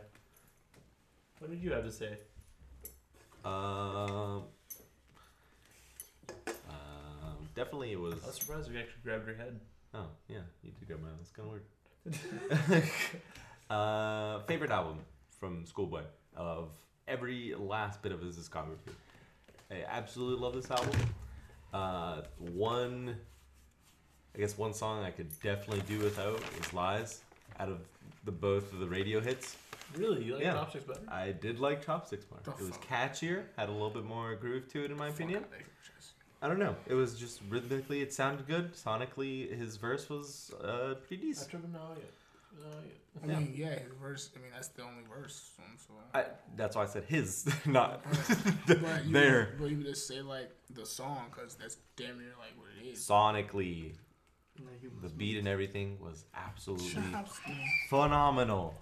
S2: What did you have to say?
S3: Um. um, Definitely, it was.
S2: I was surprised we actually grabbed your head.
S3: Oh yeah, you do go, man. It's kind of weird. uh, favorite album from Schoolboy of every last bit of his discography. I absolutely love this album. Uh, one, I guess one song I could definitely do without is "Lies." Out of the both of the radio hits,
S2: Really, you like
S3: Yeah.
S2: chopsticks better?
S3: I did like Chopsticks more.
S5: The
S3: It was
S5: fuck?
S3: catchier, had a little bit more groove to it, in my opinion.
S5: Fuck, I think it's just-
S3: I don't know. It was just rhythmically, it sounded good. Sonically, his verse was uh, pretty decent.
S2: After the Malia. Malia.
S5: I
S3: Yeah.
S5: mean, yeah, his verse. I mean, that's the only verse. um, So.
S3: I, that's why I said his, not
S5: but you
S3: there.
S5: Would, but you would just say like the song because that's damn near like what it is.
S3: sonically.
S6: Like he
S3: The
S6: was-
S3: beat and everything was absolutely
S5: Chops, man.
S3: phenomenal.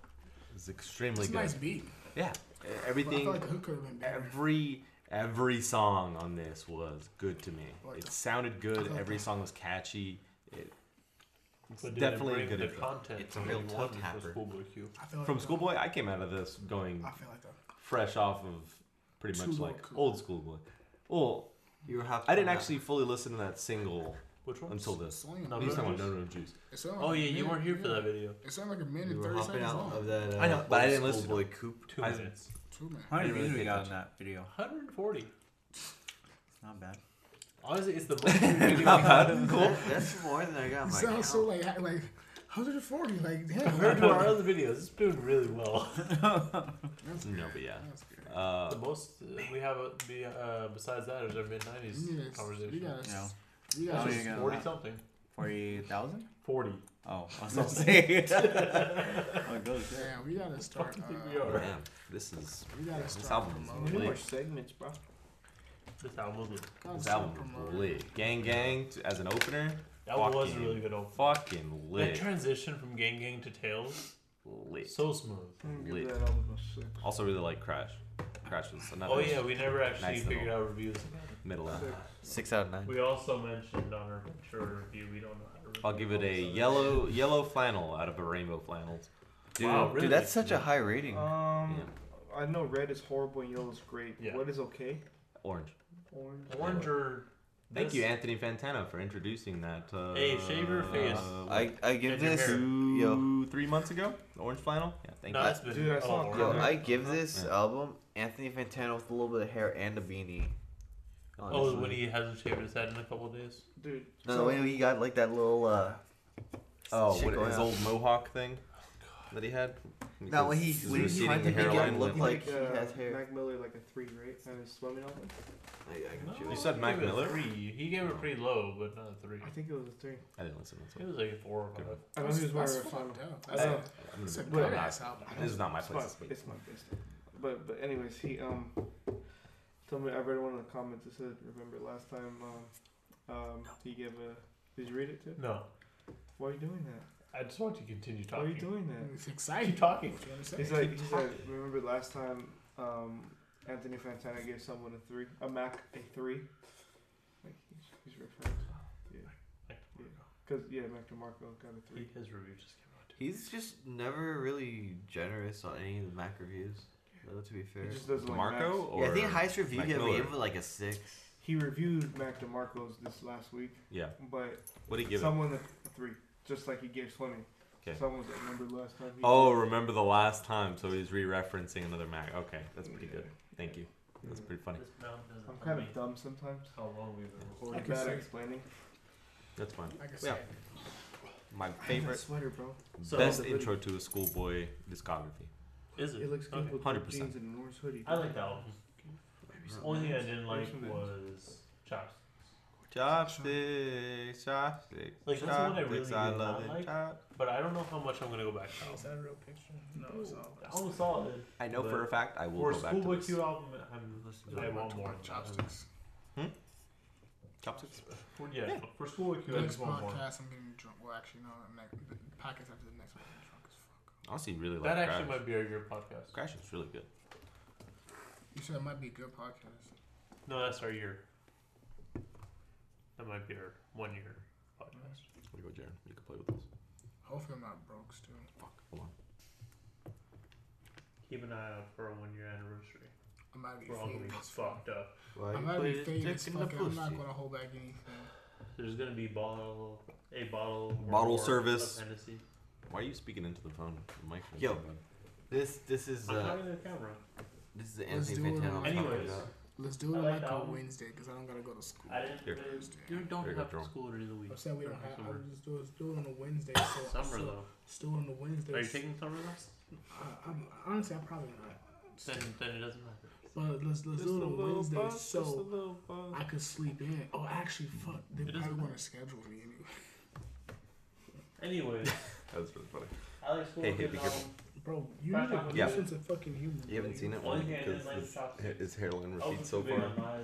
S3: It was extremely
S5: It's a
S3: good.
S5: nice beat.
S3: Yeah, e-
S5: But I
S3: everything,
S5: feel like the hook could have been better.
S3: every every song on this was good to me.
S5: I like
S3: It
S5: that.
S3: sounded good.
S5: like
S3: Every
S5: that.
S3: song was catchy. It, it's
S2: But did it
S3: definitely a
S2: bring
S3: good
S2: the
S3: intro.
S2: content.
S4: It's a
S2: that
S4: real
S2: you
S4: toe
S2: wanted for
S4: tapper.
S2: Schoolboy Q.
S5: I feel like
S3: From
S5: the-
S3: Schoolboy, I came out of this going
S5: I feel like the
S3: fresh off of pretty much
S5: Schoolboy
S3: like
S5: Q.
S3: old Schoolboy. Well,
S4: You were half
S3: I
S2: Uh-huh.
S3: didn't actually fully listen to that single
S2: Which one?
S3: until this.
S5: song.
S2: No,
S3: At least I want
S2: Juice?
S3: No No Juice.
S5: It sounded like
S2: Oh
S5: a
S2: yeah, you
S5: minute-
S2: weren't here for
S5: yeah.
S2: that video.
S5: It sounded like a minute
S4: You were
S5: thirty
S4: hopping
S5: seconds
S4: out
S5: long.
S4: of that. Uh,
S3: I know, but I
S4: old
S3: didn't listen to
S4: Schoolboy coop.
S2: Two
S3: I-
S2: minutes.
S5: Two minutes.
S1: How many
S3: Really
S1: views we
S3: good
S1: got
S3: touch.
S1: on that video?
S2: 140.
S1: It's not bad.
S2: Honestly, it's the most video we
S4: That's, that's more than I got on
S5: It
S4: my
S5: sounds so
S4: account.
S5: like ha- like 140. Like damn.
S2: compared to our other videos. It's doing really well.
S5: That's
S3: No,
S5: good.
S3: but yeah.
S5: That's good.
S3: Uh,
S2: the most uh, we have uh, be, uh, besides that is our mid 90s
S5: We gotta- We
S2: conversation.
S5: gotta.
S1: Yeah.
S5: We
S1: Oh,
S5: gotta.
S1: yeah. you got
S2: 40
S1: that.
S2: something.
S1: Forty thousand?
S2: 40.
S1: Oh, I was gonna say. oh, it goes there.
S5: Damn, we gotta start.
S2: Fucking think
S5: uh,
S2: we are.
S3: man, this is
S5: We gotta
S3: This
S5: start
S3: album is
S5: promoting.
S6: Too
S3: Really?
S6: much segments, bro.
S2: This album was good.
S5: Gotta
S3: this
S5: start
S3: album was
S5: promoting.
S3: lit. Gang Gang t- as an opener,
S2: That was a
S3: Fucking
S2: really good old.
S3: fucking
S2: That
S3: lit,
S2: transition from Gang Gang to Tails,
S3: lit.
S2: so smooth.
S6: I'm gonna
S3: Lit.
S6: give that album a six.
S3: Also really like Crash. Crash was another
S2: Oh yeah, we never actually
S3: nice
S2: figured
S3: little-
S2: out reviews. about it.
S3: middle. Of.
S6: Six.
S4: Six out of nine.
S2: We also mentioned on our mature review we don't know how to. Review
S3: I'll give it a
S2: episodes.
S3: yellow yellow flannel out of a rainbow flannels.
S4: Dude,
S2: Wow, really?
S4: dude, that's such a high rating.
S6: Um, I know red is horrible and yellow is great.
S2: Yeah.
S6: What is okay?
S3: Orange.
S6: Orange.
S2: Orange or
S3: Thank
S2: this-
S3: you, Anthony Fantano, for introducing that. Uh,
S2: Hey, shave your face.
S3: Uh,
S4: I, I give
S2: Get your
S4: this
S2: hair.
S3: two,
S4: yo
S3: three months ago. The orange flannel. Yeah, thank
S2: No,
S3: you.
S2: that's been.
S6: Dude, I
S2: oh,
S6: saw a
S4: yo
S2: orange.
S6: comment.
S4: I give this
S3: Yeah.
S4: album Anthony Fantano with a little bit of hair and a beanie.
S2: Oh,
S4: Honestly.
S2: when he hasn't shaved his head in a couple of days.
S6: Dude.
S4: no, the way he got like that little uh.
S3: Oh,
S4: shit
S3: what,
S4: going
S3: his
S4: on.
S3: old mohawk thing that he had.
S4: No, when he
S3: Because
S4: when
S3: his
S4: he tried to
S3: receding
S4: make
S3: hairline
S4: him look
S3: went-
S4: like he
S6: uh,
S4: has hair.
S6: Mac Miller like a three, right? And his swimming album.
S4: I, I got you.
S3: You said
S2: he
S3: Mac
S2: gave it a
S3: Miller?
S2: Three. He gave it pretty low, but not a three.
S6: I think it was a three.
S3: I didn't listen to
S2: It
S3: this
S2: was like a four or
S3: Good
S2: five.
S6: I know
S5: That's-
S6: he was wearing a
S5: that's
S6: flannel.
S5: fucked up.
S6: I know.
S3: one. I'm
S5: It's a
S3: gonna-
S5: good
S3: I'm not-
S5: ass album.
S3: This is not my
S6: It's
S3: place
S6: my,
S3: to speak.
S6: it's my best. But but anyways, he um told me I read one of the comments that said remember last time um um he gave a did you read it too?
S2: No.
S6: Why are you doing that?
S2: I just want you to continue
S6: Why are
S2: talking.
S6: you doing that?
S5: It's exciting.
S2: Keep talking.
S5: You know what I'm saying?
S6: He's like, he's like, remember last time um, Anthony Fantana gave someone a three, a Mac a three? Like, he's, he's referring Because, yeah, Mac DeMarco got a three.
S2: His review just came out.
S4: He's just never really generous on any of the Mac reviews. Though, to be fair,
S6: He just doesn't like
S3: Marco
S6: Macs.
S3: or
S4: yeah, I think highest review
S3: Mac
S4: he ever
S3: Miller.
S4: gave was like a six.
S6: He reviewed Mac DeMarco's this last week,
S3: yeah.
S6: but
S3: What do you give it?
S6: someone a three, just like he gave swimming.
S3: 'Kay.
S6: Someone was like, remember last time? He
S3: Oh, remember the last time? So he's re-referencing another Mac. Okay, that's pretty good. Thank you. That's pretty funny.
S2: This mountain doesn't
S6: I'm
S2: tell
S6: kind
S2: me
S6: of dumb sometimes.
S2: how long we've been
S6: I'm
S2: recording.
S5: Okay.
S6: bad
S5: see.
S6: at explaining.
S3: That's fine.
S5: Like I
S3: Yeah.
S5: said,
S3: My
S6: I have that
S3: favorite,
S6: sweater, bro.
S2: So-
S3: best intro to a schoolboy discography.
S2: Is
S6: It looks good
S2: Okay.
S6: with
S3: 100%.
S6: the jeans and an orange hoodie.
S2: I like that album. Only thing I didn't like
S6: Thanks for that.
S2: was Chops.
S3: Chopsticks, chopsticks,
S2: Like, that's what I really
S3: chopsticks. I
S2: did not
S3: love
S2: like.
S3: it. Chop.
S2: But I don't know how much I'm gonna go back to. that
S5: is
S2: album.
S5: that a real picture? No, it's all.
S2: The album's solid.
S3: I know for a fact I
S2: For
S3: will
S2: a
S3: go back to
S2: Schoolboy
S3: this.
S2: Q album, I'm listening to I want more.
S5: chopsticks.
S3: Chopsticks.
S2: For, yeah,
S3: Yeah.
S2: for Schoolboy Q, I
S5: Next
S2: just want more.
S5: podcast, I'm getting drunk. Well, actually, no. Next, the podcast after the next one, I'm drunk as fuck.
S3: Honestly, really like
S2: That actually
S3: Crash.
S2: might be our year podcast.
S3: Crash is really good.
S5: You said it might be a good podcast.
S2: No, that's our year. That might be our one year podcast.
S3: What do you go, Jaron? You can play with those.
S5: Hopefully, I'm not broke still.
S3: Fuck. Hold on.
S2: Keep an eye out for our one year anniversary.
S5: I'm about to be
S2: We're all gonna
S5: faded
S2: be
S5: as fuck.
S2: fucked up.
S4: Why
S5: I'm
S4: you
S5: about to be
S4: put
S5: faded
S4: dick
S5: as
S4: in the
S5: fuck. and I'm not
S4: pussy?
S5: gonna hold back anything.
S2: There's gonna be bottle, a bottle, or
S3: Bottle
S2: more
S3: service.
S2: Of Hennessy.
S3: Why are you speaking into the phone? The microphone.
S4: Yo. This this is
S2: I'm
S4: uh
S2: talking to the camera.
S4: this is the
S5: Let's
S4: Anthony
S5: do it.
S4: Fantana. I'm talking
S2: Anyways.
S4: about.
S5: Let's do it
S2: I
S5: on
S2: like
S5: like,
S2: that
S5: a
S2: one.
S5: Wednesday because I don't gotta go to school.
S2: I didn't.
S3: Here.
S2: You don't
S3: There you go,
S2: have
S3: Jerome.
S2: school during the week.
S5: I'm saying we don't
S2: Okay,
S5: have.
S2: so
S5: I
S2: we're-
S5: would just do it. do it on a Wednesday. So
S2: Summer
S5: so,
S2: though.
S5: let's do it on a Wednesday.
S2: Are you taking summer though?
S5: I, I'm, honestly, I probably not.
S2: Then, then it doesn't matter.
S5: But let's let's do it on Wednesday. so.
S3: little
S5: I could sleep in. Oh, actually, fuck. They
S2: It is
S5: probably
S2: a-
S5: want to schedule me anyway.
S2: Anyways,
S3: That's really funny.
S2: I like school. um,
S3: Hey,
S2: Hey,
S3: hey, be careful.
S5: Bro, you
S2: Right,
S5: need
S2: I'm
S5: a
S3: Yeah.
S5: sense of fucking humor.
S3: You haven't
S5: bro.
S3: seen it
S2: Only
S3: only
S2: thing I didn't
S3: because
S2: like was
S3: his,
S2: chopsticks.
S3: his hairline
S2: I was
S3: repeats
S2: too
S3: so
S2: big
S3: far.
S2: on lies. I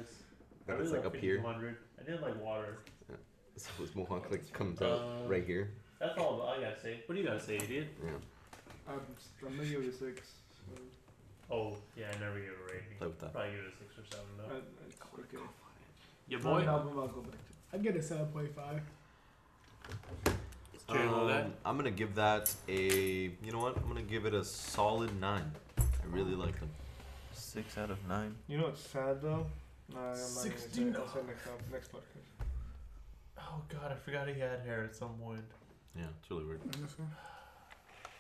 S3: That
S2: really
S3: it's like
S2: like
S3: up here.
S2: 5200. I didn't like water.
S3: So his mohawk like comes
S2: Uh,
S3: out right here.
S2: That's all I gotta say. What do you gotta say, idiot?
S3: Yeah.
S6: I'm, I'm gonna give it a six. So,
S2: Oh, yeah, I never give a rating.
S3: Play with that.
S2: Probably give it a six or seven
S6: I,
S2: though. Um,
S6: it's okay.
S2: Your
S6: Not
S2: boy.
S6: an album I'll go back to.
S5: I get a 7.5.
S2: Jerry, what was that?
S3: Um, I'm gonna give that a. You know what? I'm gonna give it a solid nine. I really like them.
S4: Six out of nine.
S6: You know what's sad though? No, I'm not gonna say it. I'll say it next time, next podcast.
S2: Oh god, I forgot he had hair at some point.
S3: Yeah, it's really weird.
S5: Understand?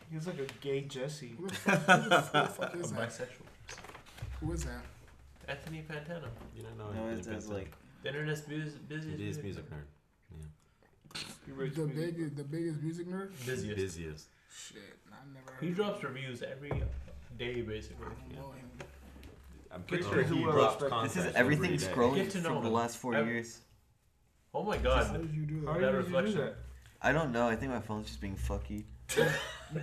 S6: He was like a gay Jesse.
S5: Who the fuck- who the who the fuck
S2: A
S5: is that?
S2: bisexual.
S5: Who is that?
S2: Anthony Pantano.
S3: You don't know.
S4: No,
S3: anything
S4: it
S3: about
S4: says
S3: that.
S4: like
S2: The internet's bus- busiest.
S3: It is music nerd.
S6: He raised
S5: The
S6: me.
S5: biggest, the biggest music nerd?
S2: Busiest.
S3: Busiest.
S5: Shit, I never heard
S2: He
S5: of
S2: drops
S5: him.
S2: reviews every day, basically.
S5: I don't
S3: yeah.
S5: know him.
S3: I'm
S6: Pretty
S3: pretty
S6: sure
S3: sure
S6: he
S3: he
S6: will
S3: drops
S6: expect-
S3: content
S4: this is
S3: every
S4: everything
S3: day.
S4: scrolling
S2: Get to know
S4: from the
S2: him.
S4: last four
S2: Ev-
S4: years.
S2: Oh my
S5: How
S2: god.
S5: did you do
S6: How
S2: That
S5: that?
S6: did you do
S2: reflection.
S6: that?
S4: I don't know. I think my phone's just being fucky.
S5: You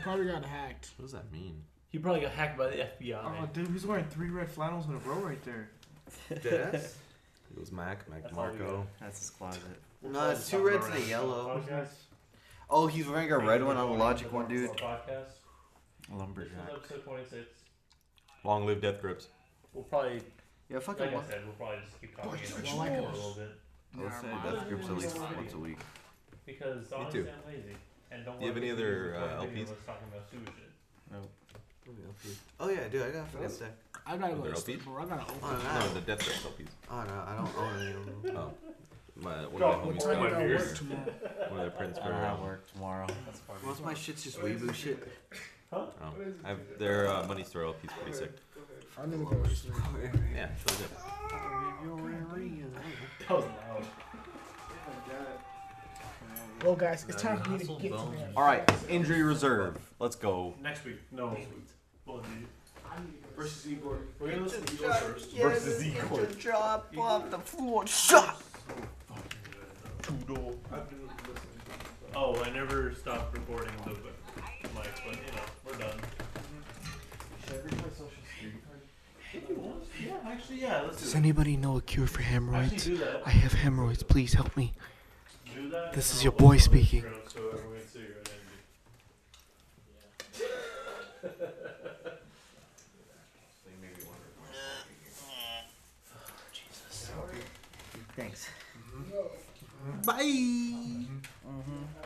S5: probably got hacked.
S3: What does that mean?
S2: He probably got hacked by the FBI.
S6: Oh, dude, he's wearing three red flannels in a row right there.
S3: It was Mac, Mac
S2: That's all we
S3: Marco.
S1: That's his closet.
S2: We'll
S4: No,
S2: probably
S4: it's
S2: just
S4: two
S2: talk
S4: red
S2: about
S4: to the
S2: random
S4: yellow.
S2: podcasts.
S4: Oh, he's wearing a red one on the
S2: Random
S4: Logic
S2: podcasts.
S4: one, dude.
S2: Podcast. This was
S4: Lumberjack.
S2: episode 26.
S3: Long live Death Grips.
S2: We'll probably,
S4: Yeah,
S2: like
S4: fucking.
S2: I
S4: Lum-
S2: said, we'll probably just keep talking
S5: But
S2: about it
S5: it's
S2: a
S5: yours.
S2: little bit.
S4: I would say
S5: Never
S4: Death
S5: mind.
S4: Grips at least
S2: Alright.
S4: once a week.
S2: Because honestly,
S3: too.
S2: I'm lazy. And don't
S3: Do you
S2: wanna
S3: have any
S2: be
S3: other,
S2: confused with
S3: uh,
S2: one video
S3: LPs?
S2: that's talking about stupid shit.
S4: Oh yeah, dude, I got a fucking stack.
S5: I gotta go
S3: They're
S5: to
S3: LPs?
S5: sleep, bro. I gotta open
S4: Oh,
S3: No, the
S4: no.
S3: Death Grips LPs.
S4: oh no, I don't own any of them.
S3: Oh. My, one
S2: Drop
S3: of my
S5: What
S3: homies
S5: time
S2: my
S5: did
S3: got
S5: I
S2: beer.
S5: work tomorrow?
S3: one of their prints
S1: I'm
S4: Uh-huh.
S3: for
S1: at
S3: uh,
S1: work tomorrow.
S2: That's funny.
S4: Most of my shit's just weeboo shit.
S3: oh. I have, their uh, money store LP's pretty sick.
S5: I need to go to sleep.
S3: Yeah, it's really good.
S2: That was loud.
S5: Oh Well, guys, it's time for me to
S2: Hustle
S5: get to
S2: bones.
S5: bed.
S3: All right, injury reserve. Let's go.
S2: Next week. No. Next week. Well, dude.
S6: Versus Igor.
S2: We're gonna listen to yours first.
S3: Versus Igor.
S4: Drop off the floor. Shut.
S6: I've been listening.
S2: Oh, I never stopped recording the the mic, but you know, we're done. Should I bring my social security card? Yeah, actually, yeah, let's do
S7: Does
S2: that.
S7: anybody know a cure for hemorrhoids?
S2: Actually, do that.
S7: I have hemorrhoids. Please help me.
S2: Do that.
S7: This
S2: and
S7: is
S2: I'll
S7: your boy
S2: upload it
S7: speaking.
S2: so everyone can see your identity.
S5: Thanks.
S4: Bye.
S5: Mm-hmm.